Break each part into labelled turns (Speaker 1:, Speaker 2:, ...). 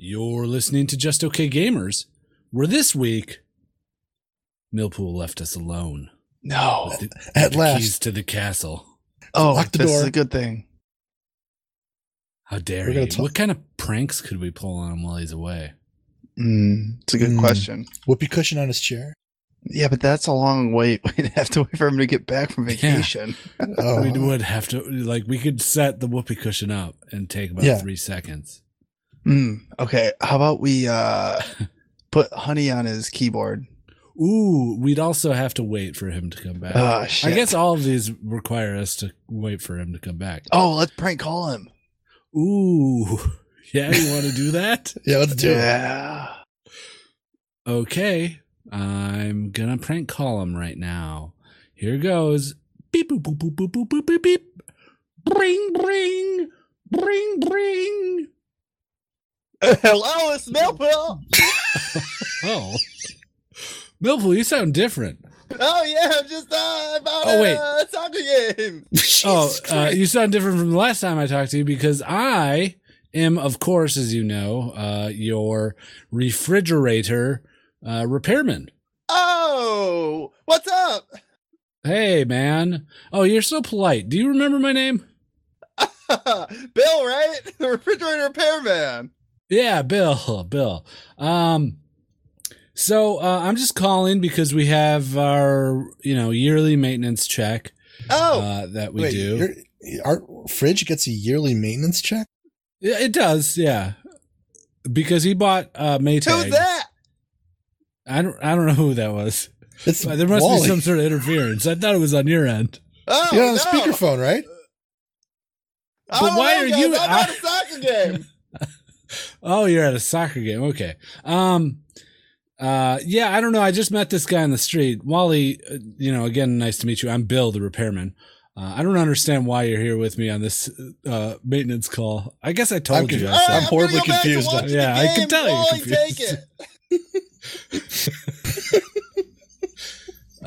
Speaker 1: You're listening to Just Okay Gamers, where this week Millpool left us alone.
Speaker 2: No,
Speaker 1: with the-
Speaker 2: Oh, at
Speaker 1: the
Speaker 2: last.
Speaker 1: keys to the castle.
Speaker 2: oh,
Speaker 3: Lock the
Speaker 2: this is
Speaker 3: door.
Speaker 2: a good thing.
Speaker 1: How dare
Speaker 2: We're gonna
Speaker 1: you?
Speaker 2: talk-
Speaker 1: what kind of pranks could we pull on him while he's away?
Speaker 2: Mm, it's a good
Speaker 3: Mm.
Speaker 2: question.
Speaker 3: Whoopee cushion on his chair.
Speaker 2: Yeah, but that's a long wait. We'd have to wait for him to get back from vacation.
Speaker 3: Oh,
Speaker 1: We would have to like we could set the whoopee cushion up and take about
Speaker 3: Yeah.
Speaker 1: three seconds.
Speaker 2: Mm, okay, how about we uh, put honey on his keyboard?
Speaker 1: Ooh, we'd also have to wait for him to come back.
Speaker 2: Oh,
Speaker 1: I
Speaker 2: shit.
Speaker 1: guess all of these require us to wait for him to come back.
Speaker 2: Oh, let's prank call him.
Speaker 1: Ooh, yeah, you want to do that?
Speaker 3: yeah, let's do it.
Speaker 2: Yeah.
Speaker 1: Okay, I'm gonna prank call him right now. Here goes. Beep boop boop boop boop boop boop beep beep. Bring bring bring bring.
Speaker 2: Hello, it's Millpool.
Speaker 1: Oh, Millpool, you sound different.
Speaker 2: Oh yeah, I'm just uh, about
Speaker 1: Oh, wait.
Speaker 2: uh, soccer game.
Speaker 1: Oh,
Speaker 3: Jesus
Speaker 1: uh,
Speaker 3: Christ.
Speaker 1: you sound different from the last time I talked to you because I am, of course, as you know, uh, your refrigerator uh, repairman.
Speaker 2: Oh, what's up?
Speaker 1: Hey, man. Oh, you're so polite. Do you remember my name?
Speaker 2: Bill, right? The refrigerator repairman.
Speaker 1: Yeah, Bill, Bill. Um, so uh, I'm just calling because we have our you know yearly maintenance check
Speaker 2: Oh,
Speaker 1: uh, that we
Speaker 3: Wait,
Speaker 1: do.
Speaker 3: your- Our fridge gets a yearly maintenance check.
Speaker 1: Yeah, It does, yeah, because he bought uh, Maytag.
Speaker 2: who's that?
Speaker 1: I don't, I don't know who that was.
Speaker 3: It's
Speaker 1: But there must
Speaker 3: Wally.
Speaker 1: be some sort of interference. I thought it was on your end.
Speaker 2: Oh,
Speaker 3: You're on the
Speaker 2: no. Oh,
Speaker 3: speakerphone, right?
Speaker 2: I
Speaker 1: But
Speaker 2: don't
Speaker 1: why
Speaker 2: know,
Speaker 1: are
Speaker 2: guys.
Speaker 1: you-
Speaker 2: I'm at a soccer game.
Speaker 1: Oh, you're at a soccer game. Okay. Um, uh, yeah, I don't know. I just met this guy on the street. Wally, uh, you know, again, nice to meet you. I'm Bill, the repairman. Uh, I don't understand why you're here with me on this uh, maintenance call. I guess I told
Speaker 3: conf-
Speaker 1: you. I
Speaker 2: All right,
Speaker 1: said-
Speaker 3: I'm horribly
Speaker 2: gonna go back to
Speaker 3: confused.
Speaker 2: watching the
Speaker 1: Yeah, I can
Speaker 2: game.
Speaker 1: tell you're
Speaker 2: Wally,
Speaker 1: confused.
Speaker 2: Take it.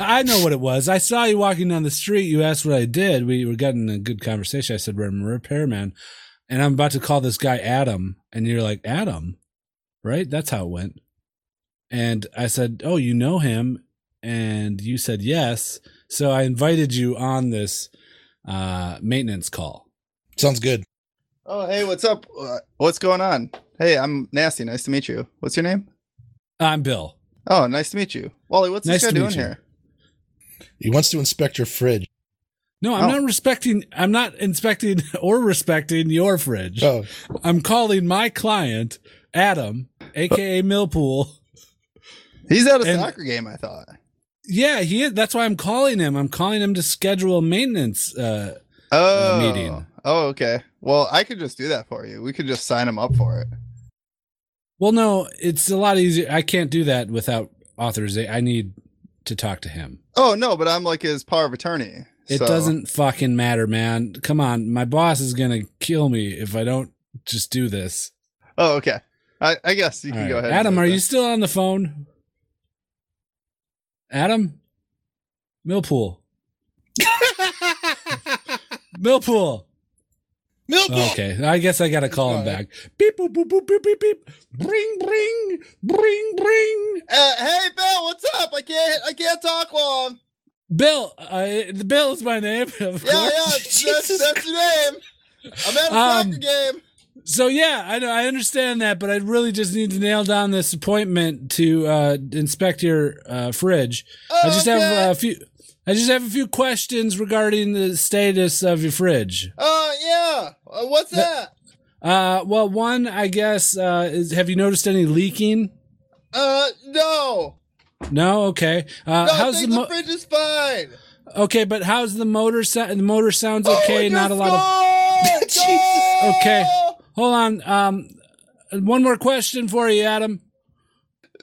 Speaker 1: I know what it was. I saw you walking down the street. You asked what I did. We were getting a good conversation. I said, "We're a repairman," and I'm about to call this guy Adam, and you're like, "Adam, right?" That's how it went. And I said, "Oh, you know him?" And you said yes. So I invited you on this uh, maintenance call.
Speaker 3: Sounds good.
Speaker 2: Oh, hey, what's up? Uh, What's going on? Hey, I'm Nasty. Nice to meet you. What's your name?
Speaker 1: I'm Bill.
Speaker 2: Oh, nice to meet you. Wally, what's
Speaker 1: Nice
Speaker 2: this
Speaker 1: to
Speaker 2: guy doing
Speaker 1: meet you.
Speaker 2: here?
Speaker 3: He wants to inspect your fridge.
Speaker 1: No, I'm
Speaker 2: Oh.
Speaker 1: not respecting. I'm not inspecting or respecting your fridge.
Speaker 3: Oh,
Speaker 1: I'm calling my client Adam, aka Millpool.
Speaker 2: He's at a
Speaker 1: And-
Speaker 2: soccer game, I thought.
Speaker 1: Yeah, he is. That's why I'm calling him. I'm calling him to schedule a maintenance. Uh,
Speaker 2: Oh,
Speaker 1: meeting.
Speaker 2: oh, okay. Well, I could just do that for you. We could just sign him up for it.
Speaker 1: well, no, it's a lot easier. I can't do that without authorization. I need to talk to him.
Speaker 2: Oh no, but I'm like his power of attorney.
Speaker 1: It
Speaker 2: so-
Speaker 1: doesn't fucking matter, man. Come on. My boss is going to kill me if I don't just do this.
Speaker 2: Oh, okay. I, I guess you
Speaker 1: All
Speaker 2: can
Speaker 1: right.
Speaker 2: go ahead. and
Speaker 1: Adam,
Speaker 2: do
Speaker 1: are
Speaker 2: that.
Speaker 1: you still on the phone? Adam? Millpool. Millpool.
Speaker 3: milk.
Speaker 1: Okay, I guess I gotta call him
Speaker 3: All right.
Speaker 1: back. Beep boop boop boop beep beep beep. Bring bring bring bring.
Speaker 2: Uh, hey, Bill, what's up? I can't. I can't talk long.
Speaker 1: Bill, uh, the Bill is my name. Of
Speaker 2: Yeah, yeah.
Speaker 1: course.
Speaker 2: That's, that's your name. I'm at a
Speaker 1: Um,
Speaker 2: soccer game.
Speaker 1: So yeah, I know I understand that, but I really just need to nail down this appointment to uh, inspect your uh, fridge.
Speaker 2: Oh,
Speaker 1: I just
Speaker 2: okay.
Speaker 1: have uh, a few. I just have a few questions regarding the status of your fridge.
Speaker 2: Oh yeah. Uh, what's that?
Speaker 1: Uh, well, one, I guess, uh, is have you noticed any leaking?
Speaker 2: Uh, no.
Speaker 1: No, okay. Uh,
Speaker 2: No, I
Speaker 1: how's the
Speaker 2: think the,
Speaker 1: mo-
Speaker 2: fridge is fine.
Speaker 1: Okay, but how's the motor sound? The motor sounds
Speaker 2: Oh
Speaker 1: okay. not a lot of.
Speaker 2: of.
Speaker 3: Jesus.
Speaker 1: Okay. Hold on. Um, one more question for you, Adam.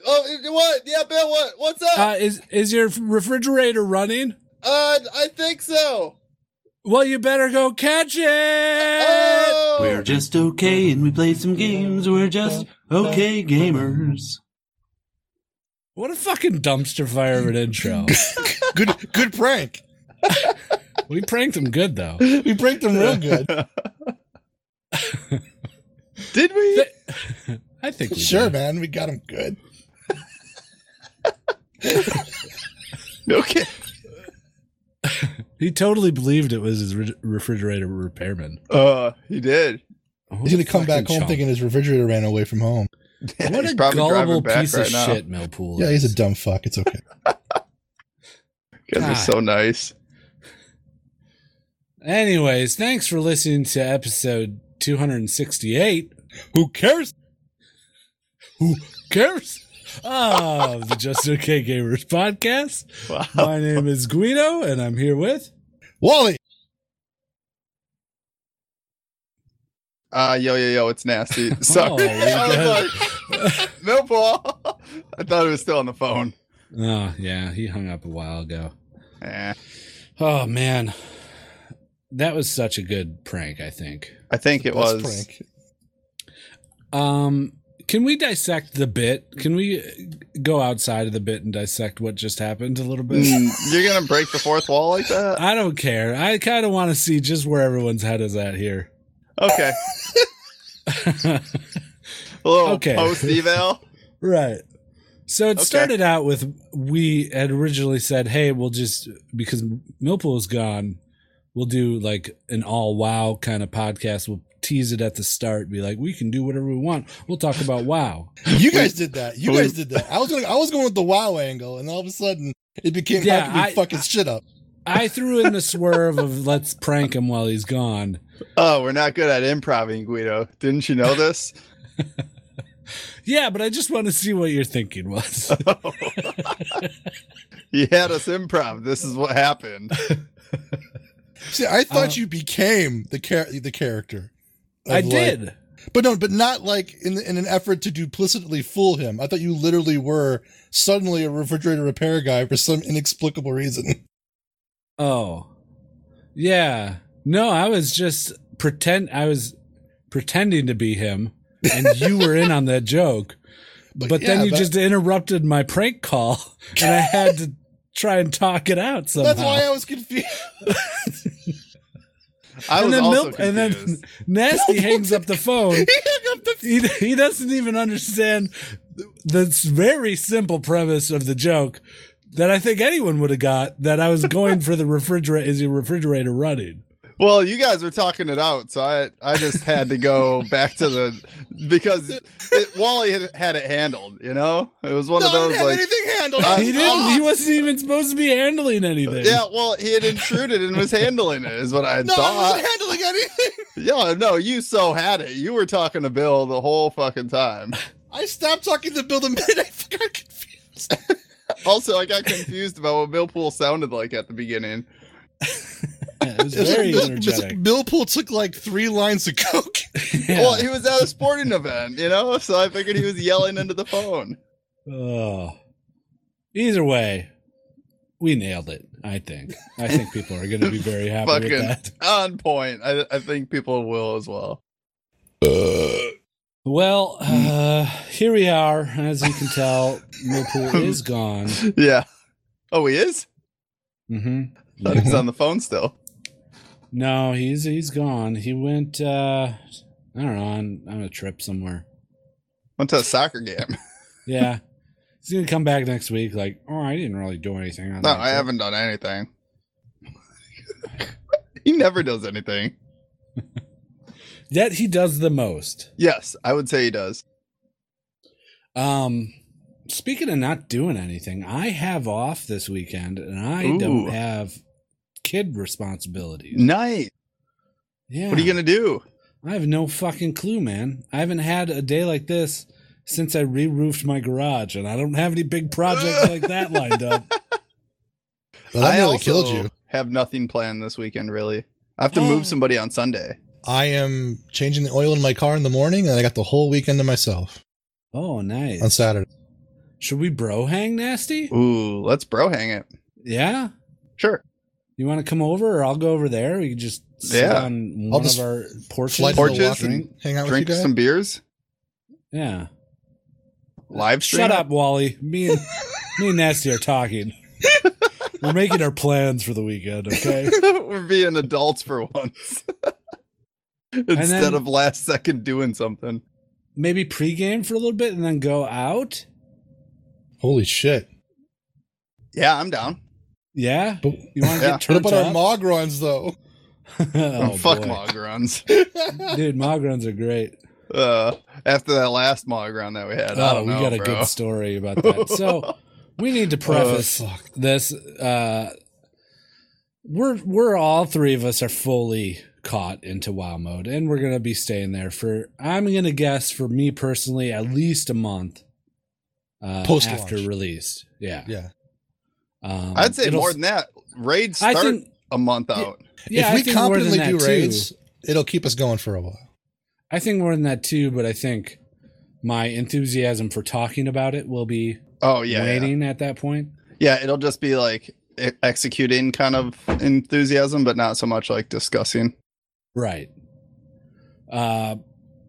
Speaker 2: Oh, it- what? Yeah, Bill. What? What's up?
Speaker 1: Uh, is is your refrigerator running?
Speaker 2: Uh, I think so.
Speaker 1: Well, you better go catch it.
Speaker 2: Oh,
Speaker 4: We're just okay and we play some games. We're just okay gamers.
Speaker 1: What a fucking dumpster fire of an intro.
Speaker 3: Good, good prank.
Speaker 1: we pranked him good though.
Speaker 3: We pranked him real good.
Speaker 2: did we?
Speaker 1: Th- I think we
Speaker 3: Sure,
Speaker 1: did.
Speaker 3: man. We got him good.
Speaker 2: Okay.
Speaker 1: He totally believed it was his re- refrigerator repairman.
Speaker 2: Uh, he did.
Speaker 3: He's gonna come back home
Speaker 1: Fucking chump.
Speaker 3: thinking his refrigerator ran away from home.
Speaker 1: What
Speaker 2: He's
Speaker 1: a
Speaker 2: probably driving
Speaker 1: gullible
Speaker 2: back
Speaker 1: piece
Speaker 2: right
Speaker 1: of
Speaker 2: now.
Speaker 1: shit, Millpool.
Speaker 3: Yeah, he's
Speaker 1: is.
Speaker 3: a dumb fuck. It's okay.
Speaker 2: You guys are so nice.
Speaker 1: Anyways, thanks for listening to episode 268.
Speaker 3: Who cares?
Speaker 1: Cares of the Just Okay Gamers podcast.
Speaker 2: Wow.
Speaker 1: My name is Guido, and I'm here with.
Speaker 3: Wally.
Speaker 2: Uh, yo, yo, yo, it's nasty. Sorry.
Speaker 1: Oh, you
Speaker 2: I was like, no, Paul. I thought it was still on the phone.
Speaker 1: Oh, yeah, he hung up a while ago.
Speaker 2: Eh,
Speaker 1: Oh, man. That was such a good prank, I think.
Speaker 2: I think it
Speaker 3: Best
Speaker 2: was.
Speaker 3: prank.
Speaker 1: Um, can we dissect the bit? Can we uh, go outside of the bit and dissect what just happened a little bit?
Speaker 2: Mm, you're gonna break the fourth wall like that?
Speaker 1: I don't care. I kind of want to see just where everyone's head is at here.
Speaker 2: Okay. A little
Speaker 1: Okay.
Speaker 2: post eval.
Speaker 1: Right. So it
Speaker 2: Okay.
Speaker 1: started out with we had originally said, "Hey, we'll just because Millpool is gone, we'll do like an all wow kind of podcast. We'll tease it at the start, be like, we can do whatever we want. We'll talk about wow."
Speaker 3: You guys did that. You
Speaker 2: we-
Speaker 3: guys did that. I was going. I was going with the wow angle, and all of a sudden it became
Speaker 1: Yeah,
Speaker 3: how can we
Speaker 1: I-
Speaker 3: fuck his shit up?
Speaker 1: I threw in the swerve of let's prank him while he's gone.
Speaker 2: Oh, we're not good at improvising, Guido. Didn't you know this?
Speaker 1: Yeah, but I just want to see what your thinking was.
Speaker 2: You had us improv. This is what happened.
Speaker 3: See, I thought
Speaker 1: Uh,
Speaker 3: you became the char- the character. of,
Speaker 1: I
Speaker 3: like-
Speaker 1: did.
Speaker 3: but no, but not like in in an effort to duplicitly fool him. I thought you literally were suddenly a refrigerator repair guy for some inexplicable reason.
Speaker 1: Oh. Yeah. No, I was just pretend I was pretending to be him and you were in on that joke. But, then
Speaker 3: yeah,
Speaker 1: you just interrupted my prank call and I had to try and talk it out somehow.
Speaker 3: That's why I was confused.
Speaker 2: I
Speaker 1: and
Speaker 2: was
Speaker 1: then
Speaker 2: also
Speaker 1: Milp- and
Speaker 2: confused.
Speaker 1: then Nasty hangs up the phone.
Speaker 3: he hung up the
Speaker 1: He, he doesn't even understand the very simple premise of the joke that I think anyone would have got that I was going for the refrigerator is your refrigerator running.
Speaker 2: Well, you guys were talking it out, so I I just had to go back to the because it, Wally had, had it handled. You know, it was one
Speaker 3: no,
Speaker 2: of
Speaker 3: I
Speaker 2: those
Speaker 3: didn't have
Speaker 2: like
Speaker 3: anything handled.
Speaker 2: Uh,
Speaker 3: I was
Speaker 1: He didn't.
Speaker 3: off.
Speaker 1: He wasn't even supposed to be handling anything.
Speaker 2: yeah. Well, he had intruded and was handling it, is what I
Speaker 3: No, I
Speaker 2: thought.
Speaker 3: wasn't handling anything.
Speaker 2: yeah, no, you so had it. You were talking to Bill the whole fucking time.
Speaker 3: I stopped talking to Bill the minute I got confused.
Speaker 2: Also, I got confused about what Millpool sounded like at the beginning.
Speaker 1: it was
Speaker 3: It's like
Speaker 1: very
Speaker 3: this- this
Speaker 1: energetic.
Speaker 3: Millpool took like three lines of coke.
Speaker 1: Yeah.
Speaker 2: Well, he was at a sporting event, you know, so I figured he was yelling into the phone.
Speaker 1: Oh. Either way, we nailed it. I think. I think people are going to be very happy with
Speaker 2: Fucking-
Speaker 1: that.
Speaker 2: On point. I, I think people will as well.
Speaker 1: Well, uh, here we are. As you can tell, Millpool is gone.
Speaker 2: Yeah. Oh, he is?
Speaker 1: hmm
Speaker 2: Thought
Speaker 3: Mm-hmm.
Speaker 2: he was on the phone still.
Speaker 1: No, he's he's gone. He went. uh I don't know on on a trip somewhere.
Speaker 2: Went to a soccer game.
Speaker 1: Yeah. He's gonna come back next week. Like, oh, I didn't really do anything. On
Speaker 2: No,
Speaker 1: that
Speaker 2: I
Speaker 1: trip."
Speaker 2: haven't done anything. he never does anything.
Speaker 1: Yet he does the most.
Speaker 2: Yes, I would say he does.
Speaker 1: Um, speaking of not doing anything, I have off this weekend, and I don't
Speaker 2: Ooh.
Speaker 1: have kid responsibilities.
Speaker 2: Night.
Speaker 1: Yeah,
Speaker 2: What are you going to do?
Speaker 1: I have no fucking clue, man. I haven't had a day like this since I re-roofed my garage, and I don't have any big projects like that lined up.
Speaker 3: Well, I nearly
Speaker 2: also
Speaker 3: killed you.
Speaker 2: have nothing planned this weekend, really. I have to
Speaker 1: Oh.
Speaker 2: move somebody on Sunday.
Speaker 3: I am changing the oil in my car in the morning, and I got the whole weekend to myself
Speaker 1: Oh,
Speaker 3: on
Speaker 1: nice.
Speaker 3: Saturday.
Speaker 1: Should we bro hang, nasty?
Speaker 2: Ooh, let's bro hang it.
Speaker 1: Yeah.
Speaker 2: Sure.
Speaker 1: You want to come over, or I'll go over there. We can just sit
Speaker 2: Yeah.
Speaker 1: on one
Speaker 3: I'll just
Speaker 1: of our porches.
Speaker 3: Flight
Speaker 2: Porches
Speaker 3: to Milwaukee,
Speaker 2: and
Speaker 3: hang out
Speaker 2: Drink
Speaker 3: with you guys.
Speaker 2: some beers.
Speaker 1: Yeah.
Speaker 2: Live stream.
Speaker 1: Shut
Speaker 2: it.
Speaker 1: up, Wally. Me and me and Nasty are talking. We're making our plans for the weekend, okay?
Speaker 2: We're being adults for once. Instead
Speaker 1: then-
Speaker 2: of last second doing something.
Speaker 1: maybe pregame for a little bit and then go out.
Speaker 3: Holy shit.
Speaker 2: Yeah, I'm down.
Speaker 1: Yeah,
Speaker 3: But
Speaker 1: you want to get
Speaker 2: Yeah.
Speaker 3: what
Speaker 1: turned
Speaker 3: about our
Speaker 1: up?
Speaker 3: mog runs though?
Speaker 1: oh,
Speaker 2: Oh, fuck
Speaker 1: boy.
Speaker 2: Mog runs.
Speaker 1: dude. Mog runs are great.
Speaker 2: Uh, after that last Mog run that we had, I
Speaker 1: Oh,
Speaker 2: don't
Speaker 1: we
Speaker 2: know,
Speaker 1: got a
Speaker 2: bro.
Speaker 1: good story about that. So um, we need to preface
Speaker 3: Oh, fuck.
Speaker 1: this. Uh, we're we're all three of us are fully caught into WoW mode, and we're gonna be staying there for. I'm gonna guess for me personally, at least a month uh,
Speaker 3: Post-launch.
Speaker 1: after release. Yeah,
Speaker 3: Yeah.
Speaker 1: Um,
Speaker 2: I'd say
Speaker 1: it'll-
Speaker 2: more than that. Raids
Speaker 1: I
Speaker 2: start
Speaker 1: think.
Speaker 2: a month out.
Speaker 1: Yeah,
Speaker 3: if we
Speaker 1: I think more than
Speaker 3: competently
Speaker 1: that
Speaker 3: do
Speaker 1: too.
Speaker 3: raids, it'll keep us going for a while.
Speaker 1: I think more than that too, but I think my enthusiasm for talking about it will be
Speaker 2: Oh yeah, yeah,
Speaker 1: waiting at that point.
Speaker 2: yeah. It'll just be like e- executing kind of enthusiasm, but not so much like discussing.
Speaker 1: Right. Uh,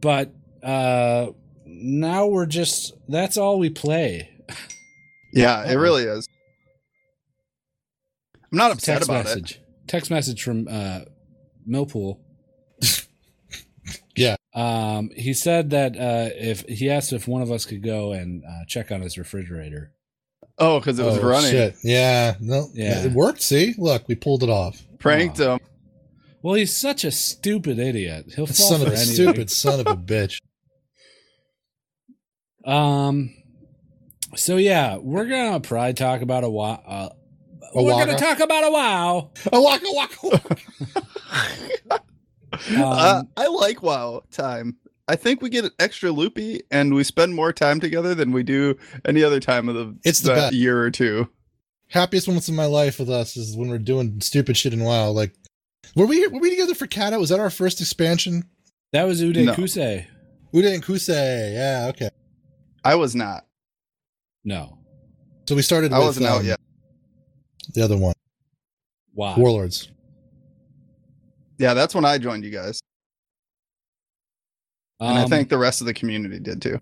Speaker 1: but uh, now we're just that's all we play.
Speaker 2: Yeah, it
Speaker 1: Uh-oh.
Speaker 2: really is. I'm not upset
Speaker 1: Text
Speaker 2: about
Speaker 1: message. Text message from uh, Millpool.
Speaker 3: Yeah.
Speaker 1: Um, he said that uh, if he asked if one of us could go and uh, check on his refrigerator.
Speaker 2: it. Oh, because it was
Speaker 3: Oh,
Speaker 2: running.
Speaker 3: Shit. Yeah. No.
Speaker 1: Yeah.
Speaker 3: It worked. See, look, we pulled it off.
Speaker 2: Pranked him.
Speaker 1: Well, he's such a stupid idiot. He'll fall
Speaker 3: Son
Speaker 1: for
Speaker 3: of a
Speaker 1: anything.
Speaker 3: stupid son of a bitch.
Speaker 1: Um. So yeah, we're gonna probably talk about a wow. Uh,
Speaker 3: A
Speaker 1: we're gonna
Speaker 3: waka.
Speaker 1: talk about a wow.
Speaker 3: Oh, waka waka. waka.
Speaker 2: uh,
Speaker 1: Um,
Speaker 2: I like WoW time. I think we get extra loopy and we spend more time together than we do any other time of the,
Speaker 3: It's the
Speaker 2: that
Speaker 3: best.
Speaker 2: year or two.
Speaker 3: Happiest moments in my life with us is when we're doing stupid shit in WoW. Like, were we were we together for Kata? Was that our first expansion?
Speaker 1: That was Ude
Speaker 2: No.
Speaker 1: Kuse.
Speaker 3: Ude and Kusei. Yeah. Okay.
Speaker 2: I was not.
Speaker 1: No.
Speaker 3: So we started.
Speaker 2: I
Speaker 3: with,
Speaker 2: wasn't out
Speaker 3: um,
Speaker 2: yet.
Speaker 3: The other one,
Speaker 1: Wow.
Speaker 3: Warlords.
Speaker 2: Yeah, that's when I joined you guys. And I
Speaker 1: Um,
Speaker 2: think the rest of the community did too.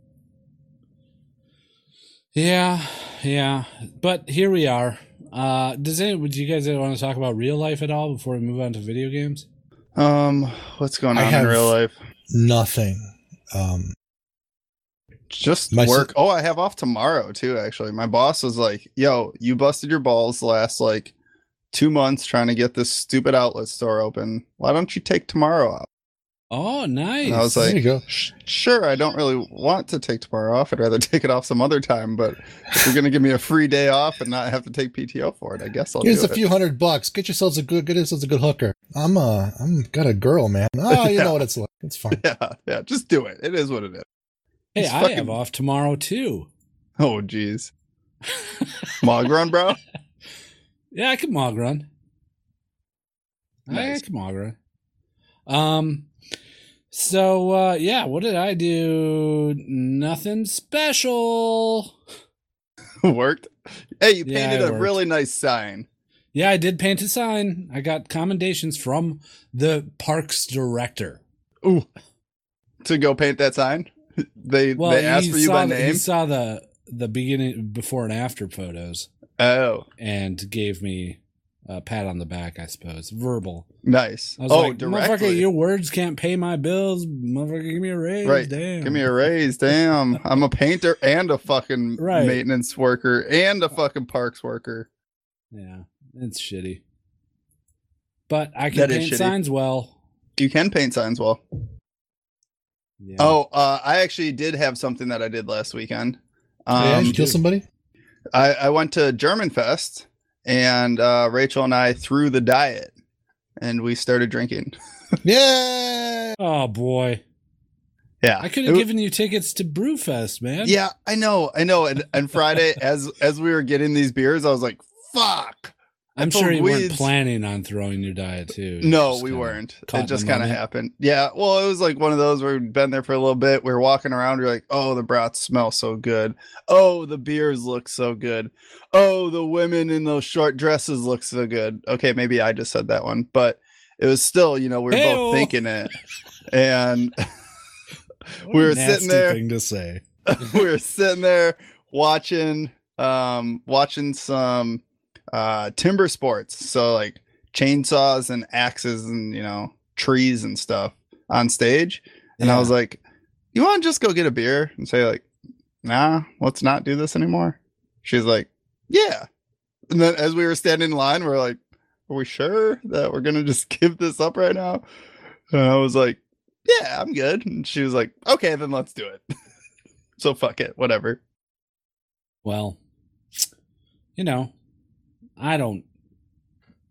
Speaker 1: Yeah, yeah. But here we are. Uh, does any? Would you guys want to talk about real life at all before we move on to video games?
Speaker 2: Um, what's going
Speaker 3: I
Speaker 2: on
Speaker 3: have-
Speaker 2: in real life?
Speaker 3: Nothing. Um,
Speaker 2: Just
Speaker 3: My si-
Speaker 2: work. oh, I have off tomorrow too, actually. My boss was like, yo, you busted your balls the last like two months trying to get this stupid outlet store open. Why don't you take tomorrow off?
Speaker 1: Oh, nice.
Speaker 2: And I was
Speaker 3: there
Speaker 2: like,
Speaker 3: you go.
Speaker 2: "Sh- sure, I don't really want to take tomorrow off. I'd rather take it off some other time, but if you're going to give me a free day off and not have to take PTO for it, I guess I'll
Speaker 3: Here's
Speaker 2: do
Speaker 3: a
Speaker 2: it.
Speaker 3: few hundred bucks. Get yourselves a good. Get yourselves a good hooker. I'm a. I'm got a girl, man. Oh, you
Speaker 2: Yeah.
Speaker 3: know what it's like. It's fine.
Speaker 2: yeah, yeah, just do it. It is what it is.
Speaker 1: hey,
Speaker 2: it's
Speaker 1: I
Speaker 2: fucking-
Speaker 1: have off tomorrow too.
Speaker 2: Oh, jeez. Mog run, bro.
Speaker 1: Yeah, I can mog run. I
Speaker 2: Nice.
Speaker 1: can mog run. Um, so uh, yeah, what did I do? Nothing special.
Speaker 2: Worked. Hey, you
Speaker 1: Yeah,
Speaker 2: painted
Speaker 1: it
Speaker 2: a
Speaker 1: worked.
Speaker 2: really nice sign.
Speaker 1: Yeah, I did paint a sign. I got commendations from the parks director.
Speaker 2: Ooh. To go paint that sign? They
Speaker 1: Well,
Speaker 2: they asked
Speaker 1: he
Speaker 2: for you
Speaker 1: saw
Speaker 2: by
Speaker 1: the, He
Speaker 2: name?
Speaker 1: saw the the beginning before and after photos
Speaker 2: Oh,
Speaker 1: and gave me a pat on the back, I suppose, verbal.
Speaker 2: nice.
Speaker 1: I was
Speaker 2: oh,
Speaker 1: like, "Motherfucker,
Speaker 2: directly.
Speaker 1: your words can't pay my bills. Motherfucker, give me a raise.
Speaker 2: Right.
Speaker 1: Damn.
Speaker 2: Give me a raise. Damn. I'm a painter and a fucking
Speaker 1: Right.
Speaker 2: maintenance worker and a fucking parks worker.
Speaker 1: Yeah, it's shitty. But I can
Speaker 2: That is
Speaker 1: paint
Speaker 2: shitty.
Speaker 1: signs well.
Speaker 2: You can paint signs well.
Speaker 1: Yeah.
Speaker 2: Oh, uh, I actually did have something that I did last weekend.
Speaker 3: yeah,
Speaker 2: Um,
Speaker 3: did you kill
Speaker 1: dude.
Speaker 3: somebody?
Speaker 2: I, I went to German Fest and uh, Rachel and I threw the diet and we started drinking.
Speaker 3: Yeah.
Speaker 1: Oh boy,
Speaker 2: Yeah.
Speaker 1: I could
Speaker 2: It
Speaker 1: have
Speaker 2: wa-
Speaker 1: given you tickets to Brewfest, man.
Speaker 2: Yeah, I know, I know. And and Friday, as as we were getting these beers, I was like, "Fuck!"
Speaker 1: I'm
Speaker 2: I told
Speaker 1: sure you weren't
Speaker 2: Weeds-
Speaker 1: planning on throwing your diet too.
Speaker 2: No,
Speaker 1: Just
Speaker 2: we
Speaker 1: kinda-
Speaker 2: weren't.
Speaker 1: caught in
Speaker 2: It
Speaker 1: the
Speaker 2: just kind of
Speaker 1: moment.
Speaker 2: happened. Yeah. Well, it was like one of those where we'd been there for a little bit. We were walking around. We are like, "Oh, the brats smell so good. Oh, the beers look so good. Oh, the women in those short dresses look so good." Okay, maybe I just said that one, but it was still, you know, we were
Speaker 1: Hey-o.
Speaker 2: both thinking it, and
Speaker 1: What
Speaker 2: We
Speaker 1: a
Speaker 2: were sitting
Speaker 1: nasty
Speaker 2: there.
Speaker 1: Thing to say.
Speaker 2: we were sitting there watching um watching some uh timber sports so like chainsaws and axes and you know trees and stuff on stage and i was like you want to just go get a beer and say like, nah, let's not do this anymore? She's like, yeah. And then as we were standing in line, we are like, are we sure that we're gonna just give this up right now? And I was like, yeah, I'm good. And she was like, okay, then let's do it. so fuck it, whatever.
Speaker 1: Well, you know, I don't.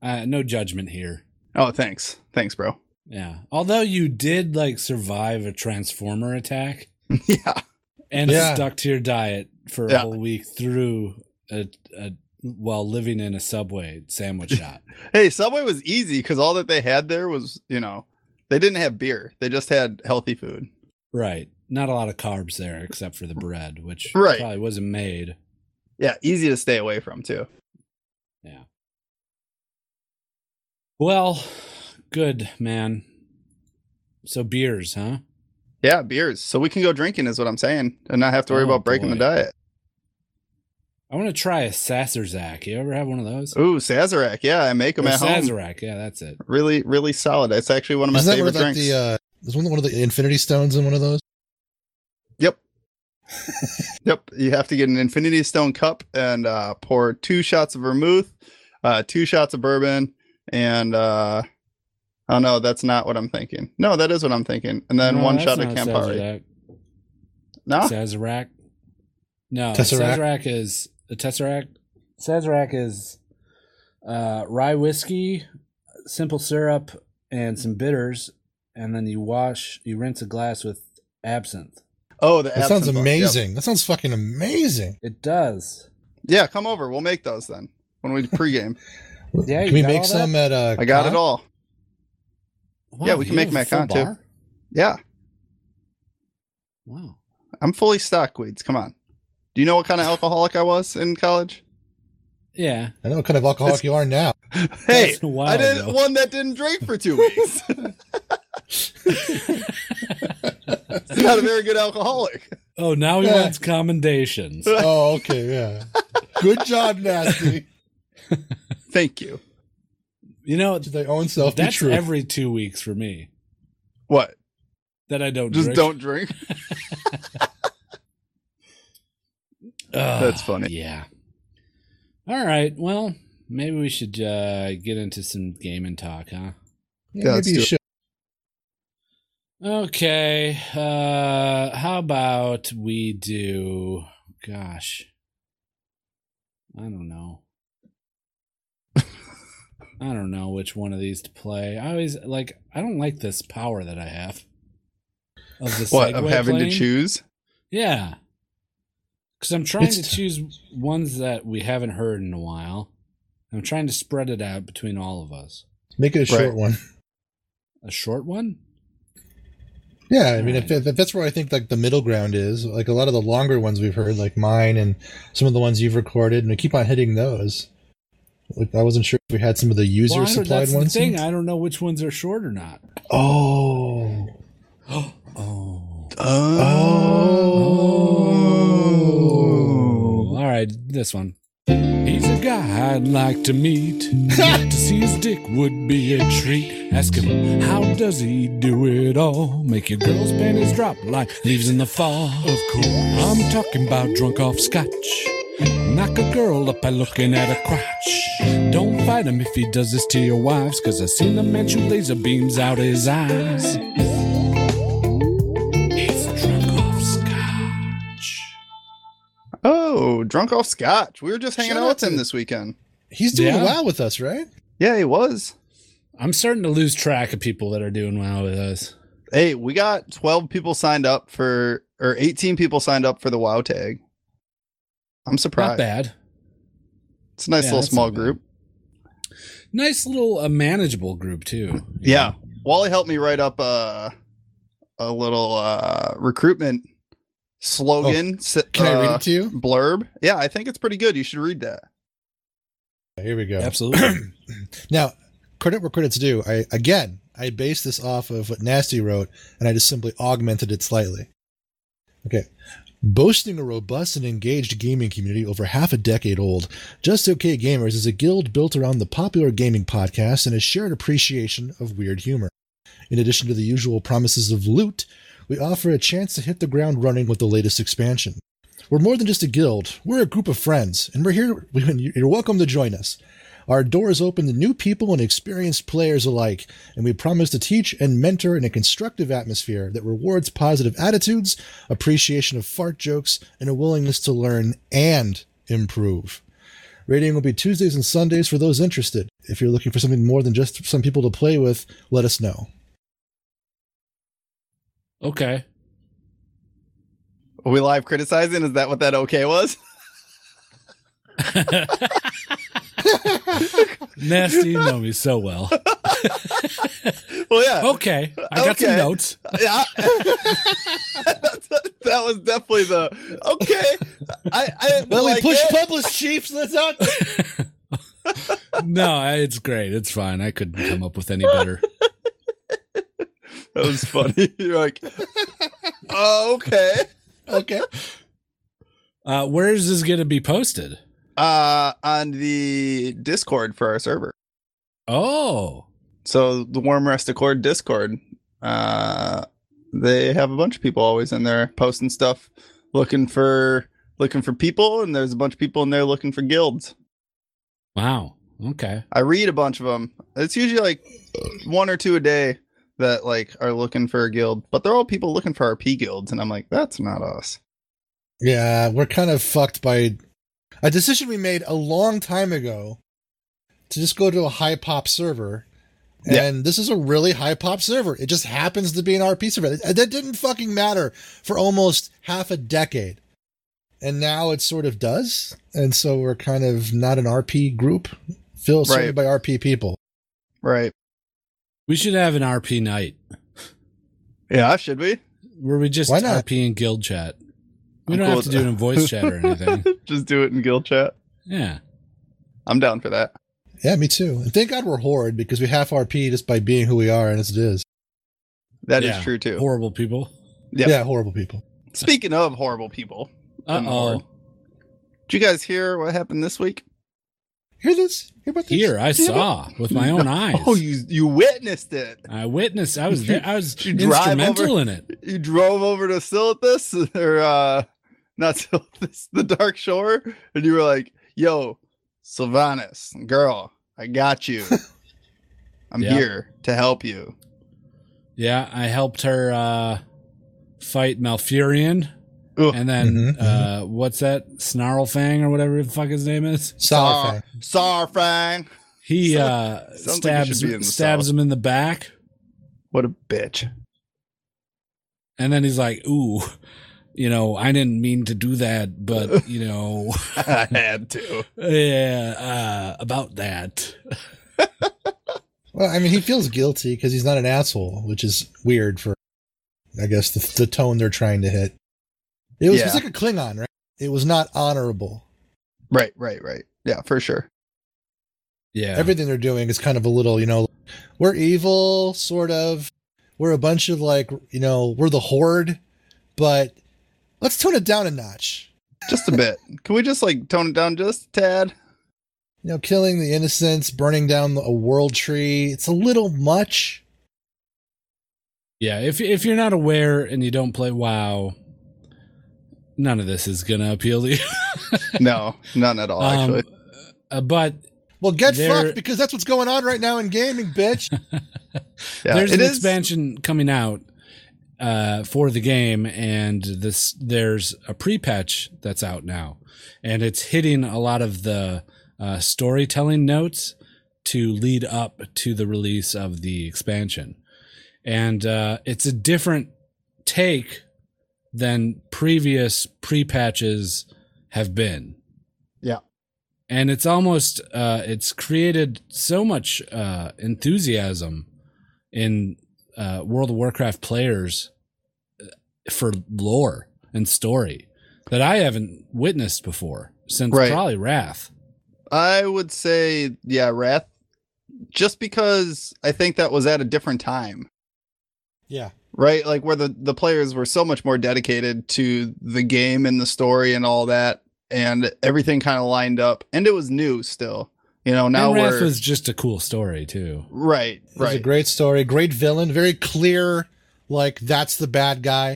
Speaker 1: Uh, no judgment here.
Speaker 2: Oh, thanks, thanks, bro.
Speaker 1: Yeah. Although you did like survive a transformer attack
Speaker 2: yeah,
Speaker 1: and
Speaker 3: Yeah.
Speaker 1: stuck to your diet for a
Speaker 2: Yeah.
Speaker 1: whole week through a, a while living in a subway sandwich shop.
Speaker 2: Hey, Subway was easy because all that they had there was, you know, they didn't have beer. They just had healthy food.
Speaker 1: right. Not a lot of carbs there except for the bread, which
Speaker 2: Right.
Speaker 1: probably wasn't made.
Speaker 2: Yeah, easy to stay away from too.
Speaker 1: Well, good man. So beers, huh?
Speaker 2: Yeah, beers. So we can go drinking is what I'm saying, and not have to worry
Speaker 1: Oh,
Speaker 2: about breaking the
Speaker 1: boy.
Speaker 2: diet.
Speaker 1: I want to try a Sazerac. You ever have one of those?
Speaker 2: Ooh, Sazerac. Yeah, I make them
Speaker 1: Or
Speaker 2: at home.
Speaker 1: Sazerac. Yeah, that's it.
Speaker 2: Really, really solid. That's actually one of my
Speaker 3: Isn't that where
Speaker 2: favorite
Speaker 3: like
Speaker 2: drinks.
Speaker 3: the uh, is one one of the Infinity Stones in one of those?
Speaker 2: Yep. yep. You have to get an Infinity Stone cup and uh, pour two shots of vermouth, uh, two shots of bourbon, and uh, oh no, that's not what I'm thinking. No, that is what I'm thinking. And then
Speaker 1: No,
Speaker 2: one
Speaker 1: that's
Speaker 2: shot of
Speaker 1: not
Speaker 2: Campari.
Speaker 1: Sazerac.
Speaker 2: No,
Speaker 1: Sazerac. No,
Speaker 3: Tesseract?
Speaker 1: Sazerac, is the Tesseract. Sazerac is uh, rye whiskey, simple syrup, and some bitters, and then you wash, you rinse a glass with absinthe.
Speaker 2: Oh, the
Speaker 3: That sounds
Speaker 2: absinthe. Yep.
Speaker 3: amazing. That sounds fucking amazing.
Speaker 1: It does.
Speaker 2: Yeah, come over. We'll make those then when we pregame.
Speaker 1: Yeah, you
Speaker 3: can we
Speaker 1: got all
Speaker 3: make
Speaker 1: that?
Speaker 3: some at uh?
Speaker 2: I got
Speaker 3: Con?
Speaker 2: it all.
Speaker 1: Wow,
Speaker 2: Yeah, we can
Speaker 1: you
Speaker 2: make
Speaker 1: have a full
Speaker 2: Macon, too.
Speaker 1: bar?
Speaker 2: Yeah,
Speaker 1: Wow.
Speaker 2: I'm fully stocked. Weeds. Come on. Do you know what kind of alcoholic I was in college?
Speaker 1: Yeah.
Speaker 3: I know what kind of alcoholic you are now.
Speaker 2: Hey,
Speaker 1: That's a while
Speaker 2: I didn't
Speaker 1: ago.
Speaker 2: one that didn't drink for two weeks. Not a very good alcoholic.
Speaker 1: Oh, now he
Speaker 3: Yeah.
Speaker 1: wants commendations.
Speaker 3: Oh, okay, yeah. Good job, nasty.
Speaker 2: Thank you.
Speaker 1: You know,
Speaker 3: To their own self, be
Speaker 1: that's
Speaker 3: true.
Speaker 1: every two weeks for me
Speaker 2: What?
Speaker 1: that I don't
Speaker 2: Just
Speaker 1: drink.
Speaker 2: don't drink.
Speaker 1: Ugh,
Speaker 2: That's funny.
Speaker 1: Yeah. All right. Well, maybe we should uh, get into some gaming talk, huh?
Speaker 3: Yeah,
Speaker 2: Yeah, let's
Speaker 3: maybe you
Speaker 2: do it.
Speaker 3: should.
Speaker 1: Okay. Uh, how about we do? Gosh, I don't know. I don't know which one of these to play. I always like. I don't like this power that I have. Of the
Speaker 2: What? Of
Speaker 1: Segway
Speaker 2: having
Speaker 1: playing.
Speaker 2: to choose?
Speaker 1: Yeah. Because I'm trying
Speaker 3: It's-
Speaker 1: to choose ones that we haven't heard in a while. I'm trying to spread it out between all of us.
Speaker 3: Make it a short
Speaker 2: Right.
Speaker 3: one.
Speaker 1: A short one?
Speaker 3: Yeah, I mean, if, if that's where I think like the middle ground is, like a lot of the longer ones we've heard, like mine and some of the ones you've recorded, and we keep on hitting those. Like, I wasn't sure if we had some of the user
Speaker 1: Well, I don't-
Speaker 3: supplied
Speaker 1: that's
Speaker 3: ones.
Speaker 1: the thing. I don't know which ones are short or not.
Speaker 3: oh,
Speaker 1: Oh.
Speaker 2: Oh.
Speaker 3: Oh.
Speaker 1: All right, this one. He's a guy I'd like to meet. to see his dick would be a treat. Ask him, how does he do it all? Make your girl's panties drop like leaves in the fall. Of course. I'm talking about drunk off scotch. Knock a girl up by looking at her crotch. Don't fight him if he does this to your wives, cause I've seen a man shoot laser beams out his eyes. It's drunk off scotch.
Speaker 2: Oh, drunk off scotch. We were just hanging
Speaker 3: Shout
Speaker 2: out
Speaker 3: out
Speaker 2: with him
Speaker 3: to-
Speaker 2: this weekend.
Speaker 3: he's doing
Speaker 1: Yeah.
Speaker 3: well with us, right?
Speaker 2: Yeah, he was.
Speaker 1: I'm starting to lose track of people that are doing well with us.
Speaker 2: Hey, we got 12 people signed up for, or 18 people signed up for the WoW tag. I'm
Speaker 1: Not
Speaker 2: surprised.
Speaker 1: bad.
Speaker 2: It's a nice
Speaker 1: Yeah,
Speaker 2: little
Speaker 1: that's
Speaker 2: small
Speaker 1: not bad.
Speaker 2: group.
Speaker 1: Nice little uh, manageable group too. you
Speaker 2: Yeah.
Speaker 1: know?
Speaker 2: Wally helped me write up a, a little uh, recruitment slogan. s-
Speaker 3: Oh, Can I read
Speaker 2: uh,
Speaker 3: it to you?
Speaker 2: Blurb. Yeah, I think it's pretty good. You should read that.
Speaker 3: Here we go.
Speaker 1: absolutely.
Speaker 3: Now, credit where credit's due. I again, I based this off of what Nasty wrote, and I just simply augmented it slightly. Okay. Boasting a robust and engaged gaming community over half a decade old, Just Okay Gamers is a guild built around the popular gaming podcast and a shared appreciation of weird humor. In addition to the usual promises of loot, we offer a chance to hit the ground running with the latest expansion. We're more than just a guild, we're a group of friends, and we're here. You're welcome to join us. Our doors open to new people and experienced players alike, and we promise to teach and mentor in a constructive atmosphere that rewards positive attitudes, appreciation of fart jokes, and a willingness to learn and improve. Rating will be Tuesdays and Sundays for those interested. If you're looking for something more than just some people to play with, let us know.
Speaker 1: Okay.
Speaker 2: Are we live criticizing? Is that what that okay was?
Speaker 1: Nasty, you know me so well.
Speaker 2: well,
Speaker 3: Oh.
Speaker 2: yeah.
Speaker 1: Okay. I got some
Speaker 2: Okay.
Speaker 1: notes.
Speaker 2: yeah. that, was definitely the okay. I, I didn't
Speaker 3: Well,
Speaker 2: like
Speaker 3: we push
Speaker 2: it.
Speaker 3: publish, Chiefs. Let's not.
Speaker 1: No, I- it's great. It's fine. I couldn't come up with any better.
Speaker 2: That was funny. You're like, oh, okay.
Speaker 3: Okay.
Speaker 1: Uh, where is this going to be posted?
Speaker 2: Uh, on the Discord for our server.
Speaker 1: Oh,
Speaker 2: So the Warm Rest Accord Discord, uh, they have a bunch of people always in there posting stuff, looking for looking for people, and there's a bunch of people in there looking for guilds.
Speaker 1: wow. Okay.
Speaker 2: I read a bunch of them. It's usually like one or two a day that like are looking for a guild, but they're all people looking for RP guilds, and I'm like, that's not us.
Speaker 3: Yeah, we're kind of fucked by a decision we made a long time ago to just go to a high pop server.
Speaker 2: Yeah.
Speaker 3: And this is a really high pop server. It just happens to be an RP server. That that didn't fucking matter for almost half a decade. And now it sort of does. And so we're kind of not an RP group, filled solely
Speaker 2: Right.
Speaker 3: by RP people.
Speaker 2: Right.
Speaker 1: We should have an RP night
Speaker 2: Yeah, should we?
Speaker 1: where we just
Speaker 3: Why not?
Speaker 1: RP in guild chat. We
Speaker 2: I'm
Speaker 1: don't
Speaker 2: cool
Speaker 1: have to
Speaker 2: with
Speaker 1: do it
Speaker 2: that.
Speaker 1: in voice chat or anything.
Speaker 2: Just do it in guild chat.
Speaker 1: Yeah.
Speaker 2: I'm down for that.
Speaker 3: Yeah, me too. And thank God we're Horde because we half RP just by being who we are and as it is.
Speaker 2: That is
Speaker 1: Yeah.
Speaker 2: true too.
Speaker 1: Horrible people.
Speaker 2: Yep.
Speaker 3: Yeah, horrible people.
Speaker 2: Speaking of horrible people,
Speaker 1: Uh
Speaker 2: in the
Speaker 1: oh.
Speaker 2: horde, did you guys hear what happened this week?
Speaker 3: Hear this? Hear about this?
Speaker 1: Here, I
Speaker 2: Damn it.
Speaker 1: saw with my own eyes.
Speaker 2: Oh, you you witnessed it.
Speaker 1: I witnessed. I was there. I was
Speaker 2: Did you drive
Speaker 1: instrumental in it.
Speaker 2: You drove over to Silithus or uh not Silithus, the Dark Shore, and you were like, "Yo, Sylvanas, girl, I got you. I'm
Speaker 1: Yeah.
Speaker 2: here to help you."
Speaker 1: Yeah, I helped her uh, fight Malfurion,
Speaker 2: Ugh. Mm-hmm,
Speaker 1: and then
Speaker 3: Mhm,
Speaker 1: uh, what's that Snarlfang or whatever the fuck his name is?
Speaker 3: Sour Fang.
Speaker 2: Sar- Sarfang.
Speaker 1: He
Speaker 2: So-
Speaker 1: uh,
Speaker 2: sounds like he
Speaker 1: stabs
Speaker 2: should be in the
Speaker 1: stabs
Speaker 2: South.
Speaker 1: him in the back,
Speaker 2: What a bitch.
Speaker 1: and then he's like, "Ooh, you know, I didn't mean to do that, but you know,
Speaker 2: I had to.
Speaker 1: yeah, uh, about that."
Speaker 3: Well, I mean, he feels guilty because he's not an asshole, which is weird for, I guess, the, the tone they're trying to hit. It was, it
Speaker 2: Yeah.
Speaker 3: was like a Klingon, right? It was not honorable.
Speaker 2: Right, right, right. Yeah, for sure.
Speaker 1: Yeah,
Speaker 3: Everything they're doing is kind of a little, you know, we're evil, sort of. We're a bunch of like, you know, we're the horde, but let's tone it down a notch.
Speaker 2: Just a bit. Can we just like tone it down just a tad?
Speaker 3: You know, killing the innocents, burning down a world tree. It's a little much.
Speaker 1: yeah. If if you're not aware and you don't play WoW, none of this is gonna appeal to you.
Speaker 2: No, none at all. Actually,
Speaker 1: Um, uh, but
Speaker 3: Well, get
Speaker 1: They're-
Speaker 3: fucked because that's what's going on right now in gaming, bitch.
Speaker 2: yeah,
Speaker 1: there's
Speaker 2: it
Speaker 1: an
Speaker 2: is-
Speaker 1: expansion coming out uh, for the game, and this there's a pre-patch that's out now, and it's hitting a lot of the uh, storytelling notes to lead up to the release of the expansion, and uh, it's a different take than previous pre-patches have been.
Speaker 2: Yeah.
Speaker 1: And it's almost uh, it's created so much uh, enthusiasm in uh, World of Warcraft players uh, for lore and story that I haven't witnessed before since
Speaker 2: Right.
Speaker 1: probably Wrath.
Speaker 2: I would say, yeah, Wrath, just because I think that was at a different time,
Speaker 3: Yeah.
Speaker 2: right? Like where the, the players were so much more dedicated to the game and the story and all that, and everything kind of lined up, and it was new still. You know, now
Speaker 1: and Wrath
Speaker 2: we're
Speaker 1: was just a cool story too.
Speaker 2: right,
Speaker 3: It was a
Speaker 2: right,
Speaker 3: great story, great villain, very clear like that's the bad guy.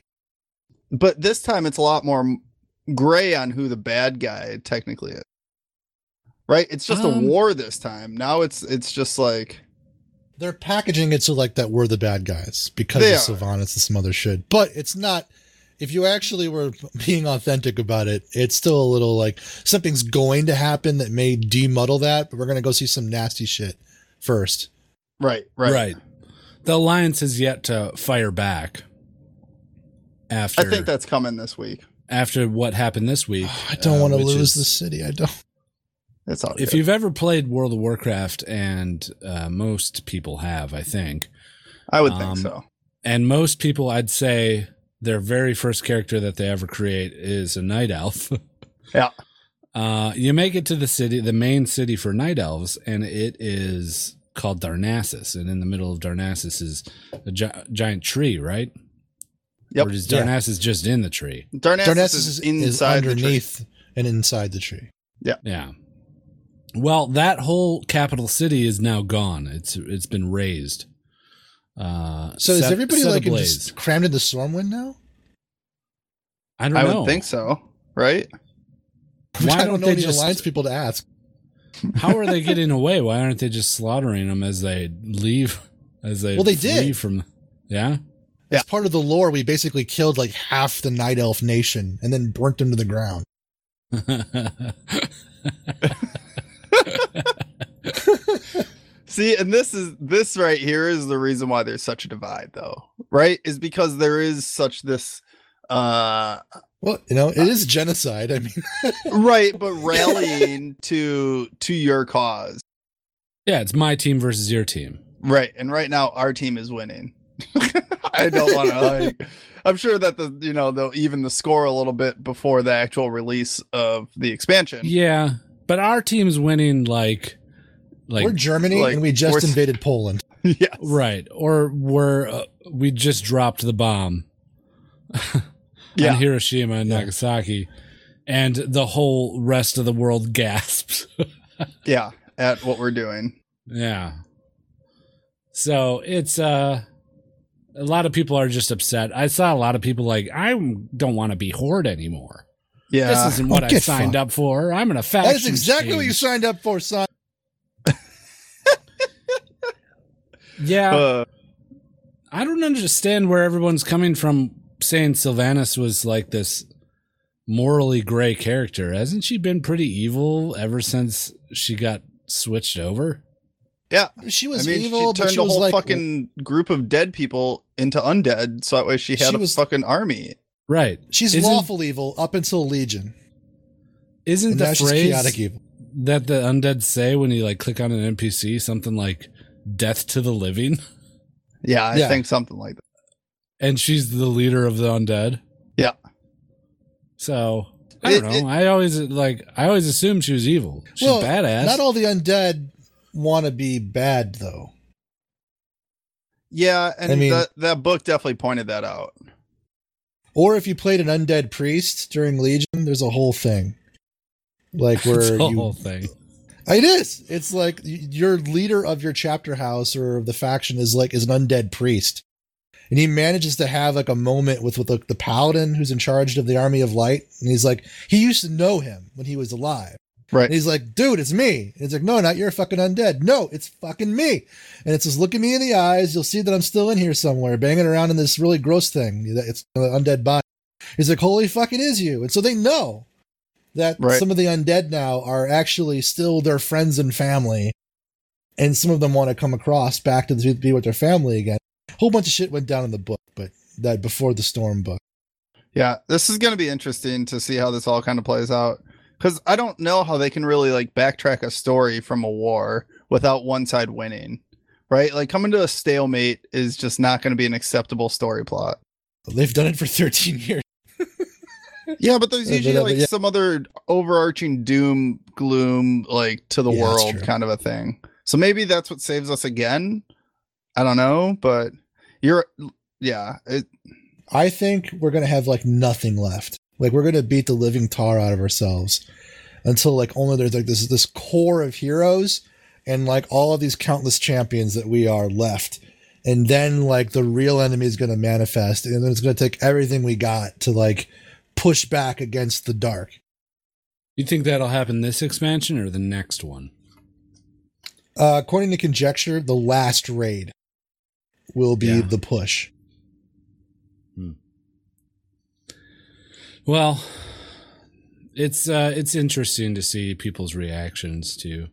Speaker 2: But this time it's a lot more m- gray on who the bad guy technically is. Right? It's just a
Speaker 1: Um,
Speaker 2: war this time. Now it's it's just like
Speaker 3: They're packaging it so like that we're the bad guys because
Speaker 2: They
Speaker 3: of
Speaker 2: are.
Speaker 3: Sylvanas and some other shit. But it's not. If you actually were being authentic about it, it's still a little like something's going to happen that may demuddle that. But we're gonna go see some nasty shit first.
Speaker 2: right, right.
Speaker 1: The alliance has yet to fire back. After
Speaker 2: I think that's coming this week.
Speaker 1: after what happened this week,
Speaker 3: I don't
Speaker 1: uh,
Speaker 3: want to
Speaker 1: which is-
Speaker 3: lose the city. I don't.
Speaker 2: That's all.
Speaker 1: If
Speaker 2: good.
Speaker 1: you've ever played World of Warcraft, and uh, most people have, I think,
Speaker 2: I would think
Speaker 1: um,
Speaker 2: so.
Speaker 1: and most people, I'd say, their very first character that they ever create is a night elf.
Speaker 2: Yeah.
Speaker 1: Uh, you make it to the city, the main city for night elves, and it is called Darnassus. And in the middle of Darnassus is a gi- giant tree, right?
Speaker 2: Yep.
Speaker 1: Or is
Speaker 3: Yeah.
Speaker 1: Darnassus just in the tree?
Speaker 2: Darnassus,
Speaker 3: Darnassus
Speaker 2: is
Speaker 3: is, is
Speaker 2: inside the tree.
Speaker 3: underneath and inside the tree.
Speaker 1: Yeah. Well, that whole capital city is now gone. It's it's been razed. Uh,
Speaker 3: So is
Speaker 1: set-
Speaker 3: everybody
Speaker 1: set
Speaker 3: like in-
Speaker 1: ablaze.
Speaker 3: just crammed in the Stormwind now?
Speaker 1: I don't
Speaker 2: I
Speaker 1: know.
Speaker 2: would think so, right?
Speaker 1: Why
Speaker 3: I
Speaker 1: don't
Speaker 3: don't know
Speaker 1: they
Speaker 3: any
Speaker 1: just-
Speaker 3: alliance people to ask.
Speaker 1: How are they getting away? Why aren't they just slaughtering them as they leave? As they
Speaker 3: Well, they
Speaker 1: flee
Speaker 3: did.
Speaker 1: from. Yeah.
Speaker 2: Yeah.
Speaker 3: As part of the lore, we basically killed like half the Night Elf nation and then burnt them to the ground.
Speaker 2: See, and this is this right here is the reason why there's such a divide though, right? Is because there is such this uh
Speaker 3: Well, you know, it is genocide. I mean,
Speaker 2: right, but rallying to to your cause.
Speaker 1: yeah, it's my team versus your team.
Speaker 2: Right. And right now our team is winning. I don't want to like I'm sure that the you know they'll even the score a little bit before the actual release of the expansion.
Speaker 1: Yeah, but our team's winning like, like
Speaker 3: we're Germany
Speaker 2: like,
Speaker 3: and we just
Speaker 2: we're-
Speaker 3: invaded Poland.
Speaker 2: yes.
Speaker 1: right, or we're uh, we just dropped the bomb.
Speaker 2: Yeah.
Speaker 1: on Hiroshima and
Speaker 3: Yeah.
Speaker 1: Nagasaki, and the whole rest of the world gasps.
Speaker 2: Yeah. At what we're doing.
Speaker 1: yeah. So it's uh a lot of people are just upset. I saw a lot of people like I don't want to be horde anymore.
Speaker 2: Yeah.
Speaker 1: this isn't what
Speaker 3: Oh,
Speaker 1: I
Speaker 3: get
Speaker 1: signed up
Speaker 3: fucked.
Speaker 1: for. I'm gonna faction.
Speaker 3: That is exactly what you
Speaker 1: change."
Speaker 3: signed up for, son.
Speaker 1: Yeah,
Speaker 2: uh,
Speaker 1: I don't understand where everyone's coming from saying Sylvanas was like this morally gray character. Hasn't she been pretty evil ever since she got switched over?
Speaker 2: yeah.
Speaker 3: She
Speaker 2: I
Speaker 3: was
Speaker 2: mean,
Speaker 3: evil,
Speaker 2: she
Speaker 3: but
Speaker 2: turned
Speaker 3: she
Speaker 2: a
Speaker 3: was
Speaker 2: whole
Speaker 3: like
Speaker 2: fucking group of dead people into undead, so that way she had
Speaker 3: She
Speaker 2: a
Speaker 3: was-
Speaker 2: fucking army.
Speaker 1: Right.
Speaker 3: she's
Speaker 1: Isn't-
Speaker 3: lawful evil up until Legion.
Speaker 1: Isn't
Speaker 3: And
Speaker 1: the
Speaker 3: now she's chaotic
Speaker 1: phrase
Speaker 3: evil.
Speaker 1: that the undead say when you like click on an NPC something like death to the living
Speaker 2: Yeah, I
Speaker 3: Yeah.
Speaker 2: think something like that.
Speaker 1: and she's the leader of the undead?
Speaker 2: Yeah.
Speaker 1: So, I don't
Speaker 2: It- it-
Speaker 1: know. I always like I always assumed she was evil. She's
Speaker 3: Well,
Speaker 1: badass.
Speaker 3: Not all the undead want to be bad, though.
Speaker 2: Yeah, and
Speaker 3: I mean-
Speaker 2: that that book definitely pointed that out.
Speaker 3: Or if you played an undead priest during Legion, there's a whole thing. Like
Speaker 1: It's
Speaker 3: where
Speaker 1: the
Speaker 3: you,
Speaker 1: whole thing.
Speaker 3: it is. It's like y- your leader of your chapter house or of the faction is like is an undead priest, and he manages to have like a moment with with like the paladin who's in charge of the army of light, and he's like he used to know him when he was alive.
Speaker 2: Right.
Speaker 3: And he's like, dude, it's me. And he's like, no, not you're fucking undead. No, it's fucking me. And it says, look at me in the eyes. You'll see that I'm still in here somewhere, banging around in this really gross thing. that It's an undead body. He's like, holy fuck, it is you. And so they know that
Speaker 2: Right.
Speaker 3: some of the undead now are actually still their friends and family. And some of them want to come across back to the, be with their family again. Whole bunch of shit went down in the book, but that before the storm book.
Speaker 2: Yeah, this is going to be interesting to see how this all kind of plays out cuz I don't know how they can really like backtrack a story from a war without one side winning. Right? Like coming to a stalemate is just not going to be an acceptable story plot.
Speaker 3: They've done it for 13 years.
Speaker 2: Yeah, but there's
Speaker 3: Uh,
Speaker 2: usually
Speaker 3: but, uh, but
Speaker 2: like
Speaker 3: yeah.
Speaker 2: some other overarching doom gloom like to the
Speaker 3: Yeah, that's
Speaker 2: world
Speaker 3: true.
Speaker 2: kind of a thing. So maybe that's what saves us again. I don't know, but you're yeah, it,
Speaker 3: I think we're gonna have like nothing left. Like we're gonna beat the living tar out of ourselves until like only there's like this this core of heroes and like all of these countless champions that we are left. and then like the real enemy is going to manifest, and then it's going to take everything we got to like push back against the dark.
Speaker 1: You think that'll happen this expansion or the next one?
Speaker 3: Uh, according to conjecture, the last raid will be
Speaker 1: Yeah.
Speaker 3: the push.
Speaker 1: Well, it's uh, it's interesting to see people's reactions to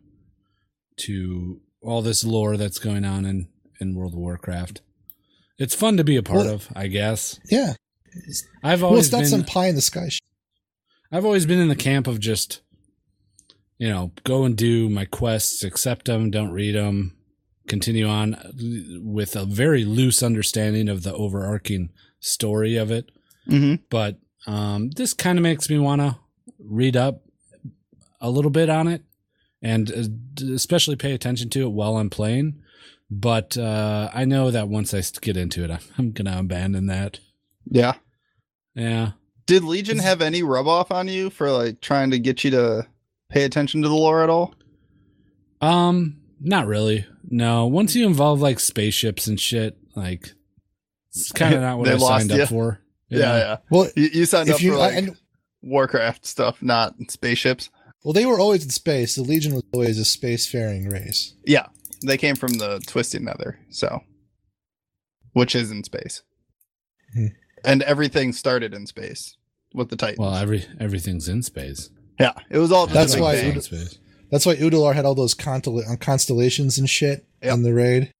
Speaker 1: to all this lore that's going on in in World of Warcraft. It's fun to be a part
Speaker 3: Well-
Speaker 1: of, I guess.
Speaker 3: Yeah.
Speaker 1: I've
Speaker 3: Well,
Speaker 1: always
Speaker 3: it's not
Speaker 1: been
Speaker 3: some pie in the sky. Sh-
Speaker 1: I've always been in the camp of just you know go and do my quests, accept them, don't read them, continue on with a very loose understanding of the overarching story of it.
Speaker 2: hmm
Speaker 1: but um, this kind of makes me want to read up a little bit on it and uh, d- especially pay attention to it while I'm playing. But uh, I know that once I s- get into it, I'm, I'm going to abandon that.
Speaker 2: Yeah.
Speaker 1: Yeah.
Speaker 2: Did Legion have any rub off on you for like trying to get you to pay attention to the lore at all?
Speaker 1: Um, not really. No. Once you involve like spaceships and shit, like it's kind of not what
Speaker 2: They
Speaker 1: I
Speaker 2: lost
Speaker 1: signed
Speaker 2: ya.
Speaker 1: up for.
Speaker 3: well,
Speaker 2: You, you signed up
Speaker 3: if you,
Speaker 2: for like
Speaker 3: I, and-
Speaker 2: Warcraft stuff, not spaceships.
Speaker 3: well, they were always in space. The Legion was always a spacefaring race.
Speaker 2: Yeah, they came from the Twisted Nether, so which is in space,
Speaker 3: Hmm.
Speaker 2: and everything started in space with the Titans.
Speaker 1: Well, every everything—everything's in space.
Speaker 2: yeah, it was all just
Speaker 3: That's
Speaker 2: a big
Speaker 3: why-
Speaker 2: bang.
Speaker 1: in space.
Speaker 3: That's why Udalar had all those contel- uh, constellations and shit
Speaker 2: Yep.
Speaker 3: in the raid.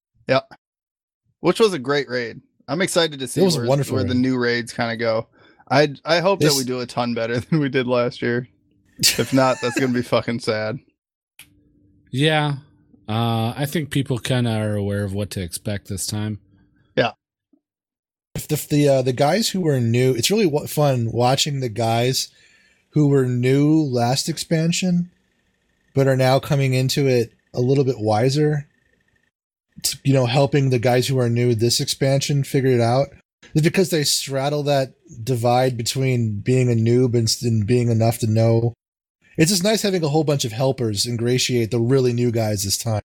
Speaker 2: which was a great raid. I'm excited to see
Speaker 3: It was a
Speaker 2: where,
Speaker 3: wonderful
Speaker 2: where the
Speaker 3: raid.
Speaker 2: new raids kind of go. I I hope
Speaker 3: This-
Speaker 2: that we do a ton better than we did last year. If not, that's gonna be fucking sad.
Speaker 1: Yeah. Uh, I think people kind of are aware of what to expect this time.
Speaker 3: If the if the, uh, the guys who were new, it's really wa- fun watching the guys who were new last expansion, but are now coming into it a little bit wiser. It's, you know, helping the guys who are new this expansion figure it out. It's because they straddle that divide between being a noob and, s- and being enough to know. It's just nice having a whole bunch of helpers ingratiate the really new guys this time.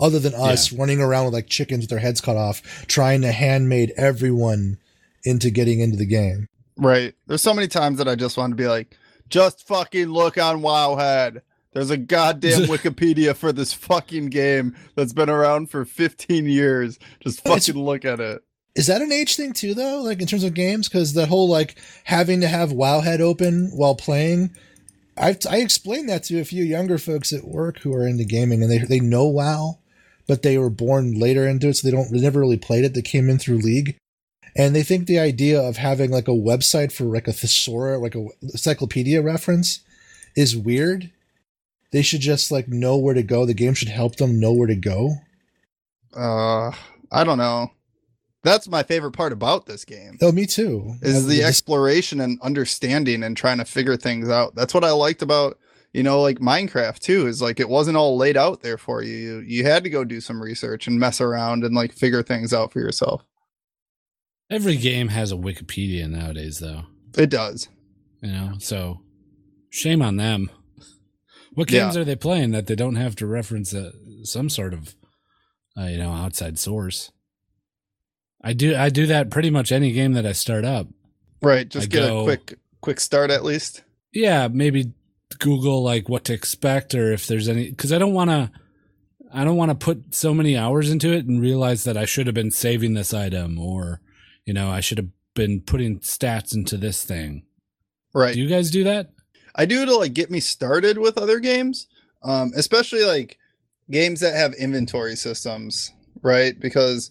Speaker 3: Other than us running around with like chickens with their heads cut off, trying to handmade everyone into getting into the game.
Speaker 2: Right. There's so many times that I just want to be like, just fucking look on Wowhead. There's a goddamn Wikipedia for this fucking game that's been around for 15 years. Just
Speaker 3: But it's-
Speaker 2: fucking look at it.
Speaker 3: Is that an age thing too, though? Like in terms of games, because that whole like having to have WoWhead open while playing, I've I explained that to a few younger folks at work who are into gaming, and they they know WoW, but they were born later into it, so they don't they never really played it. They came in through League, and they think the idea of having like a website for like a thesaurus, like a encyclopedia reference, is weird. They should just like know where to go. The game should help them know where to go.
Speaker 2: Uh, I don't know. That's my favorite part about this game.
Speaker 3: Oh, me too.
Speaker 2: is
Speaker 3: Uh,
Speaker 2: the
Speaker 3: just-
Speaker 2: exploration and understanding and trying to figure things out. That's what I liked about you know like Minecraft too is like it wasn't all laid out there for you. You you had to go do some research and mess around and like figure things out for yourself.
Speaker 1: Every game has a Wikipedia nowadays, though.
Speaker 2: It does.
Speaker 1: You know, so shame on them. What games are they playing that they don't have to reference a, some sort of, uh, you know, outside source? I do. I do that pretty much any game that I start up.
Speaker 2: Right, just
Speaker 1: I
Speaker 2: get
Speaker 1: go-
Speaker 2: a quick quick start at least.
Speaker 1: yeah, maybe Google like what to expect or if there's any because I don't want to. I don't want to put so many hours into it and realize that I should have been saving this item or, you know, I should have been putting stats into this thing.
Speaker 2: Right.
Speaker 1: Do you guys do that?
Speaker 2: I do to like get me started with other games, um, especially like games that have inventory systems, right? Because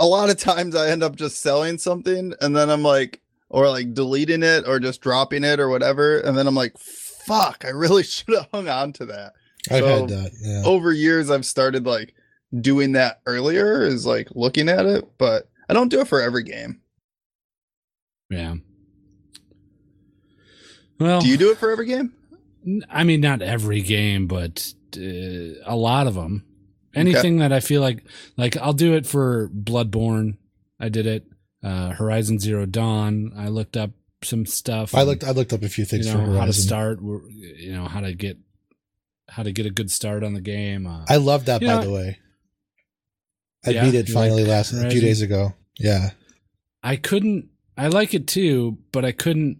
Speaker 2: a lot of times I end up just selling something and then I'm like, or like deleting it or just dropping it or whatever. And then I'm like, fuck, I really should have hung on to that.
Speaker 3: I've had
Speaker 2: So-
Speaker 3: that. Yeah.
Speaker 2: Over years, I've started like doing that earlier, is like looking at it, but I don't do it for every game.
Speaker 1: Yeah. Well,
Speaker 2: Do you do it for every game?
Speaker 1: n- I mean, not every game, but uh, a lot of them. Anything that I feel like, like I'll do it for Bloodborne. I did it. Uh, Horizon Zero Dawn. I looked up some stuff.
Speaker 3: I
Speaker 1: and-
Speaker 3: looked. I looked up a few
Speaker 1: you
Speaker 3: things
Speaker 1: know
Speaker 3: for
Speaker 1: how to
Speaker 3: Horizon.
Speaker 1: start where- you know how to get how to get a good start on the game uh,
Speaker 3: I love that,
Speaker 1: You
Speaker 3: by
Speaker 1: know,
Speaker 3: the way. I
Speaker 1: Yeah,
Speaker 3: beat it
Speaker 1: you
Speaker 3: finally
Speaker 1: like
Speaker 3: last a few
Speaker 1: Horizon?
Speaker 3: days ago. Yeah.
Speaker 1: I couldn't. I like it too, but I couldn't.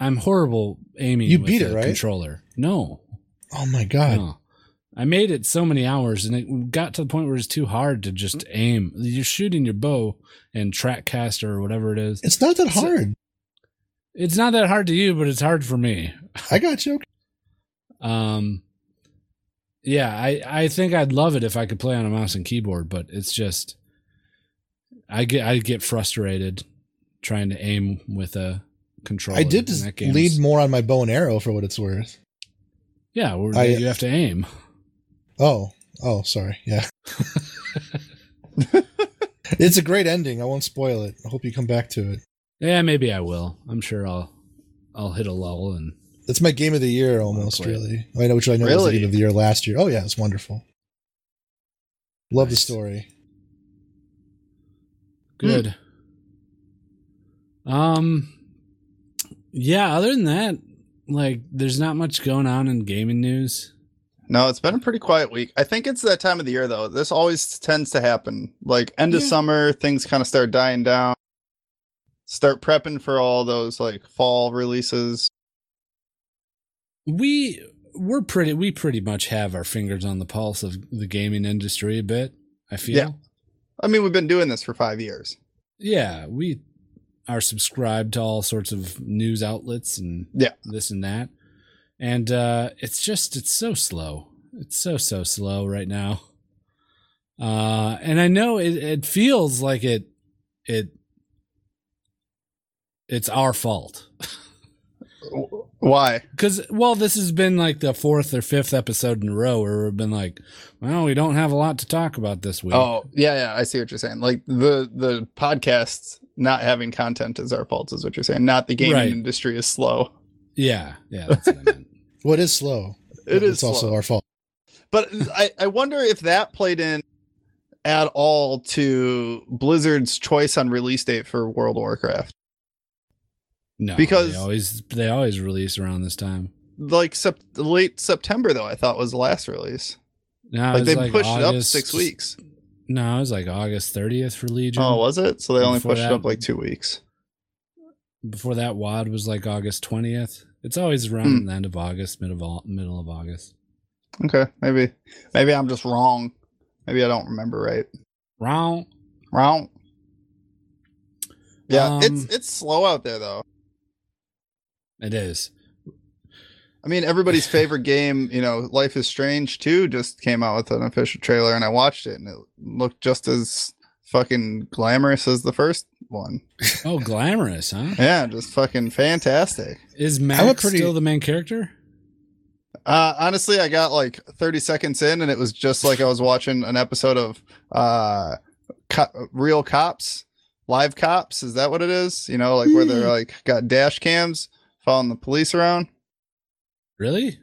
Speaker 1: I'm horrible aiming.
Speaker 3: You
Speaker 1: with
Speaker 3: beat it,
Speaker 1: the
Speaker 3: right?
Speaker 1: Controller. No,
Speaker 3: Oh my god.
Speaker 1: no. I made it so many hours, and it got to the point where it's too hard to just aim. You're shooting your bow and track caster or whatever it is.
Speaker 3: It's not that
Speaker 1: So-
Speaker 3: hard.
Speaker 1: It's not that hard to you, but it's hard for me.
Speaker 3: I got you.
Speaker 1: Um, yeah, I, I think I'd love it if I could play on a mouse and keyboard, but it's just I get I get frustrated trying to aim with a controller.
Speaker 3: I did
Speaker 1: and
Speaker 3: just
Speaker 1: that game's-
Speaker 3: lead more on my bow and arrow for what it's worth.
Speaker 1: Yeah, where
Speaker 3: I-
Speaker 1: you have to aim.
Speaker 3: Oh, oh, sorry. Yeah. it's a great ending. I won't spoil it. I hope you come back to it.
Speaker 1: Yeah, maybe I will. I'm sure I'll I'll hit a lull and
Speaker 3: That's my game of the year almost,
Speaker 1: quit.
Speaker 3: really. I know which I know was the
Speaker 2: Really?
Speaker 3: game of the year last year. Oh yeah, it's wonderful. Love the
Speaker 1: Nice.
Speaker 3: story.
Speaker 1: good. Um, yeah. Other than that, like, there's not much going on in gaming news.
Speaker 2: No, it's been a pretty quiet week. I think it's that time of the year though. This always tends to happen. Like end of
Speaker 1: Yeah.
Speaker 2: summer, things kind of start dying down. Start prepping for all those like fall releases.
Speaker 1: we we're pretty we pretty much have our fingers on the pulse of the gaming industry a bit i feel
Speaker 2: Yeah. I mean, we've been doing this for 5 years.
Speaker 1: Yeah, we are subscribed to all sorts of news outlets and
Speaker 2: Yeah.
Speaker 1: this and that and uh it's just it's so slow it's so so slow right now uh and i know it, it feels like it it it's our fault
Speaker 2: W- Why?
Speaker 1: Because well, this has been like the fourth or fifth episode in a row where we've been like, well, we don't have a lot to talk about this week.
Speaker 2: Oh, yeah, yeah, I see what you're saying. Like the the podcasts not having content is our fault is what you're saying. Not the gaming
Speaker 1: Right.
Speaker 2: industry is slow.
Speaker 1: yeah, yeah, that's what I meant.
Speaker 3: What is slow?
Speaker 2: It is
Speaker 3: It's also
Speaker 2: slow.
Speaker 3: our fault.
Speaker 2: But I, I wonder if that played in at all to Blizzard's choice on release date for World of Warcraft.
Speaker 1: No,
Speaker 2: Because-
Speaker 1: they always they always release around this time.
Speaker 2: Like sep- late September, though, I thought was the last release.
Speaker 1: No, it
Speaker 2: Like
Speaker 1: was
Speaker 2: they
Speaker 1: like
Speaker 2: pushed it up
Speaker 1: August-
Speaker 2: six weeks.
Speaker 1: No, it was like August thirtieth for Legion.
Speaker 2: Oh, was it? So they only
Speaker 1: Before
Speaker 2: pushed it
Speaker 1: that-
Speaker 2: up like two weeks.
Speaker 1: before that, WAD was like August twentieth. It's always around
Speaker 2: Hmm.
Speaker 1: the end of August, mid of all, middle of August.
Speaker 2: Okay, maybe maybe I'm just wrong. Maybe I don't remember right.
Speaker 1: Wrong.
Speaker 2: Wrong. Yeah,
Speaker 1: Um,
Speaker 2: it's it's slow out there though.
Speaker 1: It is.
Speaker 2: I mean, everybody's favorite game, you know, Life is Strange 2 just came out with an official trailer and I watched it and it looked just as fucking glamorous as the first one.
Speaker 1: Oh, glamorous, huh?
Speaker 2: Yeah, just fucking fantastic.
Speaker 1: Is Max
Speaker 3: pretty-
Speaker 1: still the main character?
Speaker 2: Uh, honestly, I got like 30 seconds in and it was just like I was watching an episode of uh, co- Real Cops, Live Cops. Is that what it is? You know, like where they're like got dash cams following the police around.
Speaker 1: Really?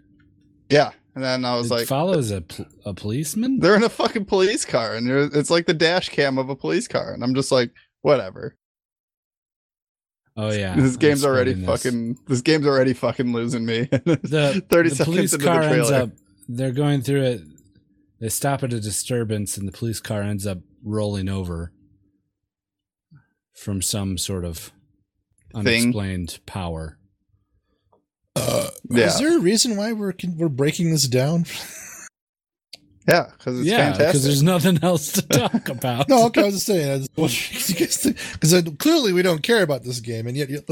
Speaker 2: Yeah. And then I was
Speaker 1: it
Speaker 2: like,
Speaker 1: follows a pl- a policeman.
Speaker 2: they're in a fucking police car and they're- it's like the dash cam of a police car and i'm just like whatever
Speaker 1: Oh yeah,
Speaker 2: this
Speaker 1: I'm
Speaker 2: game's already
Speaker 1: spinning this.
Speaker 2: fucking this. game's already fucking losing me
Speaker 1: The
Speaker 2: 30
Speaker 1: the
Speaker 2: seconds
Speaker 1: police
Speaker 2: into the
Speaker 1: car ends
Speaker 2: trailer
Speaker 1: up. They're going through it. They stop at a disturbance, and the police car ends up rolling over from some sort of
Speaker 2: Thing.
Speaker 1: unexplained power.
Speaker 2: yeah
Speaker 3: Is there a reason why we're con- we're breaking this down?
Speaker 2: yeah because it's
Speaker 1: yeah, because
Speaker 2: fantastic
Speaker 1: there's nothing else to talk about.
Speaker 3: no, okay, I was just saying because clearly we don't care about this game, and yet you-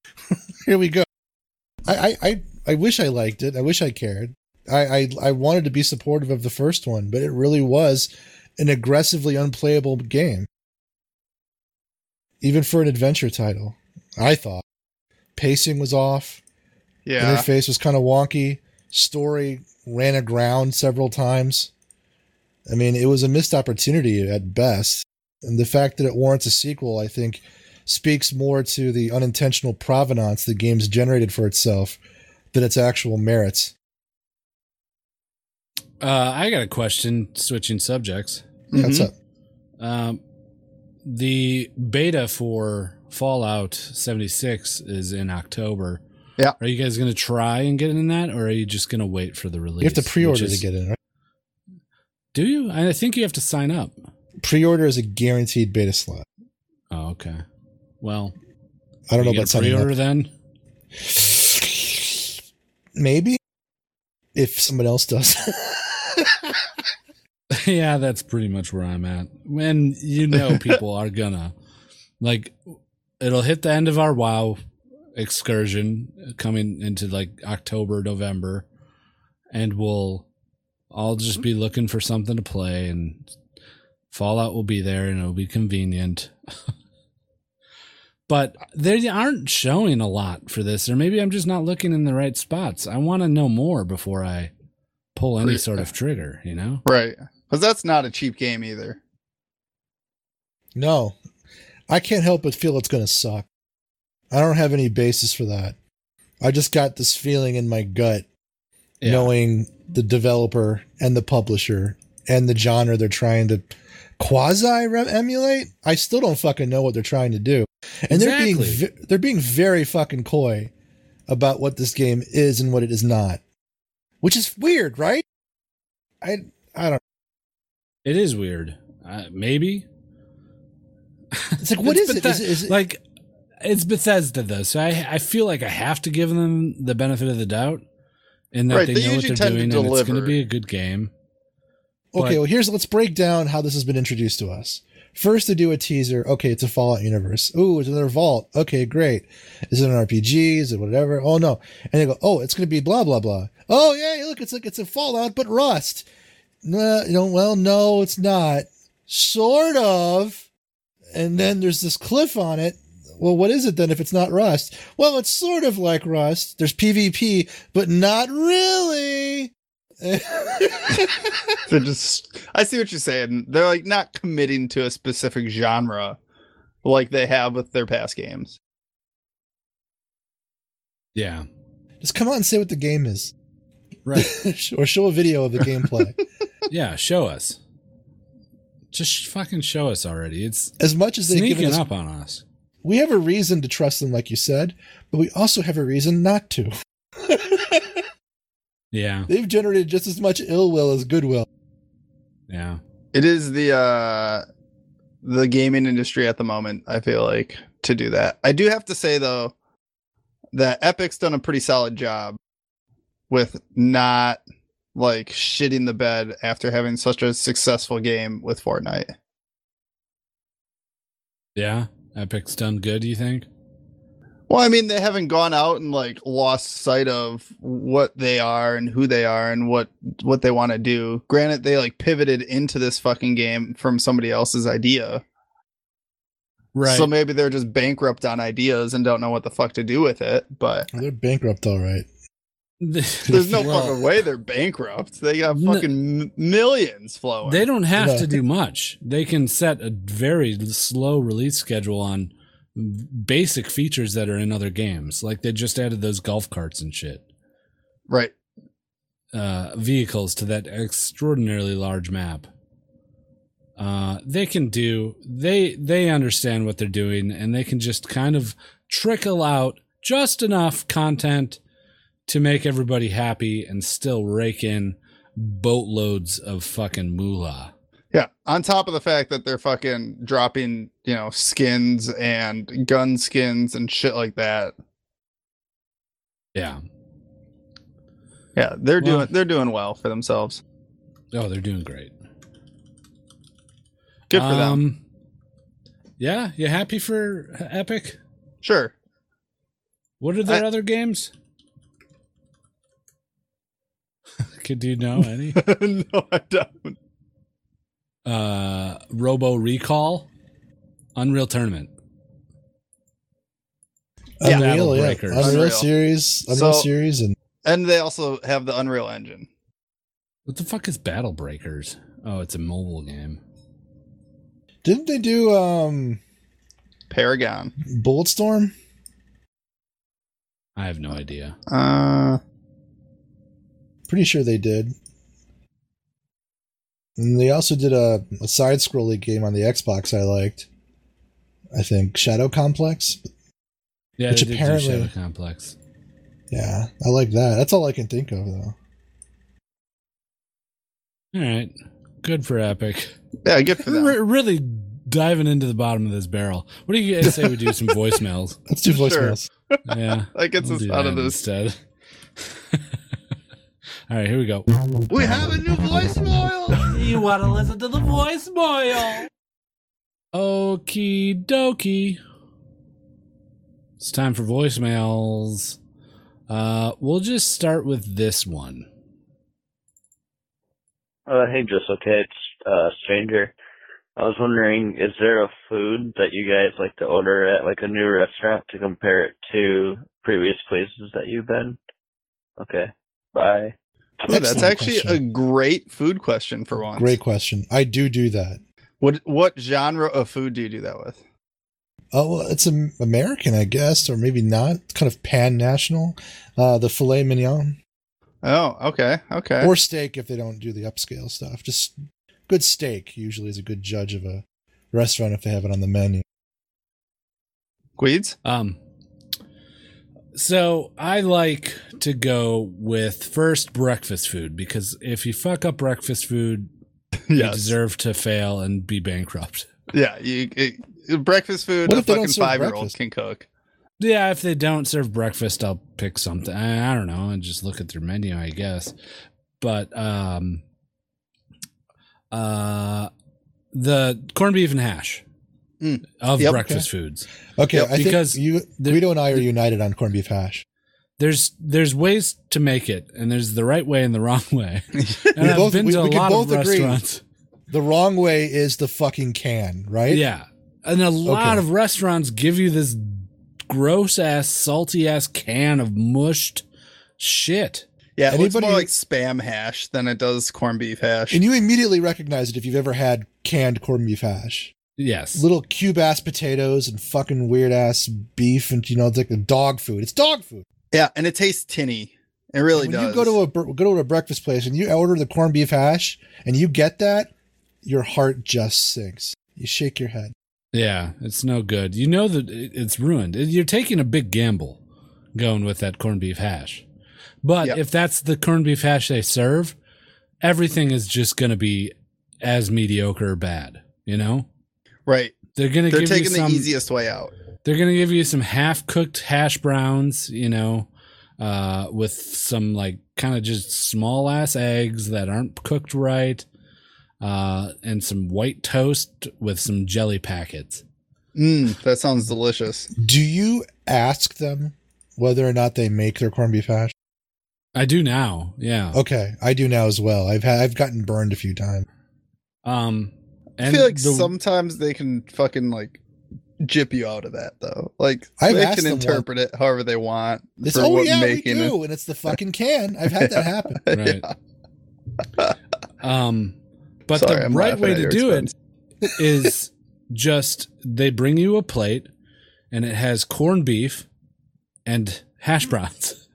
Speaker 3: here we go. I, I I I wish I liked it. I wish I cared. I, I I wanted to be supportive of the first one, but it really was an aggressively unplayable game, even for an adventure title. I thought pacing was off.
Speaker 2: yeah
Speaker 3: Interface was kind of wonky. Story ran aground several times. I mean, it was a missed opportunity at best. And the fact that it warrants a sequel, I think, speaks more to the unintentional provenance the game's generated for itself than its actual merits.
Speaker 1: Uh, I got a question. Switching subjects.
Speaker 3: That's
Speaker 2: Mhm.
Speaker 3: up.
Speaker 1: Um, the beta for Fallout 76 is in October.
Speaker 2: Yeah.
Speaker 1: Are you guys going to try and get in that, or are you just going to wait for the release?
Speaker 3: You have to pre-order
Speaker 1: Which is-
Speaker 3: to get in, right?
Speaker 1: Do you? I I think you have to sign up.
Speaker 3: pre-order is a guaranteed beta slot.
Speaker 1: Oh, okay. Well,
Speaker 3: I don't know
Speaker 1: you
Speaker 3: about
Speaker 1: get a
Speaker 3: something.
Speaker 1: pre-order then.
Speaker 3: else. Maybe if someone else does.
Speaker 1: yeah, that's pretty much where I'm at. When you know people are gonna like it'll hit the end of our WoW excursion coming into like October, November, and we'll all just be looking for something to play and Fallout will be there and it'll be convenient. but they aren't showing a lot for this, or maybe I'm just not looking in the right spots. I want to know more before I pull any
Speaker 2: Right.
Speaker 1: sort of trigger, you know?
Speaker 2: Right. Because that's not a cheap game either.
Speaker 3: no, I can't help but feel it's going to suck. I don't have any basis for that. I just got this feeling in my gut
Speaker 1: Yeah.
Speaker 3: knowing the developer and the publisher and the genre they're trying to quasi re- emulate. I still don't fucking know what they're trying to do, and they're being
Speaker 1: Exactly.
Speaker 3: ve- they're being very fucking coy about what this game is and what it is not, which is weird, right? I I don't.
Speaker 1: It is weird. Uh, maybe.
Speaker 3: It's like what is
Speaker 1: It's
Speaker 3: it?
Speaker 1: Bethe-
Speaker 3: Is, it- is it
Speaker 1: Like, it's Bethesda, though, so I, I feel like I have to give them the benefit of the doubt in that
Speaker 2: Right,
Speaker 1: they,
Speaker 2: they
Speaker 1: know what
Speaker 2: usually
Speaker 1: they're
Speaker 2: tend to
Speaker 1: doing and it's going
Speaker 2: deliver.
Speaker 1: to be a good game.
Speaker 3: okay?
Speaker 1: but-
Speaker 3: Well, here's let's break down how this has been introduced to us. First, they do a teaser. Okay, it's a Fallout universe. Ooh, it's another vault. Okay, great. Is it an RPG? Is it whatever? Oh no. And they go, oh, it's going to be blah blah blah. Oh yeah, look, it's like it's a Fallout but Rust. No, you know, well, no, it's not. Sort of. And then there's this cliff on it. Well, what is it then if it's not Rust? Well, it's sort of like Rust. There's PvP, but not really.
Speaker 2: They're just I see what you're saying. They're like not committing to a specific genre like they have with their past games.
Speaker 1: Yeah.
Speaker 3: Just come out and say what the game is.
Speaker 1: Right.
Speaker 3: or show a video of the gameplay.
Speaker 1: yeah, show us. Just fucking show us already. It's
Speaker 3: As much as they've
Speaker 1: sneaking
Speaker 3: given us,
Speaker 1: up on us.
Speaker 3: we have a reason to trust them, like you said, but we also have a reason not to.
Speaker 1: Yeah.
Speaker 3: They've generated just as much ill will as goodwill.
Speaker 1: Yeah.
Speaker 2: It is the uh the gaming industry at the moment, I feel like, to do that. I do have to say though that Epic's done a pretty solid job with not like shitting the bed after having such a successful game with Fortnite.
Speaker 1: Yeah. Epic's done good, you think?
Speaker 2: Well, I mean, they haven't gone out and like lost sight of what they are and who they are and what what they want to do. Granted, they like pivoted into this fucking game from somebody else's idea.
Speaker 1: Right.
Speaker 2: So maybe they're just bankrupt on ideas and don't know what the fuck to do with it. But
Speaker 3: Oh, They're bankrupt, all right.
Speaker 2: there's no
Speaker 1: Well,
Speaker 2: fucking way they're bankrupt. They got
Speaker 1: No.
Speaker 2: fucking m- millions flowing.
Speaker 1: They don't have
Speaker 3: No.
Speaker 1: to do much. They can set a very slow release schedule on basic features that are in other games. Like they just added those golf carts and shit,
Speaker 2: right.
Speaker 1: uh, vehicles to that extraordinarily large map. Uh, they can do. They they understand what they're doing, and they can just kind of trickle out just enough content to make everybody happy and still rake in boatloads of fucking moolah.
Speaker 2: Yeah. On top of the fact that they're fucking dropping, you know, skins and gun skins and shit like that.
Speaker 1: Yeah.
Speaker 2: Yeah, they're
Speaker 1: Well-
Speaker 2: doing they're doing well for themselves.
Speaker 1: Oh, they're doing great.
Speaker 2: Good for
Speaker 1: Um,
Speaker 2: them.
Speaker 1: Yeah, you happy for Epic?
Speaker 2: Sure.
Speaker 1: What are their
Speaker 2: I-
Speaker 1: other games? Could you know any?
Speaker 2: no, I don't.
Speaker 1: uh, Robo Recall, Unreal Tournament.
Speaker 2: Yeah.
Speaker 3: Unreal,
Speaker 1: Battle
Speaker 3: yeah.
Speaker 1: Breakers.
Speaker 3: Unreal,
Speaker 2: Unreal.
Speaker 3: series, Unreal
Speaker 2: So-
Speaker 3: series, and
Speaker 2: And they also have the Unreal Engine.
Speaker 1: What the fuck is Battle Breakers? Oh, it's a mobile game.
Speaker 3: didn't they do um
Speaker 2: Paragon.
Speaker 3: Bulletstorm?
Speaker 1: I have no idea.
Speaker 2: Uh
Speaker 3: Pretty sure they did. And they also did a, a side scrolling game on the Xbox I liked. I think Shadow Complex.
Speaker 1: Yeah,
Speaker 3: Which
Speaker 1: they did do
Speaker 3: apparently-
Speaker 1: Shadow Complex.
Speaker 3: Yeah, I like that. That's all I can think of though.
Speaker 1: All right, Good for Epic.
Speaker 2: Yeah, good for them.
Speaker 1: We're really diving into the bottom of this barrel. What do you guys say we do some voicemails?
Speaker 3: Let's do
Speaker 2: Sure.
Speaker 3: voicemails.
Speaker 1: Yeah.
Speaker 2: That gets
Speaker 1: we'll
Speaker 2: us
Speaker 1: do
Speaker 2: out
Speaker 1: that
Speaker 2: of this.
Speaker 1: Instead. All right, here we go.
Speaker 2: We have a new voicemail.
Speaker 4: You want to listen to the voicemail?
Speaker 1: Okie dokie. It's time for voicemails. Uh, we'll just start with this one.
Speaker 5: Uh, hey, just okay. It's uh, stranger. I was wondering, is there a food that you guys like to order at like a new restaurant to compare it to previous places that you've been? Okay, bye.
Speaker 2: Yeah, that's
Speaker 3: Excellent
Speaker 2: actually a
Speaker 3: question.
Speaker 2: great food question for once.
Speaker 3: Great question. I do do that.
Speaker 2: What what genre of food do you do that with?
Speaker 3: Oh, well, it's Am- American, I guess, or maybe not. It's kind of pan national. Uh, the filet mignon
Speaker 2: Oh, okay, okay.
Speaker 3: or steak if they don't do the upscale stuff. Just good steak usually is a good judge of a restaurant if they have it on the menu.
Speaker 2: Queeds.
Speaker 1: Um, so I like to go with first breakfast food because if you fuck up breakfast food, you deserve to fail and be bankrupt.
Speaker 2: Yeah, you it, breakfast food.
Speaker 3: What
Speaker 2: a
Speaker 3: if they don't
Speaker 2: fucking
Speaker 3: serve
Speaker 2: five year old
Speaker 3: breakfast?
Speaker 2: can cook.
Speaker 1: Yeah, if they don't serve breakfast, I'll pick something. I, I don't know, and just look at their menu, I guess. But um, uh, the corned beef and hash
Speaker 2: Mm.
Speaker 1: of
Speaker 2: Yep.
Speaker 1: breakfast foods.
Speaker 3: Okay,
Speaker 2: Yep,
Speaker 3: I
Speaker 1: because
Speaker 3: think you,
Speaker 1: the-
Speaker 3: Guido and I are united on corned beef hash.
Speaker 1: There's there's ways to make it, and there's the right way and the wrong way. And
Speaker 3: We
Speaker 1: I've
Speaker 3: both-
Speaker 1: been
Speaker 3: we-
Speaker 1: to
Speaker 3: we
Speaker 1: a
Speaker 3: can
Speaker 1: lot of
Speaker 3: both agree.
Speaker 1: restaurants.
Speaker 3: The wrong way is the fucking can, right?
Speaker 1: Yeah. And a lot
Speaker 3: Okay.
Speaker 1: of restaurants give you this gross ass, salty ass can of mushed shit.
Speaker 2: Yeah, it looks
Speaker 3: Anybody-
Speaker 2: more like spam hash than it does corned beef hash.
Speaker 3: And you immediately recognize it if you've ever had canned corned beef hash.
Speaker 1: Yes.
Speaker 3: Little cube ass potatoes and fucking weird ass beef and you know it's like dog food. It's dog food.
Speaker 2: yeah, and it tastes tinny. It really
Speaker 3: when
Speaker 2: does.
Speaker 3: you go to a br- go to a breakfast place and you order the corned beef hash and you get that, your heart just sinks. You shake your head.
Speaker 1: yeah. It's no good. You know that it- it's ruined. It- You're taking a big gamble going with that corned beef hash. But
Speaker 2: Yep.
Speaker 1: if that's the corned beef hash they serve, everything is just going to be as mediocre or bad. You know?
Speaker 2: right.
Speaker 1: They're going to
Speaker 2: They're
Speaker 1: give you
Speaker 2: taking
Speaker 1: some
Speaker 2: the easiest way out.
Speaker 1: They're gonna give you some half cooked hash browns, you know, uh, with some like kind of just small ass eggs that aren't cooked right, uh, and some white toast with some jelly packets.
Speaker 2: Mm, that sounds delicious.
Speaker 3: Do you ask them whether or not they make their corned beef hash?
Speaker 1: I do now, yeah.
Speaker 3: Okay, I do now as well. I've had, I've gotten burned a few times.
Speaker 1: Um,
Speaker 2: Oh. I feel like sometimes they can fucking like jip you out of that though. Like
Speaker 3: I've
Speaker 2: they
Speaker 3: asked
Speaker 2: can
Speaker 3: them
Speaker 2: interpret it however they want
Speaker 3: It's,
Speaker 2: for
Speaker 3: oh
Speaker 2: what
Speaker 3: yeah, we
Speaker 2: making
Speaker 3: do, and it's the fucking can. I've had that happen.
Speaker 2: it.
Speaker 1: Right. um, but
Speaker 2: Sorry,
Speaker 1: the
Speaker 2: I'm
Speaker 1: right
Speaker 2: laughing
Speaker 1: way
Speaker 2: at
Speaker 1: to
Speaker 2: your
Speaker 1: do
Speaker 2: expense.
Speaker 1: it is just they bring you a plate, and it has corned beef and hash browns.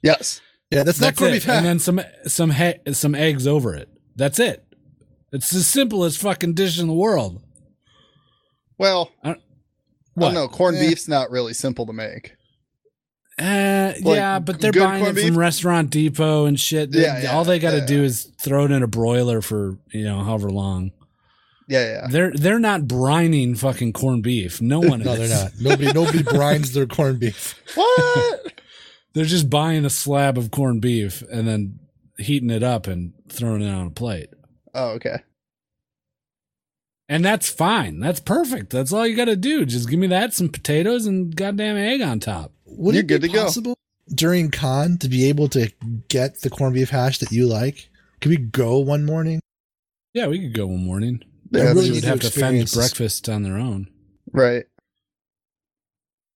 Speaker 2: Yes.
Speaker 3: Yeah, that's, not corned
Speaker 1: it.
Speaker 3: beef hash.
Speaker 1: And then some some he- some eggs over it. That's it. It's the simplest fucking dish in the world.
Speaker 2: Well, I
Speaker 1: What?
Speaker 2: don't know. Corned
Speaker 3: Eh.
Speaker 2: beef's not really simple to make.
Speaker 1: Uh,
Speaker 2: Like,
Speaker 1: yeah, but they're
Speaker 2: good
Speaker 1: buying it
Speaker 2: corned
Speaker 1: from
Speaker 2: beef?
Speaker 1: Restaurant Depot and shit. They-
Speaker 2: Yeah, yeah,
Speaker 1: all they got to
Speaker 2: yeah.
Speaker 1: do is throw it in a broiler for you know however long.
Speaker 2: Yeah, yeah.
Speaker 1: They're they're not brining fucking corned beef. No one.
Speaker 3: No,
Speaker 1: is.
Speaker 3: they're not. Nobody, nobody brines their corned beef.
Speaker 2: What?
Speaker 1: They're just buying a slab of corned beef and then heating it up and throwing it on a plate.
Speaker 2: oh, okay.
Speaker 1: And that's fine. That's perfect. That's all you got to do. Just give me that, some potatoes, and goddamn egg on top.
Speaker 3: Would
Speaker 2: You're
Speaker 3: it be
Speaker 2: good to go.
Speaker 3: possible during con to be able to get the corned beef hash that you like? Could we go one morning?
Speaker 1: Yeah, we could go one morning.
Speaker 3: I
Speaker 2: That's-
Speaker 3: really
Speaker 1: you
Speaker 3: need
Speaker 1: would
Speaker 3: to
Speaker 1: have to fend
Speaker 3: experience this.
Speaker 1: breakfast on their own.
Speaker 2: right.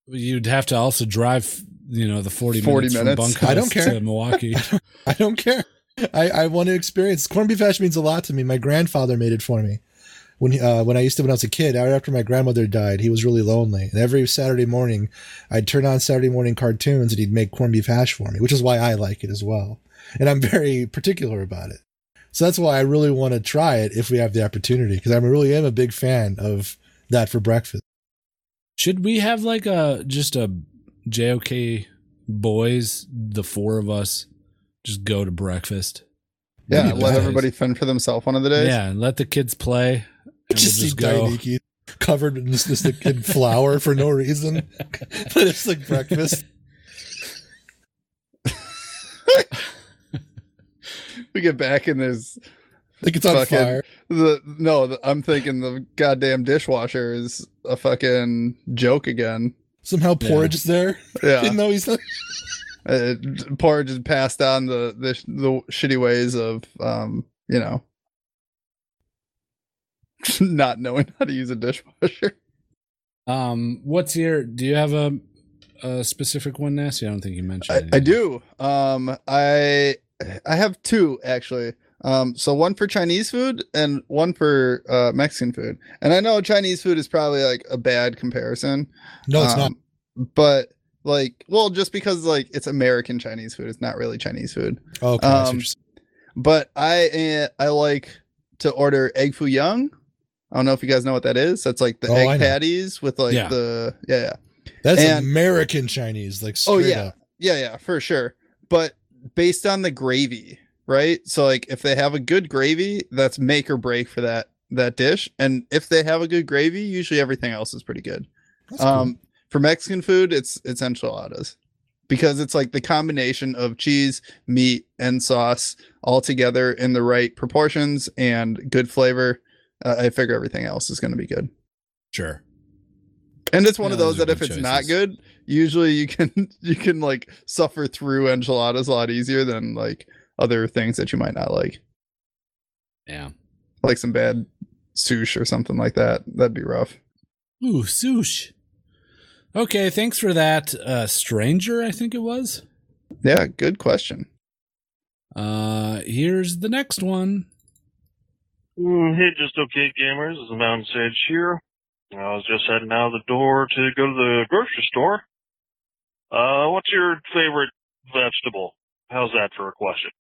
Speaker 1: You'd have to also drive, you know, the 40,
Speaker 2: 40
Speaker 1: minutes,
Speaker 2: minutes.
Speaker 1: from Bunkhouse
Speaker 3: I don't care.
Speaker 1: to Milwaukee.
Speaker 3: I don't care. I, I want to experience corned beef hash means a lot to me. My grandfather made it for me when he- uh, when I used to when I was a kid. Right after my grandmother died, he was really lonely, and every Saturday morning, I'd turn on Saturday morning cartoons, and he'd make corned beef hash for me, which is why I like it as well, and I'm very particular about it. So that's why I really want to try it if we have the opportunity, because I really am a big fan of that for breakfast.
Speaker 1: Should we have like a just a JOK boys, the four of us, just go to breakfast?
Speaker 2: Yeah,
Speaker 1: Yeah,
Speaker 2: let
Speaker 1: guys.
Speaker 2: everybody fend for themselves one of the days.
Speaker 1: Yeah, and let the kids play.
Speaker 3: I
Speaker 1: and
Speaker 3: just
Speaker 1: we'll just
Speaker 3: see
Speaker 1: go.
Speaker 3: Dainiki covered in this, this like, in flour for no reason. but it's like breakfast.
Speaker 2: We get back and there's
Speaker 3: Like it's on
Speaker 2: Fucking-
Speaker 3: fire.
Speaker 2: the no. The, I'm thinking the goddamn dishwasher is a fucking joke again.
Speaker 3: Somehow porridge is there.
Speaker 2: Yeah,
Speaker 3: Even though he's not.
Speaker 2: uh, porridge is passed on the the sh- the shitty ways of um you know not knowing how to use a dishwasher.
Speaker 1: Um, what's your? Do you have a, a specific one, Nasty? I don't think you mentioned.
Speaker 2: I, I
Speaker 1: anything.
Speaker 2: do. Um, I I have two actually. Um, so one for Chinese food and one for uh, Mexican food. And I know Chinese food is probably like a bad comparison.
Speaker 3: No, it's
Speaker 2: Um,
Speaker 3: not.
Speaker 2: not. But like, well, just because like it's American Chinese food, it's not really Chinese food.
Speaker 3: Oh, okay. I see what
Speaker 2: um,
Speaker 3: you're saying.
Speaker 2: But I eh, I like to order egg foo young. I don't know if you guys know what that is. That's like the
Speaker 3: Oh, I
Speaker 2: egg
Speaker 3: know.
Speaker 2: patties with like
Speaker 1: Yeah.
Speaker 2: the yeah, yeah.
Speaker 3: That's
Speaker 2: and-
Speaker 3: American Chinese. Like straight
Speaker 2: Oh, yeah.
Speaker 3: up.
Speaker 2: Yeah, yeah, for sure. But based on the gravy, right? So like if they have a good gravy, that's make or break for that that dish. And if they have a good gravy, usually everything else is pretty good.
Speaker 3: That's cool.
Speaker 2: Um for Mexican food, it's it's enchiladas. Because it's like the combination of cheese, meat, and sauce all together in the right proportions and good flavor. Uh, I figure everything else is going to be good.
Speaker 1: Sure.
Speaker 2: And it's one
Speaker 1: Yeah,
Speaker 2: of those
Speaker 1: those are
Speaker 2: that if
Speaker 1: good
Speaker 2: it's not
Speaker 1: choices.
Speaker 2: good, usually you can you can like suffer through enchiladas a lot easier than like other things that you might not like,
Speaker 1: Yeah.
Speaker 2: like some bad sushi or something like that. That'd be rough.
Speaker 1: Ooh, sush. Okay, thanks for that, uh, stranger. I think it was.
Speaker 2: Yeah, good question.
Speaker 1: Uh, here's the next one.
Speaker 6: Mm, Hey, just okay gamers. This is Mountain Sage here. I was just heading out of the door to go to the grocery store. Uh, what's your favorite vegetable? How's that for a question?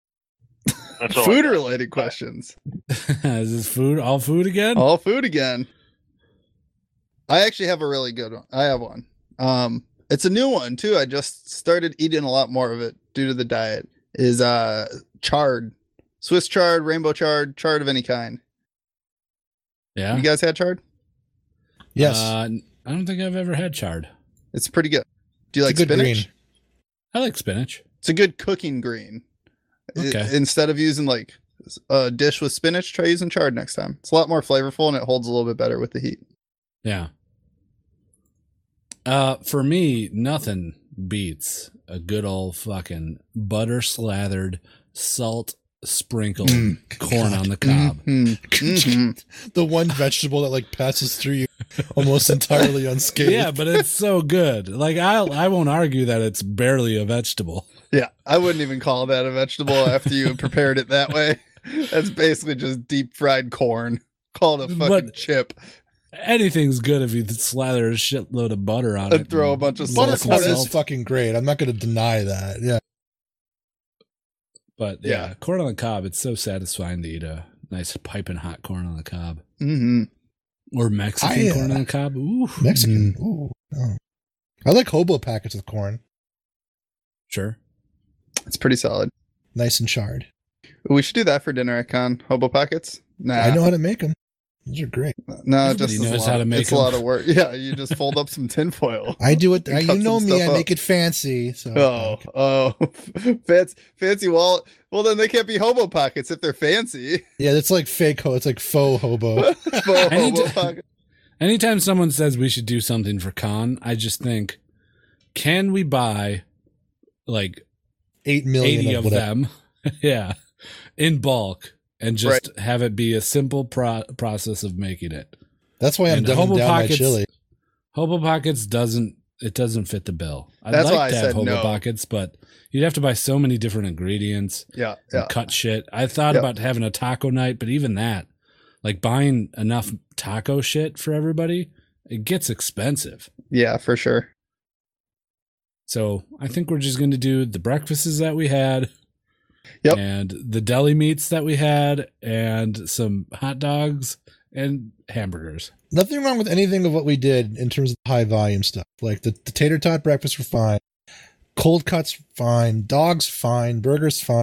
Speaker 6: That's all. I
Speaker 2: Food
Speaker 6: got.
Speaker 2: related questions.
Speaker 1: Is this food? All food again?
Speaker 2: All food again. I actually have a really good one. I have one. Um it's a new one too. I just started eating a lot more of it due to the diet. Is uh chard. Swiss chard, rainbow chard, chard of any kind.
Speaker 1: yeah.
Speaker 2: You guys had chard?
Speaker 3: yes.
Speaker 1: Uh, I don't think I've ever had chard.
Speaker 2: It's pretty good. Do you
Speaker 3: It's a
Speaker 2: like
Speaker 3: good
Speaker 2: spinach?
Speaker 3: green.
Speaker 1: I like spinach.
Speaker 2: It's a good cooking green. I-
Speaker 1: Okay.
Speaker 2: instead of using like s- a dish with spinach, try using chard next time. It's a lot more flavorful and it holds a little bit better with the heat.
Speaker 1: Yeah. Uh, for me, nothing beats a good old fucking butter slathered, salt sprinkled
Speaker 2: Mm.
Speaker 1: corn on the cob.
Speaker 2: Mhm. Mhm.
Speaker 3: the one vegetable that like passes through you almost entirely
Speaker 2: Mm.
Speaker 3: unscathed.
Speaker 1: Yeah, but it's so good. Like I, I won't argue that it's barely a vegetable.
Speaker 2: yeah, I wouldn't even call that a vegetable after you prepared it that way. That's basically just deep fried corn. Call it a fucking
Speaker 1: But-
Speaker 2: chip
Speaker 1: Anything's good if you slather a shitload of butter on it.
Speaker 2: and throw a bunch of salt.
Speaker 1: Buttercorn
Speaker 3: Buttercorn
Speaker 2: on it.
Speaker 3: is fucking great. I'm not going to deny that. Yeah.
Speaker 1: But yeah, corn on the cob. It's so satisfying to eat a nice piping hot corn on the cob
Speaker 2: Mhm.
Speaker 1: or Mexican
Speaker 3: I, uh,
Speaker 1: corn on the cob. Mm-hmm. Ooh,
Speaker 2: Mm.
Speaker 3: Mexican. Ooh. Oh. I like hobo packets with corn.
Speaker 1: Sure.
Speaker 2: It's pretty solid.
Speaker 3: Nice and charred.
Speaker 2: We should do that for dinner at con. Hobo pockets? Nah.
Speaker 3: I know how to make them. These are great.
Speaker 2: No,
Speaker 1: Everybody
Speaker 2: just it's a
Speaker 1: knows
Speaker 2: lot-
Speaker 1: how to make
Speaker 2: It's a lot
Speaker 1: 'em.
Speaker 2: of work. Yeah, you just fold up some tinfoil.
Speaker 3: I do it.
Speaker 2: You
Speaker 3: I,
Speaker 2: cut
Speaker 3: you
Speaker 2: some
Speaker 3: know me.
Speaker 2: stuff
Speaker 3: I
Speaker 2: up.
Speaker 3: make it fancy. So
Speaker 2: Oh, oh, fancy, fancy wallet. Well, then they can't be hobo pockets if they're fancy.
Speaker 3: yeah, it's like fake. Ho- it's like faux hobo.
Speaker 2: Faux
Speaker 1: I need
Speaker 2: hobo
Speaker 1: to-
Speaker 2: pocket.
Speaker 1: Anytime someone says we should do something for con, I just think, can we buy like
Speaker 3: Eight million.
Speaker 1: eighty
Speaker 3: of
Speaker 1: of
Speaker 3: whatever.
Speaker 1: them? yeah, in bulk, and just have it be a simple pro- process of making it.
Speaker 3: That's why I'm
Speaker 1: And
Speaker 3: dumbing
Speaker 1: hobo
Speaker 3: down my
Speaker 1: pockets.
Speaker 3: chili.
Speaker 1: Hobo pockets doesn't it doesn't fit the bill. I'd
Speaker 2: That's
Speaker 1: like
Speaker 2: why I
Speaker 1: to have
Speaker 2: said
Speaker 1: hobo
Speaker 2: no.
Speaker 1: pockets, but you'd have to buy so many different ingredients
Speaker 2: Yeah,
Speaker 1: and
Speaker 2: yeah.
Speaker 1: cut shit. I thought
Speaker 2: Yeah.
Speaker 1: about having a taco night, but even that, like buying enough taco shit for everybody, it gets expensive.
Speaker 2: Yeah, for sure.
Speaker 1: So I think we're just going to do the breakfasts that we had,
Speaker 2: Yep.
Speaker 1: and the deli meats that we had, and some hot dogs and hamburgers.
Speaker 3: Nothing wrong with anything of what we did in terms of high volume stuff. Like the, the tater tot breakfast were fine. Cold cuts fine. Dogs fine. Burgers fine.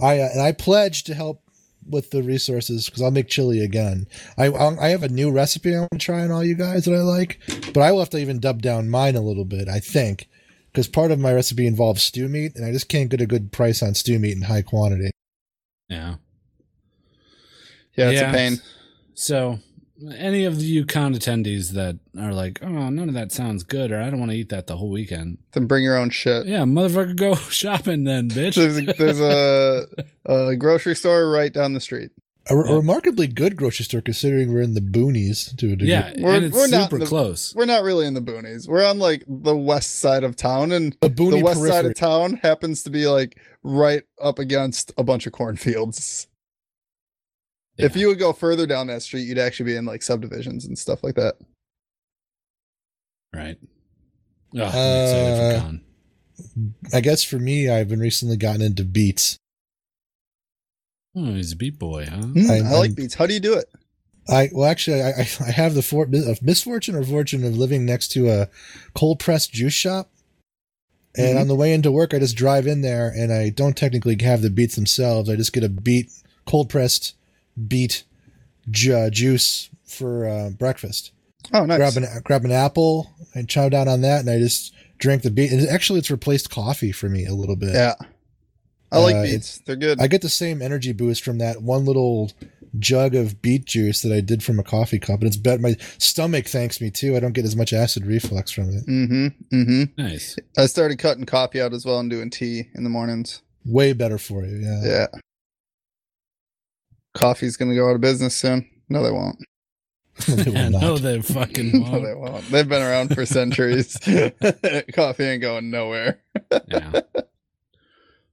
Speaker 3: I uh, and I pledge to help with the resources because I'll make chili again. I I'll- I have a new recipe I want to try on all you guys that I like, but I will have to even dub down mine a little bit. I think because part of my recipe involves stew meat, and I just can't get a good price on stew meat in high quantity.
Speaker 1: Yeah.
Speaker 2: Yeah, it's a pain.
Speaker 1: So, any of you con attendees that are like, oh, none of that sounds good, or I don't want to eat that the whole weekend.
Speaker 2: Then bring your own shit.
Speaker 1: Yeah, motherfucker, go shopping then, bitch.
Speaker 2: There's, a, there's a, a grocery store right down the street.
Speaker 3: A, re-
Speaker 1: Yeah.
Speaker 3: a remarkably good grocery store considering we're in the boonies to a degree.
Speaker 1: yeah,
Speaker 2: We're-
Speaker 1: and it's
Speaker 2: we're not
Speaker 1: super
Speaker 2: in the-
Speaker 1: close.
Speaker 2: We're not really in the boonies. We're on like the west side of town, and
Speaker 3: The boonie
Speaker 2: the west side
Speaker 3: periphery.
Speaker 2: of town happens to be like right up against a bunch of cornfields. If
Speaker 1: Yeah.
Speaker 2: you would go further down that street, you'd actually be in like subdivisions and stuff like that.
Speaker 1: Right. Oh, I'm excited
Speaker 3: Uh,
Speaker 1: for con.
Speaker 3: I guess for me, I've been recently gotten into beats.
Speaker 1: Oh, he's a beat boy, huh?
Speaker 2: Hmm, I,
Speaker 3: I'm-
Speaker 2: like
Speaker 3: I'm-
Speaker 2: beats. How do you do it?
Speaker 3: I well, actually, I, I I have the for, uh, misfortune or fortune of living next to a cold pressed juice shop, and on the way into work, I just drive in there, and I don't technically have the beats themselves. I just get a beat, cold pressed beet ju- juice for uh, breakfast.
Speaker 2: Oh, nice.
Speaker 3: Grab an grab an apple and chow down on that, and I just drink the beet. And actually, it's replaced coffee for me a little bit.
Speaker 2: yeah, I like
Speaker 3: Uh,
Speaker 2: beats. They're good.
Speaker 3: I get the same energy boost from that one little jug of beet juice that I did from a coffee cup, and it's bet my stomach thanks me too. I don't get as much acid reflux from it.
Speaker 2: mm-hmm. Mm-hmm.
Speaker 1: Nice.
Speaker 2: I started cutting coffee out as well and doing tea in the mornings.
Speaker 3: Way better for you, yeah.
Speaker 2: Yeah. Coffee's gonna go out of business soon. No, they won't.
Speaker 3: They will not.
Speaker 1: no, they fucking
Speaker 2: No, they
Speaker 1: won't.
Speaker 2: won't. They've been around for centuries. Coffee ain't going nowhere.
Speaker 1: yeah.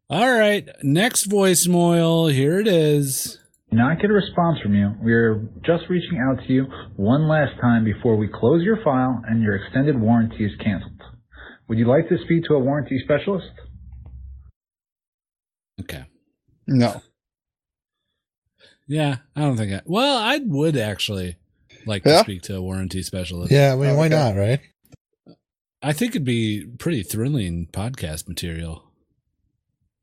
Speaker 1: All right. Next voicemail. Here it is.
Speaker 7: not get a response from you, we are just reaching out to you one last time before we close your file and your extended warranty is canceled. Would you like to speak to a warranty specialist?
Speaker 1: Okay.
Speaker 2: No.
Speaker 1: Yeah, I don't think I. Well, I would actually like to
Speaker 2: Yeah?
Speaker 1: speak to a warranty specialist.
Speaker 3: Yeah, I mean, why
Speaker 2: Okay.
Speaker 3: not, right?
Speaker 1: I think it'd be pretty thrilling podcast material.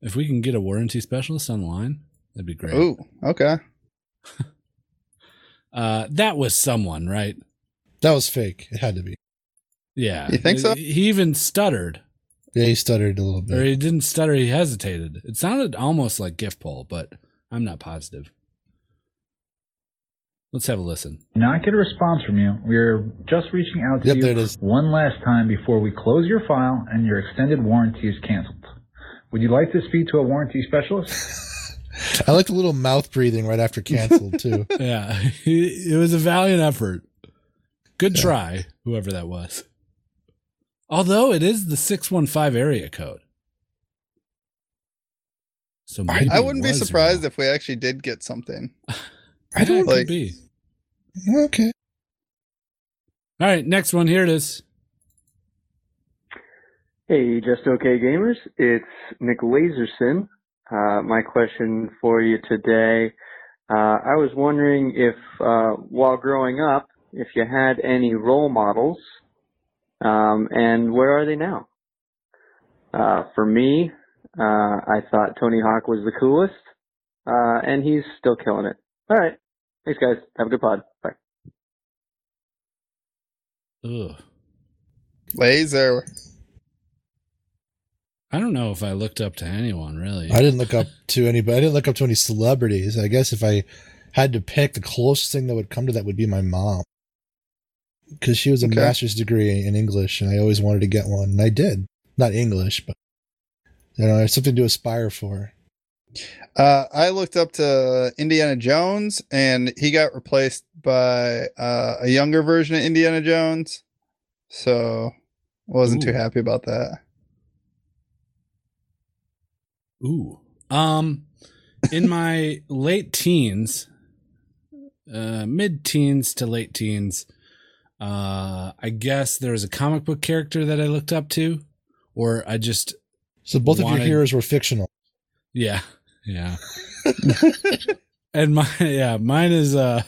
Speaker 1: If we can get a warranty specialist online, that'd be great.
Speaker 2: Ooh. Okay.
Speaker 1: Uh, that was someone, right?
Speaker 3: That was fake. It had to be.
Speaker 1: Yeah.
Speaker 2: You think so?
Speaker 1: He even stuttered,
Speaker 3: Yeah, he stuttered a little bit.
Speaker 1: or he didn't stutter. He hesitated. It sounded almost like gift poll, but I'm not positive. Let's have a listen.
Speaker 7: Not get a response from you, we are just reaching out to
Speaker 3: Yep, there it
Speaker 7: you
Speaker 3: is.
Speaker 7: one last time before we close your file and your extended warranty is canceled. Would you like to speak to a warranty specialist?
Speaker 3: I like the little mouth breathing right after canceled too.
Speaker 1: yeah, it was a valiant effort. Good try, whoever that was. Although it is the six one five area code, so maybe
Speaker 2: I
Speaker 1: it
Speaker 2: wouldn't be
Speaker 1: was
Speaker 2: surprised
Speaker 1: real.
Speaker 2: if we actually did get something.
Speaker 3: I
Speaker 1: Yeah, it
Speaker 3: don't
Speaker 1: could
Speaker 2: like-
Speaker 1: be.
Speaker 3: okay.
Speaker 1: All right, next one. Here it is.
Speaker 8: Hey, just okay gamers. It's Nick Laserson. Uh, my question for you today. Uh, I was wondering if, uh, while growing up, if you had any role models, um, and where are they now? Uh, for me, uh, I thought Tony Hawk was the coolest, uh, and he's still killing it. All right. Thanks, guys. Have a good pod. Bye.
Speaker 1: Ugh.
Speaker 2: Laser.
Speaker 1: I don't know if I looked up to anyone really.
Speaker 3: I didn't look up to anybody. I didn't look up to any celebrities. I guess if I had to pick, the closest thing that would come to that would be my mom, because she was a
Speaker 2: Okay.
Speaker 3: master's degree in English, and I always wanted to get one, and I did. Not English, but you know, it's something to aspire for.
Speaker 2: Uh, I looked up to Indiana Jones, and he got replaced by uh, a younger version of Indiana Jones. So, wasn't
Speaker 1: Ooh.
Speaker 2: too happy about that.
Speaker 1: Ooh. Um, in my late teens, uh, mid teens to late teens, uh, I guess there was a comic book character that I looked up to, or I just,
Speaker 3: So both of
Speaker 1: Wanted-
Speaker 3: your heroes were fictional.
Speaker 1: yeah, yeah. and my, yeah, mine is, uh,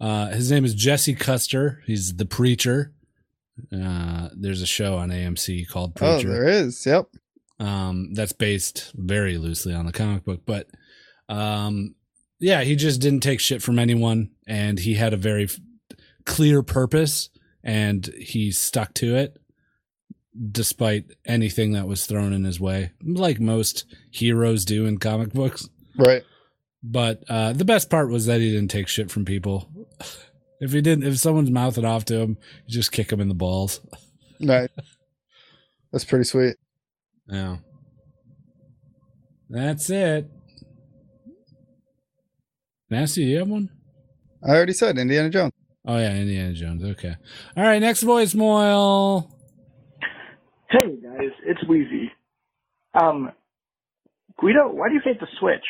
Speaker 1: uh, his name is Jesse Custer. He's the preacher. Uh, there's a show on AMC called Preacher.
Speaker 2: Oh, there is. Yep.
Speaker 1: Um, that's based very loosely on the comic book, but um, yeah, he just didn't take shit from anyone, and he had a very f- clear purpose, and he stuck to it despite anything that was thrown in his way, like most heroes do in comic books.
Speaker 2: Right.
Speaker 1: But uh, the best part was that he didn't take shit from people. If he didn't, if someone's mouthing off to him, you just kick him in the balls.
Speaker 2: Right. That's pretty sweet.
Speaker 1: Yeah. That's it. Nasty, you have one?
Speaker 2: I already said Indiana Jones.
Speaker 1: Oh yeah, Indiana Jones. Okay. All right, next voicemail.
Speaker 9: Hey guys, it's Wheezy. Um, Guido, why do you hate the Switch?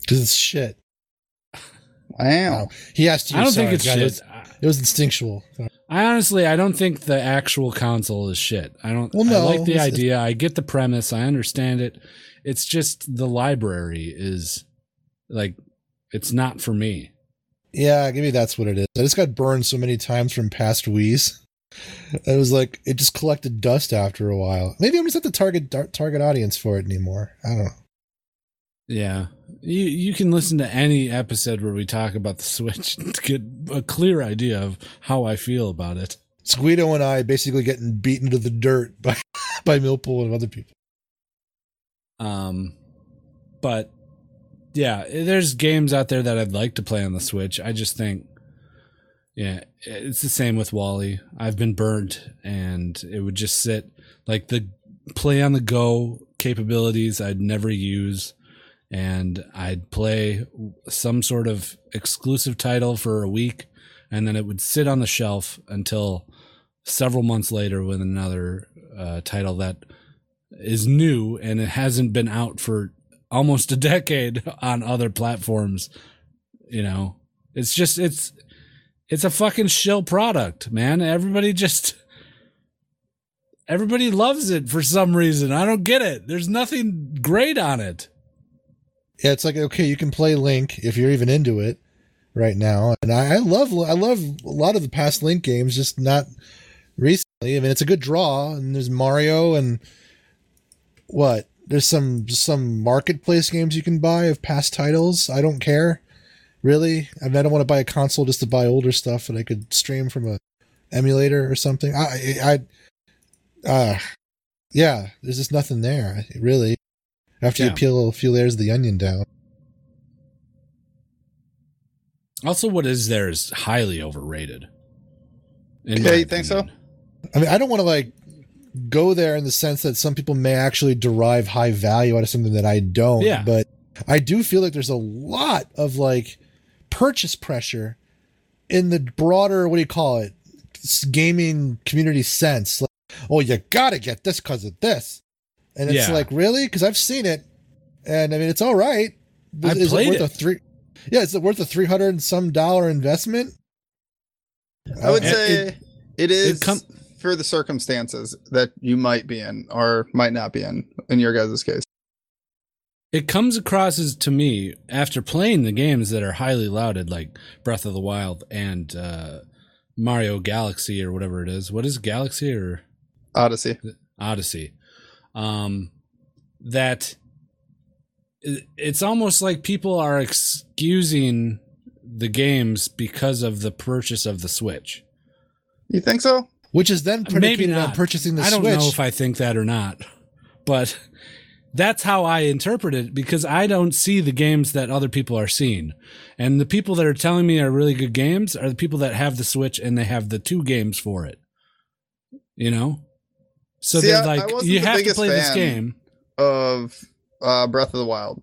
Speaker 3: Because it's shit.
Speaker 2: Wow.
Speaker 3: He asked you.
Speaker 1: I don't
Speaker 3: sorry,
Speaker 1: think it's
Speaker 3: God, It
Speaker 1: shit.
Speaker 3: was, it was instinctual. Sorry.
Speaker 1: I honestly, I don't think the actual console is shit. I don't.
Speaker 3: Well, no,
Speaker 1: I like the
Speaker 3: it's-
Speaker 1: idea. I get the premise. I understand it. It's just the library is like it's not for me.
Speaker 3: Yeah, maybe that's what it is. I just got burned so many times from past Wii's. It was like it just collected dust after a while. Maybe I'm just not the target dar- target audience for it anymore. I don't know.
Speaker 1: Yeah, you you can listen to any episode where we talk about the Switch to get a clear idea of how I feel about it.
Speaker 3: It's Guido and I basically getting beaten to the dirt by by Millpool and other people.
Speaker 1: Um, but yeah, there's games out there that I'd like to play on the Switch. I just think, yeah, it's the same with Wally. I've been burnt, and it would just sit like the play on the go capabilities I'd never use. And I'd play some sort of exclusive title for a week, and then it would sit on the shelf until several months later with another uh, title that is new and it hasn't been out for almost a decade on other platforms you know it's just it's it's a fucking shill product man everybody just everybody loves it for some reason i don't get it there's nothing great on it
Speaker 3: Yeah, it's like okay, you can play Link if you're even into it right now. And I, I love I love a lot of the past Link games, just not recently. I mean, it's a good draw, and there's Mario and what there's some some marketplace games you can buy of past titles. I don't care really. I mean, I don't want to buy a console just to buy older stuff that I could stream from a emulator or something. I I, I uh, yeah, there's just nothing there really. After
Speaker 1: Yeah.
Speaker 3: you peel a few layers of the onion down.
Speaker 1: also what is there is highly overrated in
Speaker 2: Yeah,
Speaker 1: my
Speaker 2: you think so?
Speaker 1: opinion.
Speaker 3: I mean, I don't want to like go there in the sense that some people may actually derive high value out of something that I don't.
Speaker 1: Yeah.
Speaker 3: But I do feel like there's a lot of like purchase pressure in the broader, what do you call it, s- gaming community sense. Like, oh, you got to get this because of this. And it's
Speaker 1: Yeah.
Speaker 3: like, really? Because I've seen it. And I mean, it's all right.
Speaker 1: I played
Speaker 3: worth
Speaker 1: it.
Speaker 3: a three? Yeah, is it worth a 300 and some dollar investment?
Speaker 2: I would
Speaker 1: Uh, it-
Speaker 2: say
Speaker 1: it-
Speaker 2: it is
Speaker 1: com-
Speaker 2: for the circumstances that you might be in or might not be in in your guys' case.
Speaker 1: It comes across as to me after playing the games that are highly lauded, like Breath of the Wild and uh, Mario Galaxy or whatever it is. What is Galaxy or
Speaker 2: Odyssey.
Speaker 1: Odyssey? Um, that it- it's almost like people are excusing the games because of the purchase of the Switch.
Speaker 2: You think so?
Speaker 3: Which is then
Speaker 1: Maybe
Speaker 3: predicated on
Speaker 1: not.
Speaker 3: purchasing the
Speaker 1: I don't
Speaker 3: Switch.
Speaker 1: know if I think that or not, but that's how I interpret it because I don't see the games that other people are seeing. And the people that are telling me are really good games are the people that have the Switch and they have the two games for it. You know? So
Speaker 2: See,
Speaker 1: they're
Speaker 2: I- I
Speaker 1: like,
Speaker 2: wasn't
Speaker 1: you
Speaker 2: the
Speaker 1: have to
Speaker 2: biggest
Speaker 1: play this
Speaker 2: fan.
Speaker 1: game.
Speaker 2: Of uh, Breath of the Wild.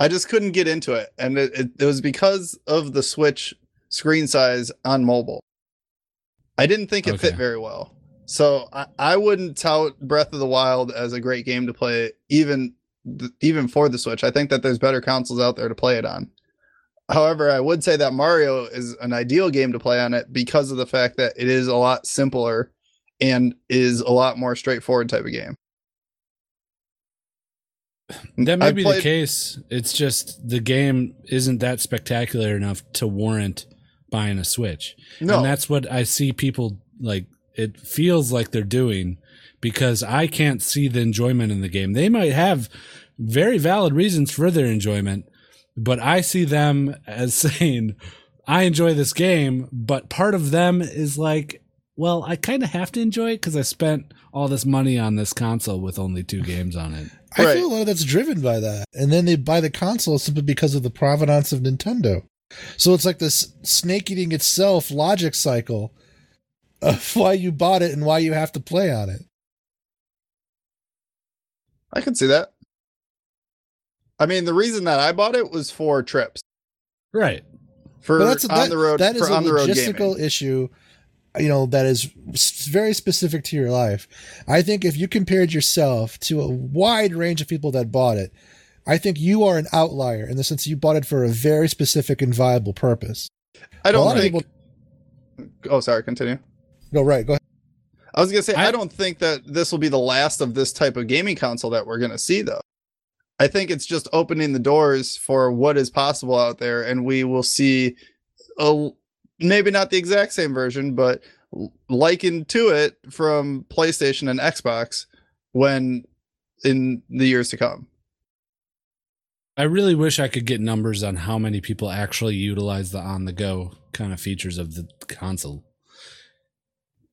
Speaker 2: I just couldn't get into it. And it, it, it was because of the Switch screen size on mobile. I didn't think it
Speaker 1: Okay.
Speaker 2: fit very well. So I, I wouldn't tout Breath of the Wild as a great game to play, even th- even for the Switch. I think that there's better consoles out there to play it on. However, I would say that Mario is an ideal game to play on it because of the fact that it is a lot simpler and is a lot more straightforward type of game.
Speaker 1: That may
Speaker 2: I
Speaker 1: be the
Speaker 2: played-
Speaker 1: case. It's just the game isn't that spectacular enough to warrant buying a Switch.
Speaker 2: No,
Speaker 1: And that's what I see people like it feels like they're doing because I can't see the enjoyment in the game. They might have very valid reasons for their enjoyment, but I see them as saying, I enjoy this game, but part of them is like, well, I kind of have to enjoy it because I spent all this money on this console with only two games on it.
Speaker 3: I
Speaker 2: Right.
Speaker 3: feel a lot of that's driven by that. And then they buy the console simply because of the provenance of Nintendo. So it's like this snake eating itself logic cycle of why you bought it and why you have to play on it.
Speaker 2: I can see that. I mean, the reason that I bought it was for trips
Speaker 1: Right.
Speaker 2: for
Speaker 3: But that's a,
Speaker 2: on
Speaker 3: that,
Speaker 2: the road
Speaker 3: that is
Speaker 2: for
Speaker 3: a
Speaker 2: on the road
Speaker 3: logistical
Speaker 2: gaming.
Speaker 3: issue, you know, that is s- very specific to your life. I think if you compared yourself to a wide range of people that bought it, I think you are an outlier in the sense you bought it for a very specific and viable purpose.
Speaker 2: I
Speaker 3: a lot
Speaker 2: don't
Speaker 3: of
Speaker 2: think.
Speaker 3: people.
Speaker 2: Oh, sorry. Continue.
Speaker 3: No, right. Go ahead.
Speaker 2: I was gonna say I,
Speaker 1: I-
Speaker 2: don't think that this will be the last of this type of gaming console that we're gonna see though. I think it's just opening the doors for what is possible out there, and we will see a maybe not the exact same version, but l- likened to it from PlayStation and Xbox when in the years to come.
Speaker 1: I really wish I could get numbers on how many people actually utilize the on the go kind of features of the console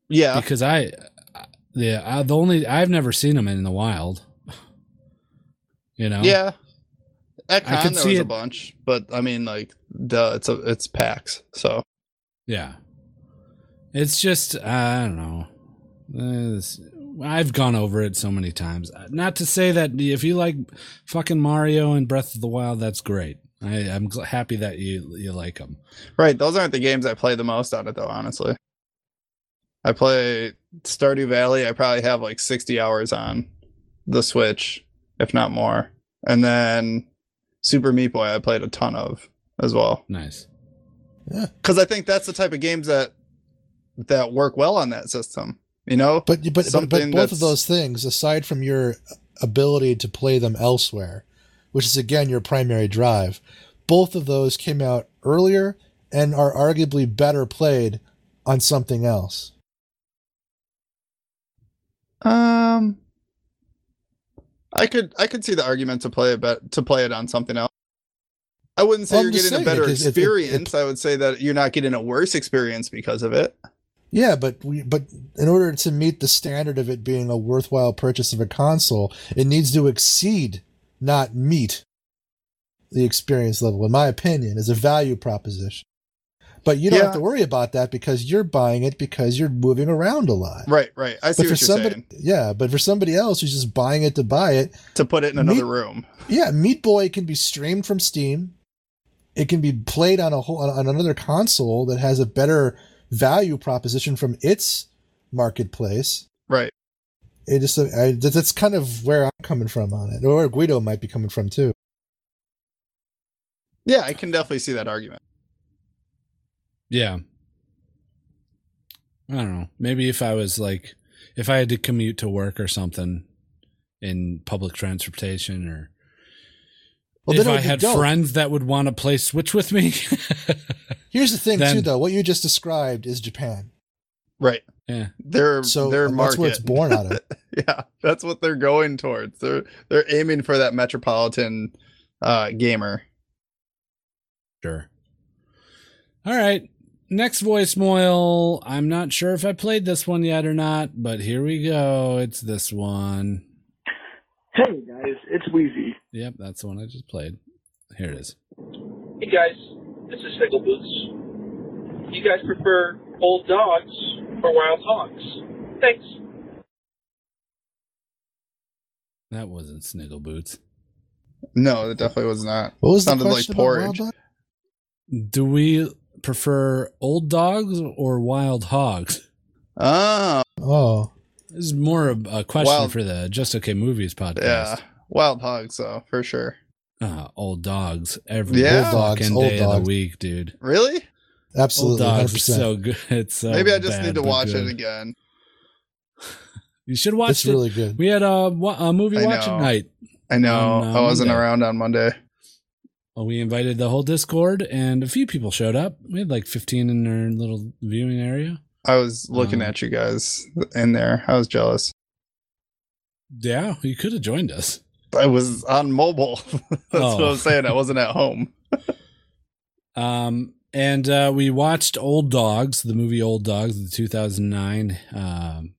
Speaker 2: Yeah,
Speaker 1: because I, I- yeah, I, the only I've never seen them in the wild. You know.
Speaker 2: yeah. At
Speaker 1: I
Speaker 2: Con,
Speaker 1: could
Speaker 2: there
Speaker 1: see
Speaker 2: was a
Speaker 1: it-
Speaker 2: bunch, but I mean, like, duh, it's a it's PAX, so
Speaker 1: Yeah. It's just I don't know. Uh, this- I've gone over it so many times. Uh, Not to say that if you like fucking Mario and Breath of the Wild, that's great. I, I'm gl- happy that you you like them.
Speaker 2: Right, those aren't the games I play the most on it though, honestly. I play Stardew Valley, I probably have like 60 hours on the Switch, if not more. And then Super Meat Boy I played a ton of as well.
Speaker 1: Nice.
Speaker 2: Cuz I think that's the type of games that that work well on that system, you know?
Speaker 3: But but but,
Speaker 2: Something
Speaker 3: but both
Speaker 2: that's-
Speaker 3: of those things, aside from your ability to play them elsewhere, which is again your primary drive, both of those came out earlier and are arguably better played on something else.
Speaker 2: Um I could I could see the argument to play it bet to play it on something else. I wouldn't say
Speaker 3: Well, I'm
Speaker 2: you're
Speaker 3: just
Speaker 2: getting a
Speaker 3: saying,
Speaker 2: better
Speaker 3: like, it's- it's- it- it-
Speaker 2: experience. I would say that you're not getting a worse experience because of it.
Speaker 3: Yeah, but we, but in order to meet the standard of it being a worthwhile purchase of a console, it needs to exceed, not meet, the experience level. In my opinion, is a value proposition. But you don't
Speaker 2: Yeah.
Speaker 3: have to worry about that because you're buying it because you're moving around a lot.
Speaker 2: Right, right. I see what
Speaker 3: But for
Speaker 2: you're
Speaker 3: somebody,
Speaker 2: saying.
Speaker 3: yeah, but for somebody else who's just buying it to buy it,
Speaker 2: To put it in
Speaker 3: Me-
Speaker 2: another room.
Speaker 3: yeah, Meat Boy can be streamed from Steam. It can be played on a whole on, on another console that has a better value proposition from its marketplace.
Speaker 2: Right.
Speaker 3: It just I, that- that's kind of where I'm coming from on it, or Guido might be coming from too.
Speaker 2: Yeah, I can definitely see that argument.
Speaker 1: Yeah. I don't know. Maybe if I was like, if I had to commute to work or something in public transportation or
Speaker 3: Well,
Speaker 1: if
Speaker 3: then
Speaker 1: I
Speaker 3: it would be
Speaker 1: had
Speaker 3: dope.
Speaker 1: friends that would want to play Switch with me.
Speaker 3: Here's the thing
Speaker 1: then-
Speaker 3: too, though. What you just described is Japan,
Speaker 2: Right.
Speaker 1: yeah.
Speaker 2: Their
Speaker 3: so
Speaker 2: their
Speaker 3: that's
Speaker 2: market.
Speaker 3: where it's born out of.
Speaker 2: yeah, that's what they're going towards. They're they're aiming for that metropolitan uh gamer.
Speaker 1: Sure. All right. Next voicemail. I'm not sure if I played this one yet or not, but here we go. It's this one.
Speaker 9: Hey guys, it's Wheezy.
Speaker 1: Yep, that's the one I just played. Here it is.
Speaker 10: Hey guys, this is Fickle Boots. Do you guys prefer old dogs or wild hogs? Thanks.
Speaker 1: That wasn't Sniggle Boots.
Speaker 2: No, it definitely was not.
Speaker 3: What was
Speaker 2: Sounded
Speaker 3: the
Speaker 2: like
Speaker 3: question about Wild
Speaker 2: porridge.
Speaker 3: Dog?
Speaker 1: Do we prefer old dogs or wild hogs?
Speaker 2: Oh,
Speaker 3: Oh,
Speaker 1: This is more of a question
Speaker 2: Wild-
Speaker 1: for the Just Okay Movies
Speaker 2: yeah.
Speaker 1: podcast.
Speaker 2: Wild hogs though, for sure.
Speaker 1: Uh, old dogs every
Speaker 2: Yeah.
Speaker 3: Old
Speaker 1: fucking
Speaker 3: dogs, old
Speaker 1: day of
Speaker 3: dogs.
Speaker 1: the week, dude.
Speaker 2: Really?
Speaker 3: absolutely,
Speaker 1: old
Speaker 3: hundred
Speaker 1: dogs are
Speaker 3: percent.
Speaker 1: so good. It's so
Speaker 2: Maybe I just
Speaker 1: bad,
Speaker 2: need to
Speaker 1: but
Speaker 2: watch
Speaker 1: good.
Speaker 2: it again.
Speaker 1: You should watch
Speaker 3: It's
Speaker 1: it.
Speaker 3: really good.
Speaker 1: We had a, wa- a movie
Speaker 2: I
Speaker 1: watching
Speaker 2: know.
Speaker 1: night.
Speaker 2: I know
Speaker 1: On, uh,
Speaker 2: I wasn't
Speaker 1: Monday.
Speaker 2: around on Monday.
Speaker 1: Well, we invited the whole Discord, and a few people showed up. We had like 15 in our little viewing area.
Speaker 2: I was looking at you guys in there. I was jealous.
Speaker 1: Yeah, you could have joined us.
Speaker 2: I was on mobile. That's
Speaker 1: Oh.
Speaker 2: what I'm saying. I wasn't at home.
Speaker 1: Um, and uh, we watched Old Dogs, the movie Old Dogs, the 2009. Um,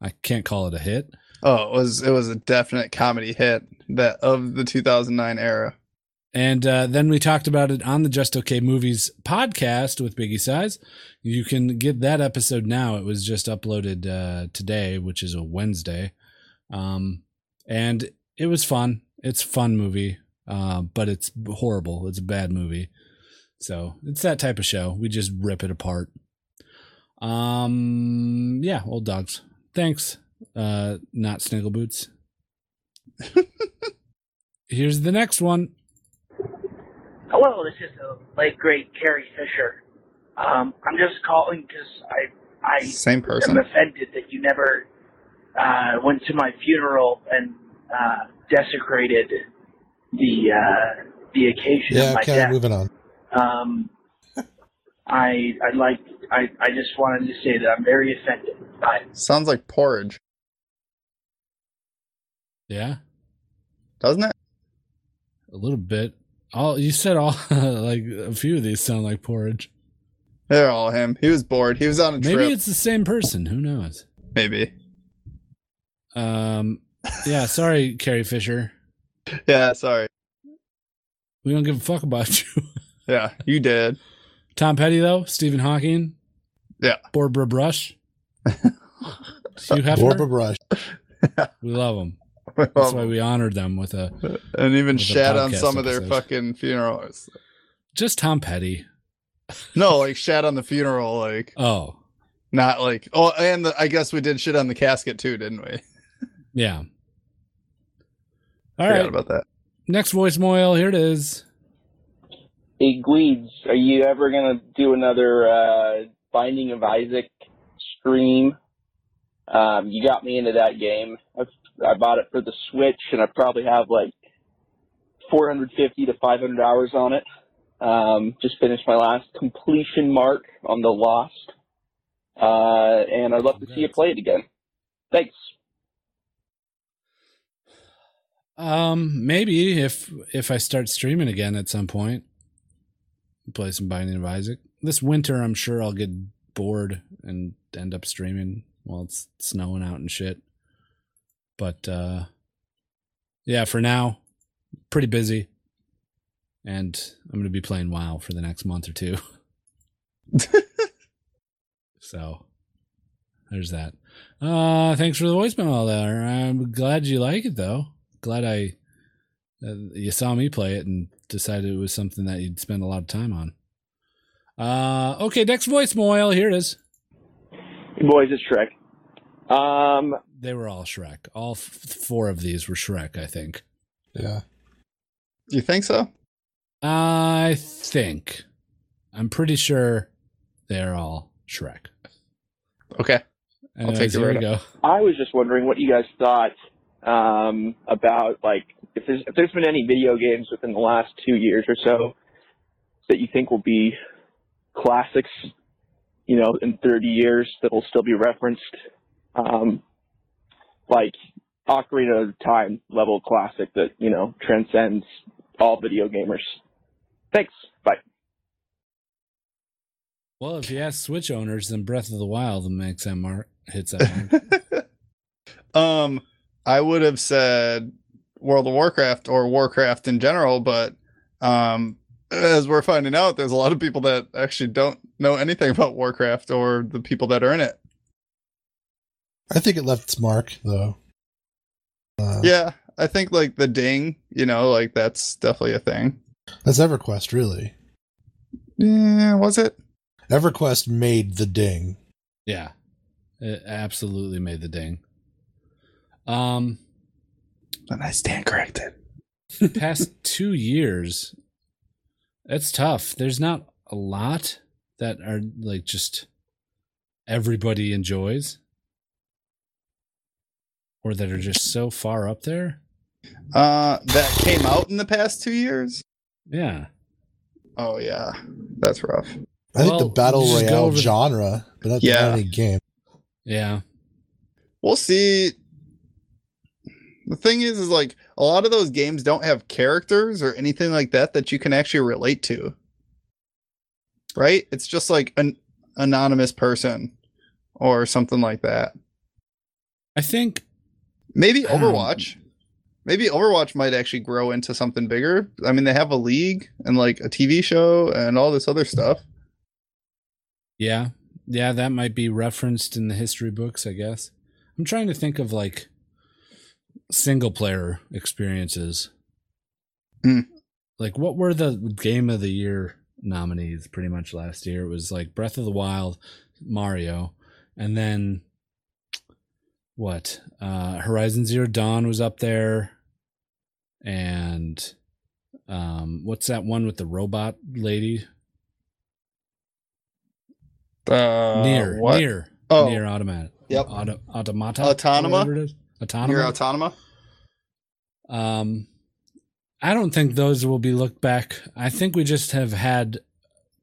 Speaker 1: I can't call it a hit.
Speaker 2: Oh, it was it was a definite comedy hit that of the 2009 era.
Speaker 1: And uh, then we talked about it on the Just Okay Movies podcast with Biggie Size. You can get that episode now. It was just uploaded uh, today, which is a Wednesday. Um, and it was fun. It's a fun movie, uh, but it's horrible. It's a bad movie. So it's that type of show. We just rip it apart. Um, yeah, old dogs. Thanks, uh, not Sniggle Boots. Here's the next one.
Speaker 11: Hello, this is the late great Carrie Fisher. Um, I'm just calling because I I
Speaker 2: Same person.
Speaker 11: am offended that you never uh, went to my funeral and uh, desecrated the uh, the occasion
Speaker 3: Yeah,
Speaker 11: of my
Speaker 3: okay,
Speaker 11: death.
Speaker 3: moving on.
Speaker 11: Um, I I like I I just wanted to say that I'm very offended by
Speaker 2: Sounds like porridge,
Speaker 1: Yeah,
Speaker 2: doesn't it?
Speaker 1: a little bit. All you said, all like a few of these sound like porridge.
Speaker 2: They're all him. He was bored. He was on a
Speaker 1: Maybe
Speaker 2: trip.
Speaker 1: it's the same person. Who knows?
Speaker 2: Maybe.
Speaker 1: Um, yeah. Sorry, Carrie Fisher.
Speaker 2: Yeah. Sorry.
Speaker 1: We don't give a fuck about you.
Speaker 2: Yeah. You did.
Speaker 1: Tom Petty though, Stephen Hawking.
Speaker 2: Yeah.
Speaker 1: Barbara Brush. Hugh Hefner.
Speaker 3: Barbara Brush.
Speaker 1: We love them.
Speaker 2: Well,
Speaker 1: That's why we honored them with a
Speaker 2: and even
Speaker 1: with a
Speaker 2: shat on
Speaker 1: podcast
Speaker 2: some of their
Speaker 1: episode.
Speaker 2: fucking funerals.
Speaker 1: just Tom Petty.
Speaker 2: No, like shat on the funeral, like
Speaker 1: Oh,
Speaker 2: not like. Oh, and the, I guess we did shit on the casket too, didn't we?
Speaker 1: yeah. All
Speaker 2: Forgot
Speaker 1: right.
Speaker 2: about that.
Speaker 1: Next voicemail. Here it is.
Speaker 8: Hey, Gweeds, are you ever going to do another uh, Binding of Isaac stream? Um, you got me into that game. I, I bought it for the Switch, and I probably have like 450 to 500 hours on it. Um, just finished my last completion mark on The Lost, uh, and I'd love to see you play it again. Thanks.
Speaker 1: Um, maybe if if I start streaming again at some point, play some Binding of Isaac this winter. I'm sure I'll get bored and end up streaming while it's snowing out and shit. But uh, yeah, for now, pretty busy, and I'm gonna be playing WoW for the next month or two. so there's that. Uh, thanks for the voicemail there. I'm glad you like it though. Glad I uh, you saw me play it and decided it was something that you'd spend a lot of time on. Uh, okay, next voicemail. Here it is.
Speaker 8: Hey, boys, it's Shrek. Um,
Speaker 1: They were all Shrek. All f- four of these were Shrek, I think.
Speaker 3: Yeah.
Speaker 2: You think so?
Speaker 1: I think. I'm pretty sure they're all Shrek.
Speaker 2: Okay. I'll
Speaker 1: Anyways,
Speaker 2: take your
Speaker 1: here we
Speaker 2: word.
Speaker 1: go.
Speaker 8: I was just wondering what you guys thought um, about like if there's if there's been any video games within the last two years or so that you think will be classics, you know, in 30 years that will still be referenced, um, like Ocarina of Time level classic that you know transcends all video gamers. Thanks. Bye.
Speaker 1: Well, if you ask Switch owners, then Breath of the Wild makes that mark hits that mark.
Speaker 2: Um, I would have said World of Warcraft or Warcraft in general, but um, as we're finding out, there's a lot of people that actually don't know anything about Warcraft or the people that are in it.
Speaker 3: I think it left its mark, though. Uh,
Speaker 2: Yeah, I think like the ding, you know, like that's definitely a thing.
Speaker 3: That's EverQuest, really.
Speaker 2: Yeah, was it?
Speaker 3: EverQuest made the ding.
Speaker 1: Yeah. It absolutely made the ding. Um
Speaker 2: And I stand corrected.
Speaker 1: past 2 years that's tough. There's not a lot that are like just everybody enjoys or that are just so far up there.
Speaker 2: Uh, that came out in the past two years.
Speaker 1: Yeah.
Speaker 2: Oh yeah, that's rough.
Speaker 3: I think
Speaker 1: Well,
Speaker 3: the battle
Speaker 1: just go
Speaker 3: royale
Speaker 1: over-
Speaker 3: genre, but not
Speaker 2: Yeah.
Speaker 3: not any game.
Speaker 1: Yeah.
Speaker 2: We'll see. The thing is, is like a lot of those games don't have characters or anything like that that you can actually relate to. Right? It's just like an anonymous person or something like that.
Speaker 1: I think
Speaker 2: maybe
Speaker 1: I don't know.
Speaker 2: Overwatch. Maybe Overwatch might actually grow into something bigger. I mean, they have a league and like a TV show and all this other stuff.
Speaker 1: Yeah. Yeah, that might be referenced in the history books, I guess. I'm trying to think of like single player experiences.
Speaker 2: Hmm.
Speaker 1: Like what were the game of the year nominees pretty much last year? It was like Breath of the Wild, Mario, and then what? Uh Horizon Zero Dawn was up there and um what's that one with the robot lady?
Speaker 2: Uh,
Speaker 1: near,
Speaker 2: what?
Speaker 1: near,
Speaker 2: Oh.
Speaker 1: near automatic.
Speaker 2: Yep.
Speaker 1: Auto, automata.
Speaker 2: Autonoma?
Speaker 1: whatever it is. Autonoma.
Speaker 2: Near Autonoma.
Speaker 1: um, I don't think those will be looked back. I think we just have had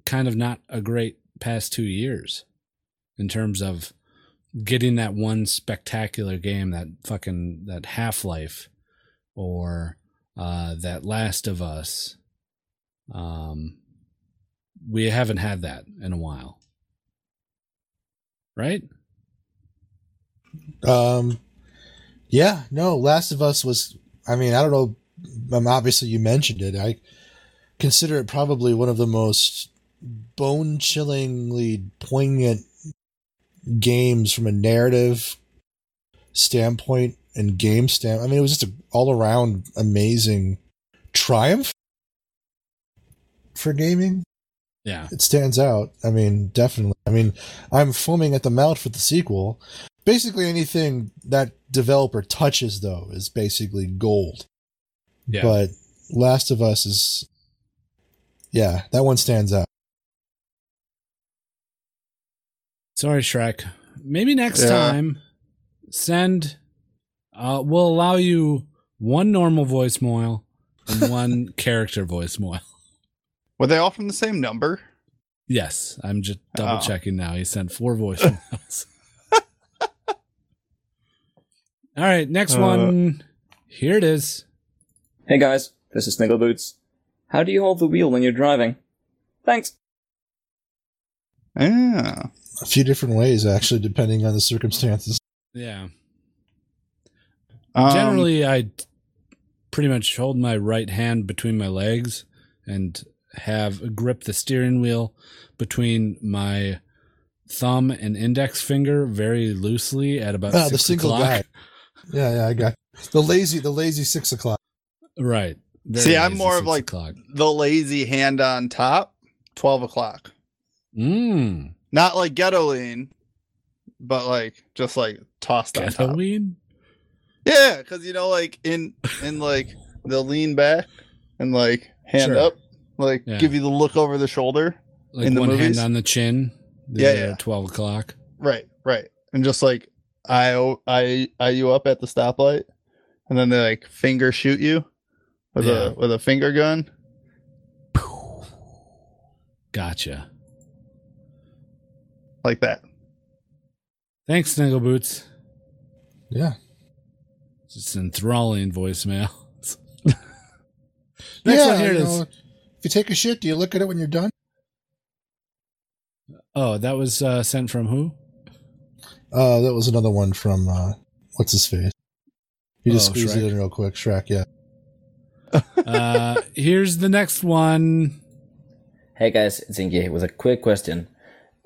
Speaker 1: kind of not a great past two years in terms of getting that one spectacular game, that fucking that Half Life, or uh, that Last of Us. Um, we haven't had that in a while, right?
Speaker 3: Um, yeah, no, Last of Us was. I mean, I don't know. Um, obviously, you mentioned it. I consider it probably one of the most bone-chillingly poignant games from a narrative standpoint and game stand. I mean, it was just an all-around amazing triumph for gaming.
Speaker 1: Yeah.
Speaker 3: It stands out. I mean, definitely. I mean, I'm foaming at the mouth for the sequel. Basically, anything that developer touches, though, is basically gold.
Speaker 1: Yeah.
Speaker 3: But Last of Us is, yeah, that one stands out.
Speaker 1: Sorry, Shrek. Maybe next
Speaker 3: Yeah.
Speaker 1: time, send. Uh, we'll allow you one normal voicemail and one character voicemail.
Speaker 2: Were they all from the same number?
Speaker 1: Yes, I'm just double
Speaker 2: Oh.
Speaker 1: checking now. He sent four voicemails. All right, next
Speaker 12: Uh,
Speaker 1: one. Here it is.
Speaker 12: Hey guys, this is Sniggle Boots. How do you hold the wheel when you're driving? Thanks.
Speaker 2: Yeah.
Speaker 3: A few different ways, actually, depending on the circumstances.
Speaker 1: Yeah.
Speaker 3: Um,
Speaker 1: Generally, I t- pretty much hold my right hand between my legs and have grip the steering wheel between my thumb and index finger very loosely at about
Speaker 3: Ah, the
Speaker 1: six
Speaker 3: single
Speaker 1: o'clock.
Speaker 3: guy. Yeah, yeah, I got the lazy, the lazy six o'clock.
Speaker 1: Right. Very
Speaker 2: See, I'm
Speaker 1: lazy
Speaker 2: more of
Speaker 1: six
Speaker 2: like
Speaker 1: o'clock.
Speaker 2: the lazy hand on top, twelve o'clock.
Speaker 1: Mm.
Speaker 2: Not like ghetto lean, but like just like tossed on top.
Speaker 1: Halloween.
Speaker 2: Yeah, because you know, like in in like the lean back and like hand
Speaker 1: Sure.
Speaker 2: up, like
Speaker 1: Yeah.
Speaker 2: give you the look over the shoulder
Speaker 1: Like
Speaker 2: in the
Speaker 1: one
Speaker 2: movies.
Speaker 1: hand on the chin. the
Speaker 2: Yeah,
Speaker 1: other
Speaker 2: yeah.
Speaker 1: at Twelve o'clock.
Speaker 2: Right, right, and just like I I I you up at the stoplight, and then they like finger shoot you with
Speaker 1: Yeah.
Speaker 2: a with a finger gun.
Speaker 1: Gotcha.
Speaker 2: Like that.
Speaker 1: Thanks, Snuggle Boots.
Speaker 3: Yeah.
Speaker 1: Just enthralling voicemail. Next
Speaker 3: Yeah,
Speaker 1: one, here it
Speaker 3: you
Speaker 1: is.
Speaker 3: know, if you take a shit, do you look at it when you're done?
Speaker 1: Oh, that was uh, sent from who?
Speaker 3: Uh, that was another one from uh, what's his face? He just
Speaker 1: Oh,
Speaker 3: squeezed it in real quick. Shrek, yeah.
Speaker 1: Uh, here's the next one.
Speaker 13: Hey guys, it's Inge with a quick question.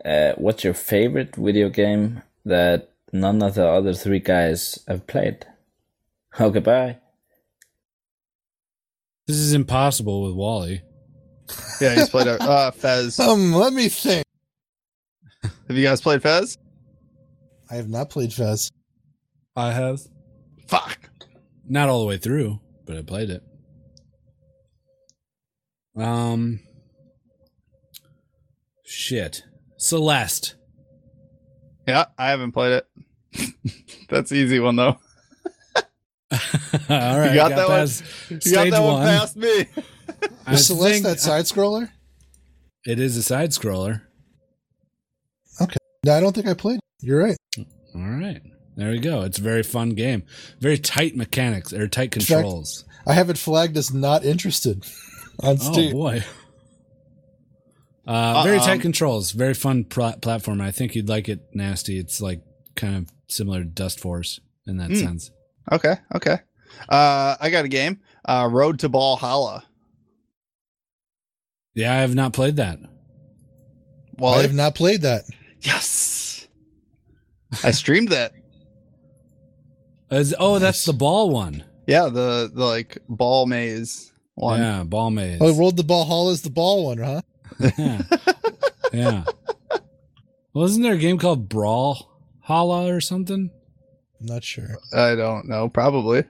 Speaker 13: Uh, what's your favorite video game that none of the other three guys have played? Okay, bye.
Speaker 1: This is impossible with Wally.
Speaker 2: Yeah, he's played a uh, Fez.
Speaker 3: Um, let me think.
Speaker 2: Have you guys played Fez?
Speaker 3: I have not played Fez.
Speaker 1: I have.
Speaker 2: Fuck.
Speaker 1: Not all the way through, but I played it. Um. Shit. Celeste.
Speaker 2: Yeah, I haven't played it. That's an easy one
Speaker 1: all
Speaker 2: though.
Speaker 1: right.
Speaker 2: you
Speaker 1: got
Speaker 2: got, that
Speaker 1: past
Speaker 2: one. You got
Speaker 1: stage
Speaker 2: that one,
Speaker 1: one.
Speaker 2: past me.
Speaker 1: I
Speaker 3: Is Celeste
Speaker 1: think-
Speaker 3: that side scroller?
Speaker 1: It is a side scroller.
Speaker 3: No, I don't think I played. You're right.
Speaker 1: All right. There we go. It's a very fun game. Very tight mechanics or tight
Speaker 3: In fact,
Speaker 1: controls.
Speaker 3: I have it flagged as not interested on
Speaker 1: Oh,
Speaker 3: Steam.
Speaker 1: boy. Uh, very tight
Speaker 3: Um,
Speaker 1: controls. Very fun pl- platform. I think you'd like it, Nasty. It's like kind of similar to Dust Force in
Speaker 3: Hmm.
Speaker 1: that
Speaker 2: Mm.
Speaker 1: sense.
Speaker 2: Okay, okay. Uh, I got a game. Uh, Road to Valhalla.
Speaker 1: Yeah, I have not played that.
Speaker 2: Well,
Speaker 3: I have not played that.
Speaker 2: Yes. I streamed that.
Speaker 1: Is- oh, that's the ball one.
Speaker 2: Yeah, the, the like ball maze one.
Speaker 1: Yeah, ball maze.
Speaker 3: Oh, rolled the ball. Hall is the ball one, huh?
Speaker 1: yeah. Wasn't there a game called Brawl Hala or something?
Speaker 3: Not sure.
Speaker 2: I don't know. Probably.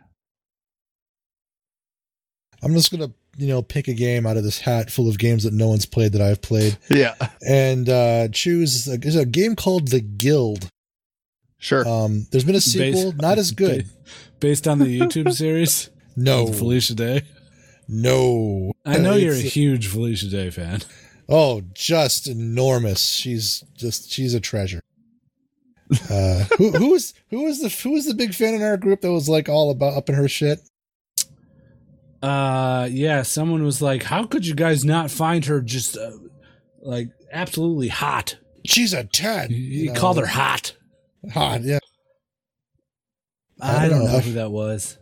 Speaker 3: I'm just gonna you know pick a game out of this hat full of games that no one's played that I've played,
Speaker 2: Yeah.
Speaker 3: and uh, choose. A, there's a game called The Guild.
Speaker 2: Sure.
Speaker 3: Um, there's been a sequel, not as good.
Speaker 1: Based on the YouTube series?
Speaker 3: No.
Speaker 1: With Felicia Day?
Speaker 3: No.
Speaker 1: I know you're a
Speaker 3: It's-
Speaker 1: huge Felicia Day fan.
Speaker 3: Oh, just enormous. She's just she's a treasure. Uh, who who was who was the who was the big fan in our group that was like all about up in her shit?
Speaker 1: Uh, yeah, someone was like, how could you guys not find her just uh, like absolutely hot?
Speaker 3: She's a 10.
Speaker 1: He
Speaker 3: know.
Speaker 1: called her hot.
Speaker 3: Hot, yeah.
Speaker 1: I, don't know,
Speaker 3: if-
Speaker 1: who that was.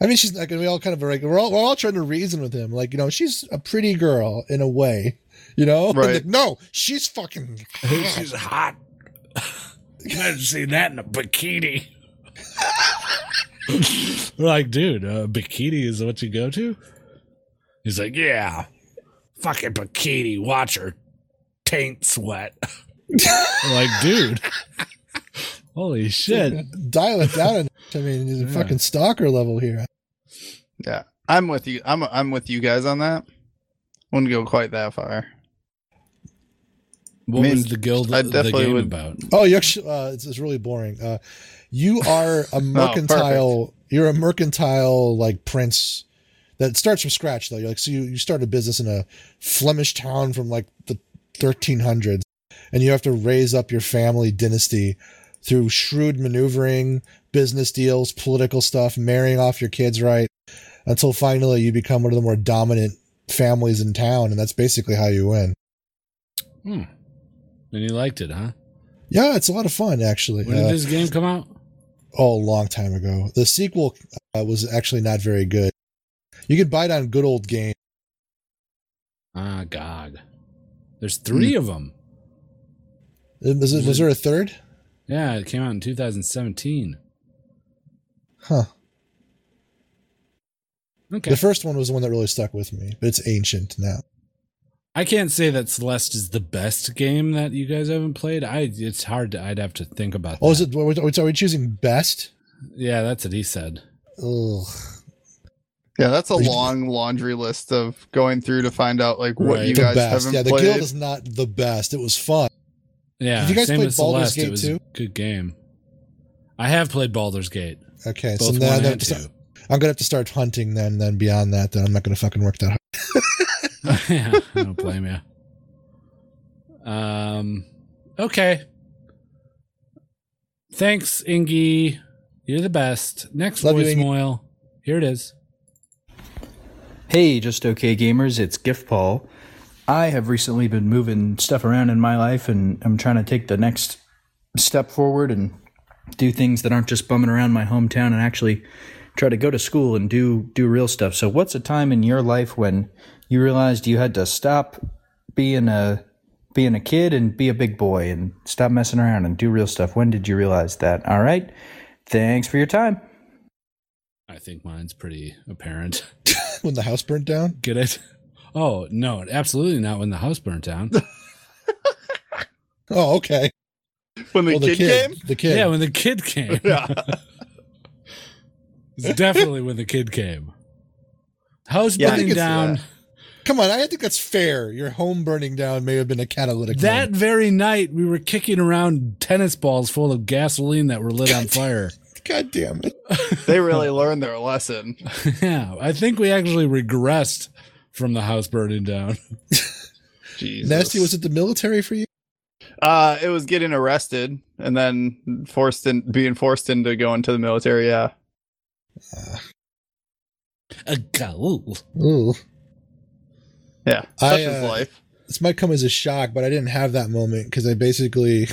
Speaker 3: I mean, she's like we all kind of are like we're all we're all trying to reason with him, like you know, she's a pretty girl in a way, you know. And
Speaker 1: Right.
Speaker 3: like, no, she's fucking.
Speaker 1: She's hot. I haven't seen that in a bikini. We're like, dude, uh, bikini is what you go to? He's like, yeah, fucking bikini. Watch her taint sweat. We're like, dude, holy shit.
Speaker 3: Dial it down. a notch. I mean, he's a
Speaker 2: Yeah.
Speaker 3: fucking stalker level here.
Speaker 2: Yeah. I'm with you. I'm I'm with you guys on that. Wouldn't go quite that far.
Speaker 1: What
Speaker 2: I mean,
Speaker 1: was the guild?
Speaker 2: I
Speaker 1: the
Speaker 2: definitely
Speaker 1: game
Speaker 2: would-
Speaker 1: about?
Speaker 3: Oh, you actually, uh, it's, it's really boring. Uh, you are a mercantile. you're a mercantile like prince that starts from scratch though. You're like so you, you start a business in a Flemish town from like the 1300s, and you have to raise up your family dynasty through shrewd maneuvering, business deals, political stuff, marrying off your kids right, until finally you become one of the more dominant families in town, and that's basically how you win.
Speaker 1: Hmm. And you liked it, huh?
Speaker 3: Yeah, it's a lot of fun actually.
Speaker 1: When did
Speaker 3: Uh,
Speaker 1: this game come out?
Speaker 3: oh, a long time ago. The sequel uh, was actually not very good. You could buy it on good old game.
Speaker 1: Ah, God. There's
Speaker 2: Hmm.
Speaker 1: three of them.
Speaker 3: Was, it, was there a third?
Speaker 1: Yeah, it came out in 2017.
Speaker 3: Huh.
Speaker 1: Okay.
Speaker 3: The first one was the one that really stuck with me, but it's ancient now.
Speaker 1: I can't say that Celeste is the best game that you guys haven't played. I it's hard to I'd have to think about that.
Speaker 3: Oh, is it? Are we, are we choosing best?
Speaker 1: Yeah, that's what he said.
Speaker 3: Ugh.
Speaker 2: Yeah, that's a
Speaker 3: Would you-
Speaker 2: long laundry list of going through to find out like what
Speaker 1: Right.
Speaker 2: you
Speaker 1: The
Speaker 2: guys
Speaker 3: best.
Speaker 2: haven't
Speaker 3: Yeah, the
Speaker 2: played.
Speaker 3: guild is not the best. It was fun.
Speaker 1: Yeah.
Speaker 3: Have you guys
Speaker 1: same
Speaker 3: played
Speaker 1: with
Speaker 3: Baldur's
Speaker 1: Celeste, it
Speaker 3: Gate
Speaker 1: was
Speaker 3: too?
Speaker 1: a good game. I have played Baldur's Gate.
Speaker 3: Okay,
Speaker 1: Both
Speaker 3: so now
Speaker 1: one
Speaker 3: that-
Speaker 1: and two.
Speaker 3: I'm gonna have to start hunting then. Then beyond that, then I'm not gonna fucking work that hard.
Speaker 1: yeah, I don't blame you. Um, okay. Thanks, Ingy. You're the best. Next
Speaker 7: Love you, Ingy.
Speaker 1: voicemail. Here it is.
Speaker 7: Hey, just okay gamers, it's Gift Paul. I have recently been moving stuff around in my life and I'm trying to take the next step forward and do things that aren't just bumming around my hometown and actually try to go to school and do do real stuff. So what's a time in your life when you realized you had to stop being a being a kid and be a big boy and stop messing around and do real stuff? When did you realize that? All right. Thanks for your time.
Speaker 1: I think mine's pretty apparent.
Speaker 3: when the house burnt down?
Speaker 1: Get it? Oh, no, absolutely not when the house burnt down.
Speaker 3: Oh, okay.
Speaker 2: When
Speaker 3: the Well, the kid kid- came? the kid.
Speaker 1: Yeah, when the kid came.
Speaker 2: Yeah.
Speaker 1: it's definitely when the kid came. House
Speaker 3: Yeah, I
Speaker 1: burning
Speaker 3: think it's,
Speaker 1: down.
Speaker 3: uh, Come on, I think that's fair. Your home burning down may have been a catalytic.
Speaker 1: That very night, we were kicking around tennis balls full of gasoline that were lit on fire.
Speaker 3: God damn it.
Speaker 2: they really learned their lesson.
Speaker 1: yeah, I think we actually regressed from the house burning down.
Speaker 2: Jeez.
Speaker 3: Nasty, was it the military for you?
Speaker 2: Uh, it was getting arrested and then forced in being forced into going to the military. Yeah.
Speaker 1: A goal.
Speaker 3: Ooh.
Speaker 2: Yeah. Such
Speaker 3: I,
Speaker 2: is
Speaker 3: uh,
Speaker 2: life.
Speaker 3: This might come as a shock, but I didn't have that moment because I basically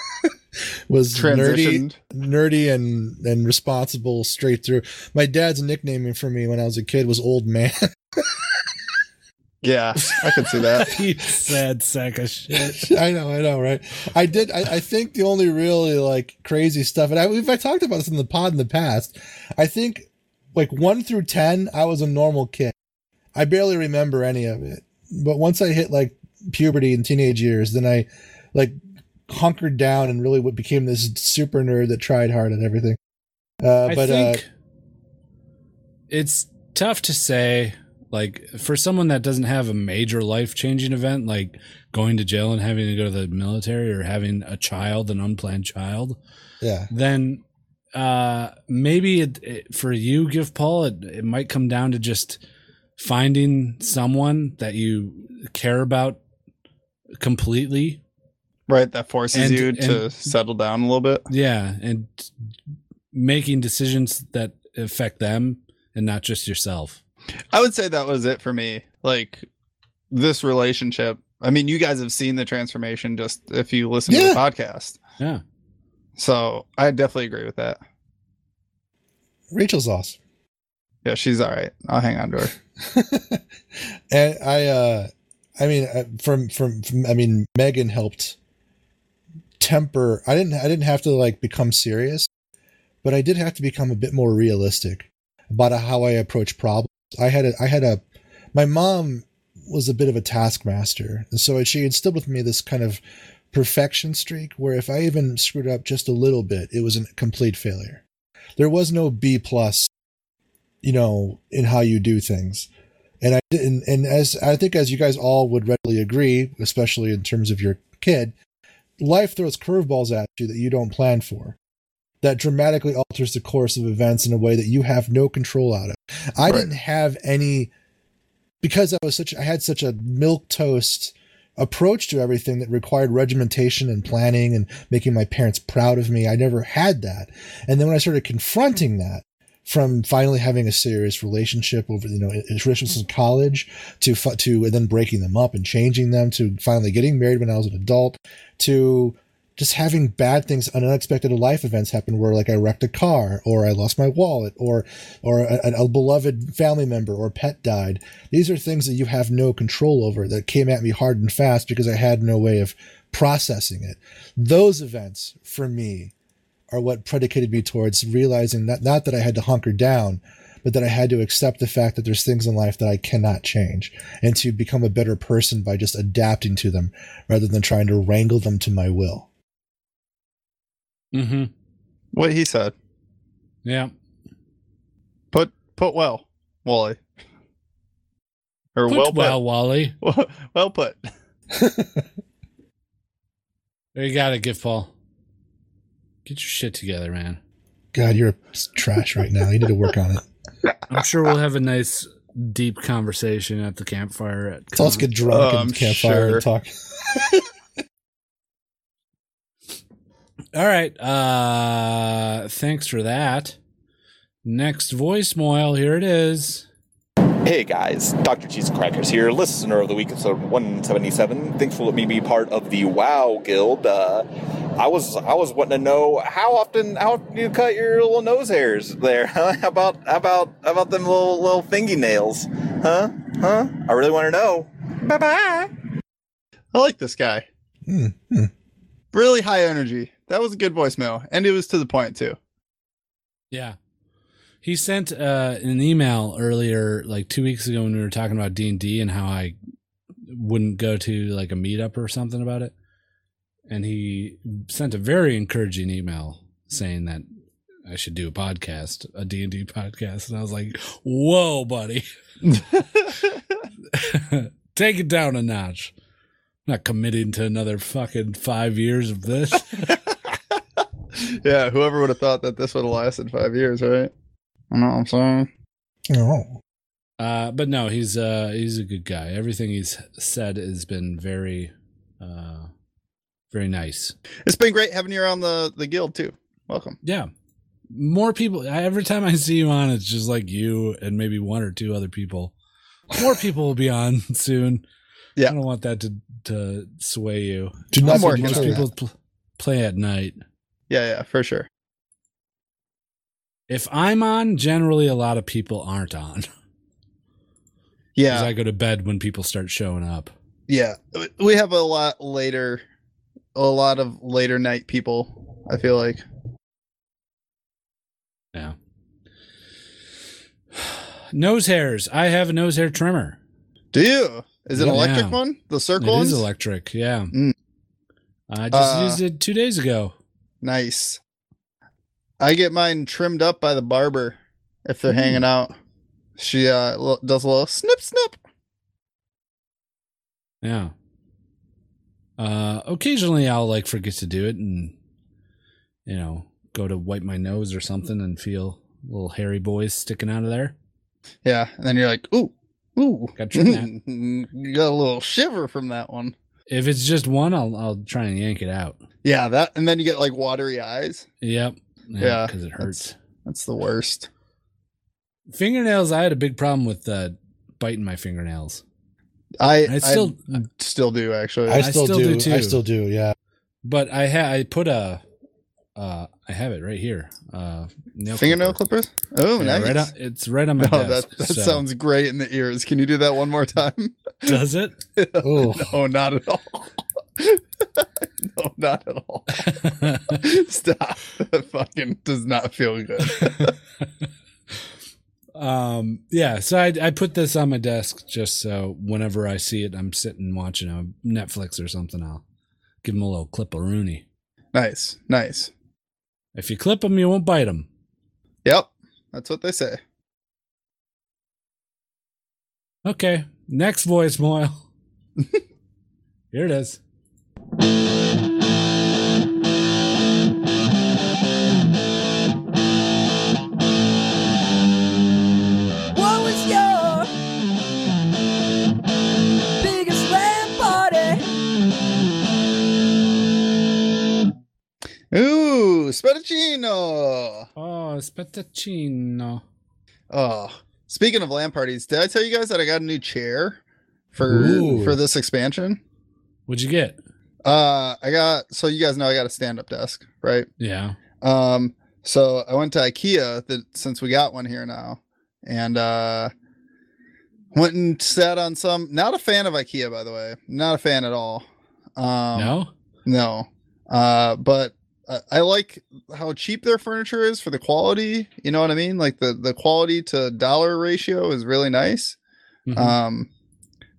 Speaker 3: was nerdy,
Speaker 2: Transitioned.
Speaker 3: nerdy and, and responsible straight through. My dad's nickname for me when I was a kid was Old Man.
Speaker 2: Yeah, I could see that.
Speaker 1: you sad sack of shit.
Speaker 3: I know, I know, right? I did. I, I think the only really like crazy stuff, and I, we've I talked about this in the pod in the past. I think like one through ten, I was a normal kid. I barely remember any of it. But once I hit like puberty and teenage years, then I like hunkered down and really what became this super nerd that tried hard at everything. Uh,
Speaker 1: I
Speaker 3: but
Speaker 1: think
Speaker 3: uh,
Speaker 1: it's tough to say. Like for someone that doesn't have a major life changing event, like going to jail and having to go to the military or having a child, an unplanned child,
Speaker 3: yeah,
Speaker 1: then uh, maybe it, it, for you, Give Paul, it, it might come down to just finding someone that you care about completely
Speaker 2: Right, that forces
Speaker 1: And-
Speaker 2: you to
Speaker 1: and-
Speaker 2: settle down a little bit.
Speaker 1: Yeah, and making decisions that affect them and not just yourself.
Speaker 2: I would say that was it for me. Like this relationship. I mean, you guys have seen the transformation just if you listen to the podcast.
Speaker 1: Yeah.
Speaker 2: So I definitely agree with that.
Speaker 3: Rachel's awesome.
Speaker 2: Yeah, she's all right. I'll hang on to her.
Speaker 3: And I, uh, I mean, uh, from, from from I mean, Megan helped temper. I didn't I didn't have to like become serious, but I did have to become a bit more realistic about how I approach problems. I had a I had a my mom was a bit of a taskmaster, and so she instilled with me this kind of perfection streak where if I even screwed up just a little bit, it was a complete failure. There was no B plus you know, in how you do things. And I and, and as I think as you guys all would readily agree, especially in terms of your kid, life throws curveballs at you that you don't plan for. That dramatically alters the course of events in a way that you have no control out of. I didn't have any because I was such I had such a milk toast approach to everything that required regimentation and planning and making my parents proud of me. I never had that. And then when I started confronting that from finally having a serious relationship over, you know, relationships in college to, fu- to, and then breaking them up and changing them to finally getting married when I was an adult to just having bad things, unexpected life events happen where like I wrecked a car or I lost my wallet or, or a, a beloved family member or pet died. These are things that you have no control over that came at me hard and fast because I had no way of processing it. Those events for me are what predicated me towards realizing that not that I had to hunker down, but that I had to accept the fact that there's things in life that I cannot change and to become a better person by just adapting to them rather than trying to wrangle them to my will.
Speaker 1: Mm-hmm.
Speaker 2: What he said.
Speaker 1: Yeah.
Speaker 2: Put put well, Wally. Or
Speaker 1: Put
Speaker 2: well
Speaker 1: well, Wally.
Speaker 2: Well, well put.
Speaker 1: There you got it, Gift Paul. Get your shit together, man.
Speaker 3: God, you're trash right now. You need to work on it.
Speaker 1: I'm sure we'll have a nice deep conversation at the campfire at
Speaker 3: So let's get drunk and campfire
Speaker 1: sure.
Speaker 3: and talk.
Speaker 1: All right. Uh thanks for that. Next voicemail, here it is.
Speaker 14: Hey guys, Dr. Cheesecrackers here, listener of the week, episode 177. Thanks for letting me be part of the WoW Guild. Uh, I was I was wanting to know how often how often do you cut your little nose hairs there? Huh? How about how about how about them little little fingy nails? Huh? Huh? I really want to know. Bye bye.
Speaker 2: I like this guy. Really high energy. That was a good voicemail. And it was to the point too.
Speaker 1: Yeah. He sent uh, an email earlier, like two weeks ago, when we were talking about D and D and how I wouldn't go to like a meetup or something about it. And he sent a very encouraging email saying that I should do a podcast, a D and D podcast. And I was like, "Whoa, buddy, take it down a notch." I'm not committing to another fucking five years of this.
Speaker 2: Yeah, whoever would have thought that this would have lasted five years, right? I know, I'm sorry.
Speaker 3: Oh.
Speaker 1: Uh, but no, he's uh, he's a good guy. Everything he's said has been very, uh, Very nice.
Speaker 2: It's been great having you around the the guild too. Welcome.
Speaker 1: Yeah. More people. I- Every time I see you on, it's just like you and maybe one or two other people. More people will be on soon.
Speaker 2: Yeah.
Speaker 1: I don't want that to to sway you.
Speaker 3: Do not
Speaker 1: Also,
Speaker 3: working
Speaker 1: most
Speaker 3: on
Speaker 1: people
Speaker 3: that.
Speaker 1: pl- play at night.
Speaker 2: Yeah, yeah, for sure.
Speaker 1: If I'm on, generally a lot of people aren't on.
Speaker 2: Yeah.
Speaker 1: 'Cause I go to bed when people start showing up.
Speaker 2: Yeah, we- we have a lot later, a lot of later night people. I feel like.
Speaker 1: Yeah. Nose hairs. I have a nose hair trimmer.
Speaker 2: Do you? Is it an electric one? The circle
Speaker 1: It is
Speaker 2: ones? Mm.
Speaker 1: electric. Yeah. I just
Speaker 2: Uh,
Speaker 1: used it two days ago.
Speaker 2: Nice. I get mine trimmed up by the barber if they're
Speaker 1: Mm.
Speaker 2: hanging out. She uh l- does a little snip snip.
Speaker 1: Yeah. Uh, occasionally I'll like forget to do it and, you know, go to wipe my nose or something and feel little hairy boys sticking out of there.
Speaker 2: Yeah, and then you're like, ooh, ooh,
Speaker 1: got
Speaker 2: you got a little shiver from that one.
Speaker 1: If it's just one, I'll I'll try and yank it out.
Speaker 2: Yeah, that, and then you get like watery eyes.
Speaker 1: Yep.
Speaker 2: Yeah,
Speaker 1: because it hurts.
Speaker 2: That's the worst.
Speaker 1: Fingernails. I had a big problem with uh, biting my fingernails.
Speaker 2: I,
Speaker 1: I still
Speaker 2: I still do actually.
Speaker 1: I still do too.
Speaker 3: I still do. Yeah.
Speaker 1: But I ha- I put a uh I have it right here. Uh nail
Speaker 2: Fingernail clippers? Oh,
Speaker 1: Yeah,
Speaker 2: nice.
Speaker 1: right on- it's right on my
Speaker 2: No,
Speaker 1: desk,
Speaker 2: That, that
Speaker 1: so-
Speaker 2: sounds great in the ears. Can you do that one more time?
Speaker 1: Does it?
Speaker 3: oh,
Speaker 2: no, not at all. no, not at all. Stop. That fucking does not feel good.
Speaker 1: Um yeah, so I I put this on my desk just so whenever I see it I'm sitting watching a Netflix or something I'll give them a little clip of Rooney.
Speaker 2: Nice. Nice.
Speaker 1: If you clip them you won't bite them.
Speaker 2: Yep. That's what they say.
Speaker 1: Okay. Next voicemail. Here it is.
Speaker 15: What was your biggest land party?
Speaker 2: Ooh, spettuccino.
Speaker 1: Oh, spettuccino.
Speaker 2: Oh, speaking of land parties, did I tell you guys that I got a new chair for
Speaker 1: Ooh.
Speaker 2: for this expansion?
Speaker 1: What'd you get?
Speaker 2: Uh, I got so you guys know I got a stand up desk, right?
Speaker 1: Yeah.
Speaker 2: Um, so I went to IKEA that since we got one here now, and uh, went and sat on some. Not a fan of IKEA, by the way. Not a fan at all. Um,
Speaker 1: No?
Speaker 2: no. Uh, but I, I like how cheap their furniture is for the quality. You know what I mean? Like the the quality to dollar ratio is really nice.
Speaker 1: Mhm.
Speaker 2: Um,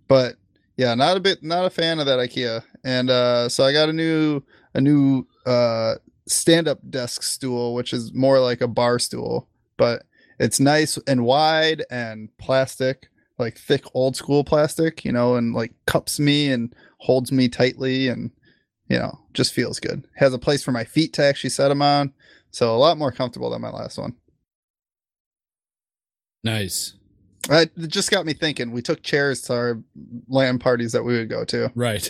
Speaker 2: but yeah, not a bit, not a fan of that IKEA. And uh, so I got a new a new uh stand up desk stool, which is more like a bar stool, but it's nice and wide and plastic, like thick old school plastic, you know, and like cups me and holds me tightly and you know, just feels good. Has a place for my feet to actually set them on. So a lot more comfortable than my last one.
Speaker 1: Nice.
Speaker 2: I, it just got me thinking. We took chairs to our land parties that we would go to.
Speaker 1: Right.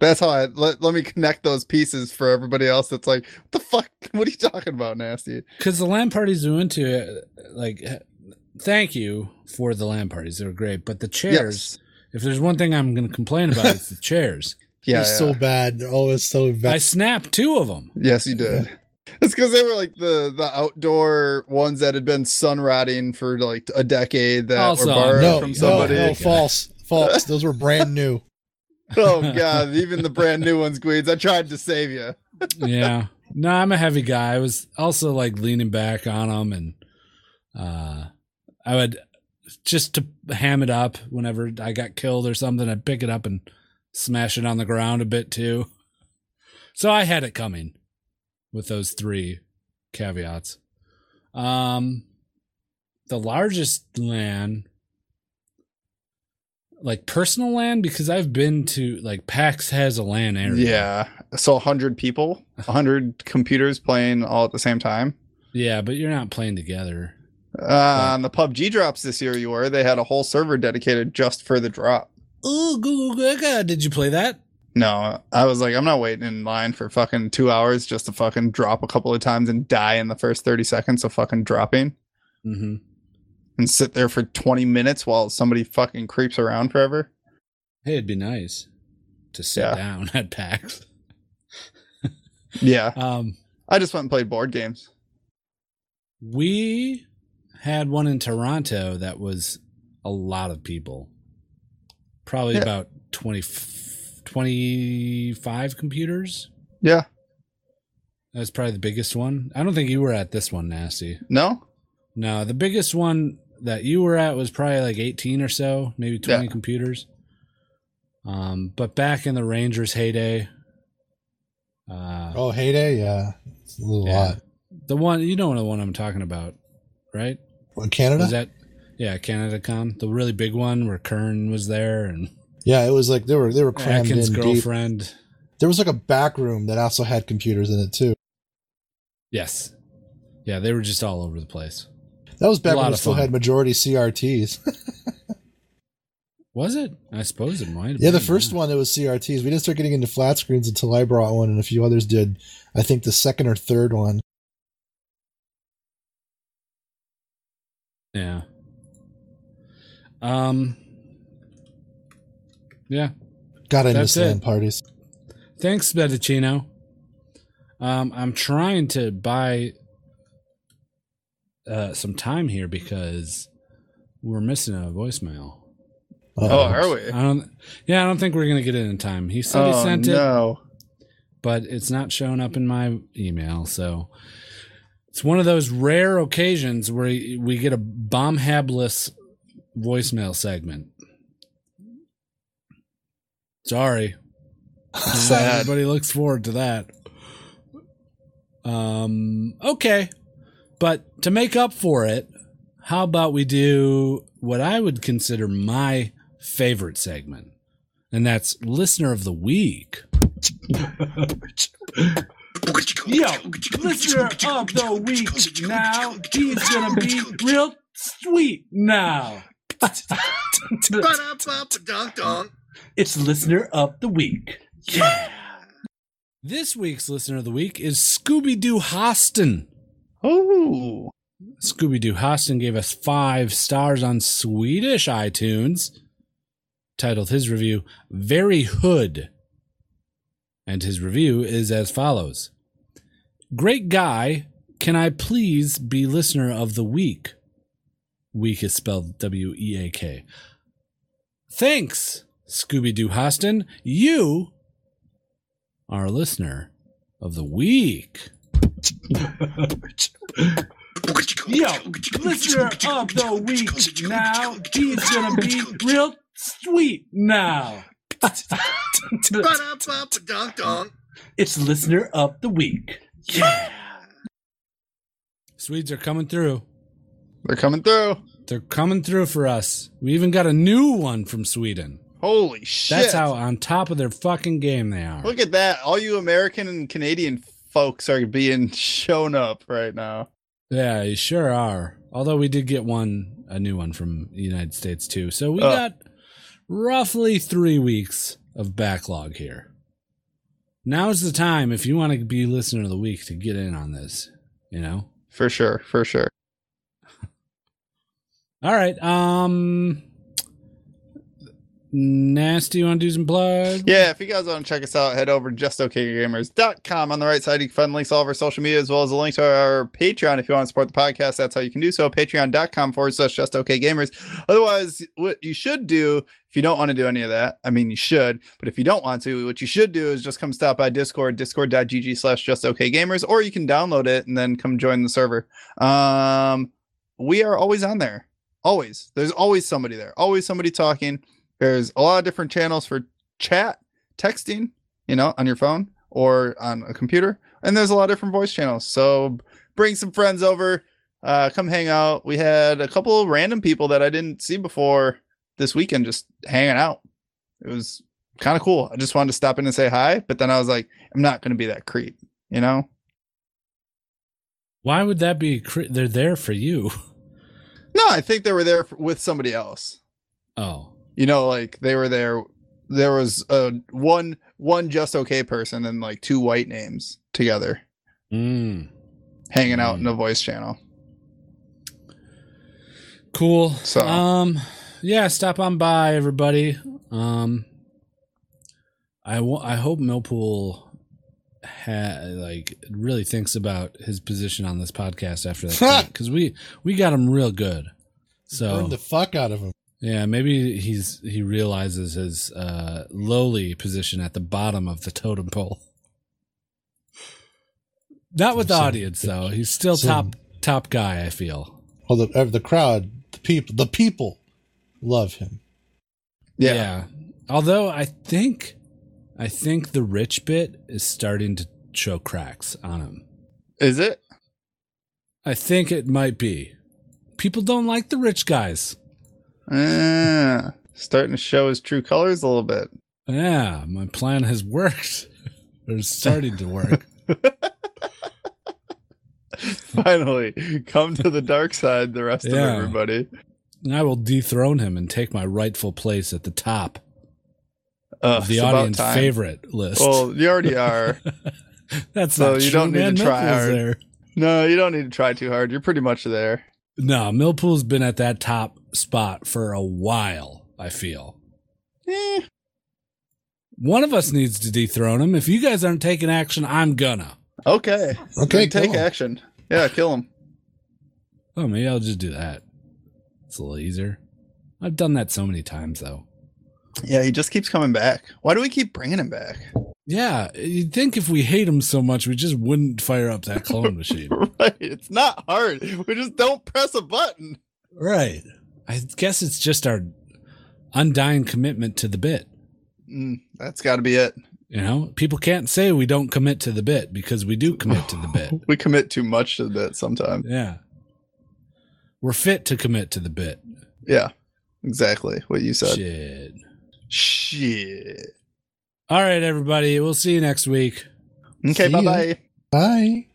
Speaker 2: That's how I let, let me connect those pieces for everybody else that's like, what the fuck? What are you talking about, nasty?
Speaker 1: Because the land parties we went to, uh, like, h- thank you for the land parties. They were great. But the chairs, if there's one thing I'm going to complain about, it's the chairs.
Speaker 3: They're so bad. They're always so bad.
Speaker 1: I snapped two of them.
Speaker 2: Yes, you did. It's because they were like the the outdoor ones that had been sun rotting for like a decade that
Speaker 3: Also,
Speaker 2: were borrowed
Speaker 3: no,
Speaker 2: from
Speaker 3: no,
Speaker 2: somebody.
Speaker 3: no, false, false. Those were brand new.
Speaker 2: oh god, even the brand new ones, Gweeds. I tried to save you.
Speaker 1: yeah. No, I'm a heavy guy. I was also like leaning back on them, and uh, I would just to ham it up whenever I got killed or something. I'd pick it up and smash it on the ground a bit too. So I had it coming with those three caveats. Um, the largest land, like personal land, because I've been to like PAX has a LAN area.
Speaker 2: Yeah. So hundred people, hundred computers playing all at the same time.
Speaker 1: Yeah, but you're not playing together.
Speaker 2: Uh, on the PUBG drops this year, you were. They had a whole server dedicated just for the drop.
Speaker 1: Ooh, Google Gaga. Did you play that?
Speaker 2: No, I was like, I'm not waiting in line for fucking two hours just to fucking drop a couple of times and die in the first 30 seconds of fucking dropping
Speaker 1: Mm-hmm.
Speaker 2: and sit there for 20 minutes while somebody fucking creeps around forever.
Speaker 1: Hey, it'd be nice to sit down at PAX.
Speaker 2: Yeah.
Speaker 1: Um,
Speaker 2: I just went and played board games.
Speaker 1: We had one in Toronto that was a lot of people. Probably
Speaker 2: Yeah.
Speaker 1: about 20, 25 computers.
Speaker 2: Yeah.
Speaker 1: That was probably the biggest one. I don't think you were at this one, Nasty.
Speaker 2: No?
Speaker 1: No, the biggest one that you were at was probably like 18 or so, maybe 20 computers. Um, but back in the Rangers heyday, uh,
Speaker 3: Oh, heyday, yeah, it's a little lot.
Speaker 1: the one you know the one I'm talking about, right?
Speaker 3: What, Canada?
Speaker 1: Was that yeah, CanadaCon, the really big one where Kern was there and
Speaker 3: Yeah, it was like they were they were crammed
Speaker 1: Atkins'
Speaker 3: in deep.
Speaker 1: girlfriend.
Speaker 3: There was like a back room that also had computers in it too.
Speaker 1: Yes, yeah, they were just all over the place.
Speaker 3: That was
Speaker 1: A
Speaker 3: back
Speaker 1: lot
Speaker 3: when we
Speaker 1: of
Speaker 3: still
Speaker 1: fun.
Speaker 3: had majority CRTs.
Speaker 1: Was it? I suppose it might. have
Speaker 3: yeah, the
Speaker 1: been,
Speaker 3: first one it was CRTs. We didn't start getting into flat screens until I brought one, and a few others did. I think the second or third one.
Speaker 1: Yeah. Um. Yeah.
Speaker 3: God, I
Speaker 1: That's
Speaker 3: miss LAN
Speaker 1: it.
Speaker 3: parties.
Speaker 1: Thanks, Betticino. Um, I'm trying to buy uh, some time here because we're missing a voicemail.
Speaker 3: Oh,
Speaker 2: are we?
Speaker 1: I don't, yeah, I don't think we're gonna get it in time. He said he
Speaker 2: Oh,
Speaker 1: sent
Speaker 2: no.
Speaker 1: it, but it's not showing up in my email. So it's one of those rare occasions where we get a bomb habless voicemail segment. Sorry.
Speaker 2: Sad.
Speaker 1: Everybody looks forward to that. Um, okay. But to make up for it, how about we do what I would consider my favorite segment? And that's listener of the week.
Speaker 4: Yo, listener of the week now. He's gonna be real sweet now.
Speaker 1: It's listener of the week. Yeah. This week's listener of the week is Scooby Doo Hostin.
Speaker 2: Oh.
Speaker 1: Scooby Doo Hostin gave us five stars on Swedish iTunes, titled his review, Very Hood. And his review is as follows Great guy, can I please be listener of the week? Week is spelled W E A K. Thanks, Scooby Doo Hostin. You are a listener of the week.
Speaker 4: Yo, listener of the week now. He's gonna be real sweet now.
Speaker 1: It's listener of the week. Yeah. Swedes are coming through.
Speaker 2: They're coming through.
Speaker 1: They're coming through for us. We even got a new one from Sweden.
Speaker 2: Holy shit.
Speaker 1: That's how on top of their fucking game they are.
Speaker 2: Look at that. All you American and Canadian folks are being shown up right now.
Speaker 1: Yeah, you sure are. Although we did get one, a new one from the United States too. So we
Speaker 2: Oh.
Speaker 1: got roughly three weeks of backlog here. Now's the time if you want to be listener of the week to get in on this. You know.
Speaker 2: For sure. For sure.
Speaker 1: All right. Um. Nasty, you want to do some plugs?
Speaker 2: Yeah, if you guys want to check us out, head over to justokgamers.com. On the right side, you can find links to all of our social media as well as a link to our Patreon. If you want to support the podcast, that's how you can do so. Patreon.com forward slash justokgamers. Otherwise, what you should do, if you don't want to do any of that, I mean, you should, but if you don't want to, what you should do is just come stop by Discord, discord.gg slash justokgamers, or you can download it and then come join the server. Um, we are always on there. Always. There's always somebody there, always somebody talking. There's a lot of different channels for chat, texting, you know, on your phone or on a computer. And there's a lot of different voice channels. So bring some friends over, uh, come hang out. We had a couple of random people that I didn't see before this weekend just hanging out. It was kind of cool. I just wanted to stop in and say hi, but then I was like, I'm not going to be that creep, you know?
Speaker 1: Why would that be? Cr- they're there for you.
Speaker 2: No, I think they were there f with somebody else.
Speaker 1: Oh,
Speaker 2: You know, like they were there there was uh one one just okay person and like two white names together
Speaker 1: Hmm.
Speaker 2: hanging out in
Speaker 1: Mm.
Speaker 2: the voice channel.
Speaker 1: Cool.
Speaker 2: So
Speaker 1: Um, yeah, stop on by, everybody. Um, I wa- I hope Millpool ha- like really thinks about his position on this podcast after that because we we got him real good. So
Speaker 3: Burned the fuck out of him.
Speaker 1: yeah, maybe he's he realizes his uh, lowly position at the bottom of the totem pole. Not with the
Speaker 3: Some-
Speaker 1: audience though. He's still
Speaker 3: some-
Speaker 1: top top guy. I feel.
Speaker 3: Well, the, uh, the crowd, the people, the people love him.
Speaker 1: Yeah. Although I think, I think the rich bit is starting to show cracks on him.
Speaker 2: Is it?
Speaker 1: I think it might be. People don't like the rich guys.
Speaker 2: Ah, starting to show his true colors a little bit.
Speaker 1: Yeah, my plan has worked. or is starting to work.
Speaker 2: Finally, come to the dark side. The rest
Speaker 1: Yeah.
Speaker 2: of everybody.
Speaker 1: And I will dethrone him and take my rightful place at the top
Speaker 2: Uh,
Speaker 1: of the
Speaker 2: it's about
Speaker 1: audience
Speaker 2: time.
Speaker 1: favorite list.
Speaker 2: Well, you already are.
Speaker 1: That's
Speaker 2: so
Speaker 1: not
Speaker 2: you
Speaker 1: true,
Speaker 2: don't need
Speaker 1: man.
Speaker 2: to try
Speaker 1: Millpool's
Speaker 2: hard.
Speaker 1: there.
Speaker 2: No, you don't need to try too hard. You're pretty much there.
Speaker 1: no, Millpool's been at that top spot for a while, I feel.
Speaker 2: Eh,
Speaker 1: One of us needs to dethrone him. If you guys aren't taking action, I'm gonna.
Speaker 2: Okay.
Speaker 3: Okay,
Speaker 2: Then take
Speaker 3: cool.
Speaker 2: action. Yeah, kill him.
Speaker 1: Oh, maybe I'll just do that. It's a little easier. I've done that so many times, though.
Speaker 2: Yeah, he just keeps coming back. Why do we keep bringing him back?
Speaker 1: Yeah, you'd think if we hate him so much, we just wouldn't fire up that clone machine.
Speaker 2: Right. It's not hard. We just don't press a button.
Speaker 1: Right. I guess it's just our undying commitment to the bit.
Speaker 2: Mm, that's got to be it.
Speaker 1: You know, people can't say we don't commit to the bit because we do commit to the bit.
Speaker 2: We commit too much to that sometimes.
Speaker 1: Yeah. We're fit to commit to the bit.
Speaker 2: Yeah. Exactly what you said.
Speaker 1: Shit.
Speaker 2: Shit.
Speaker 1: All right, everybody. We'll see you next week.
Speaker 2: Okay,
Speaker 1: See
Speaker 2: bye
Speaker 1: ya.
Speaker 2: bye.
Speaker 3: Bye.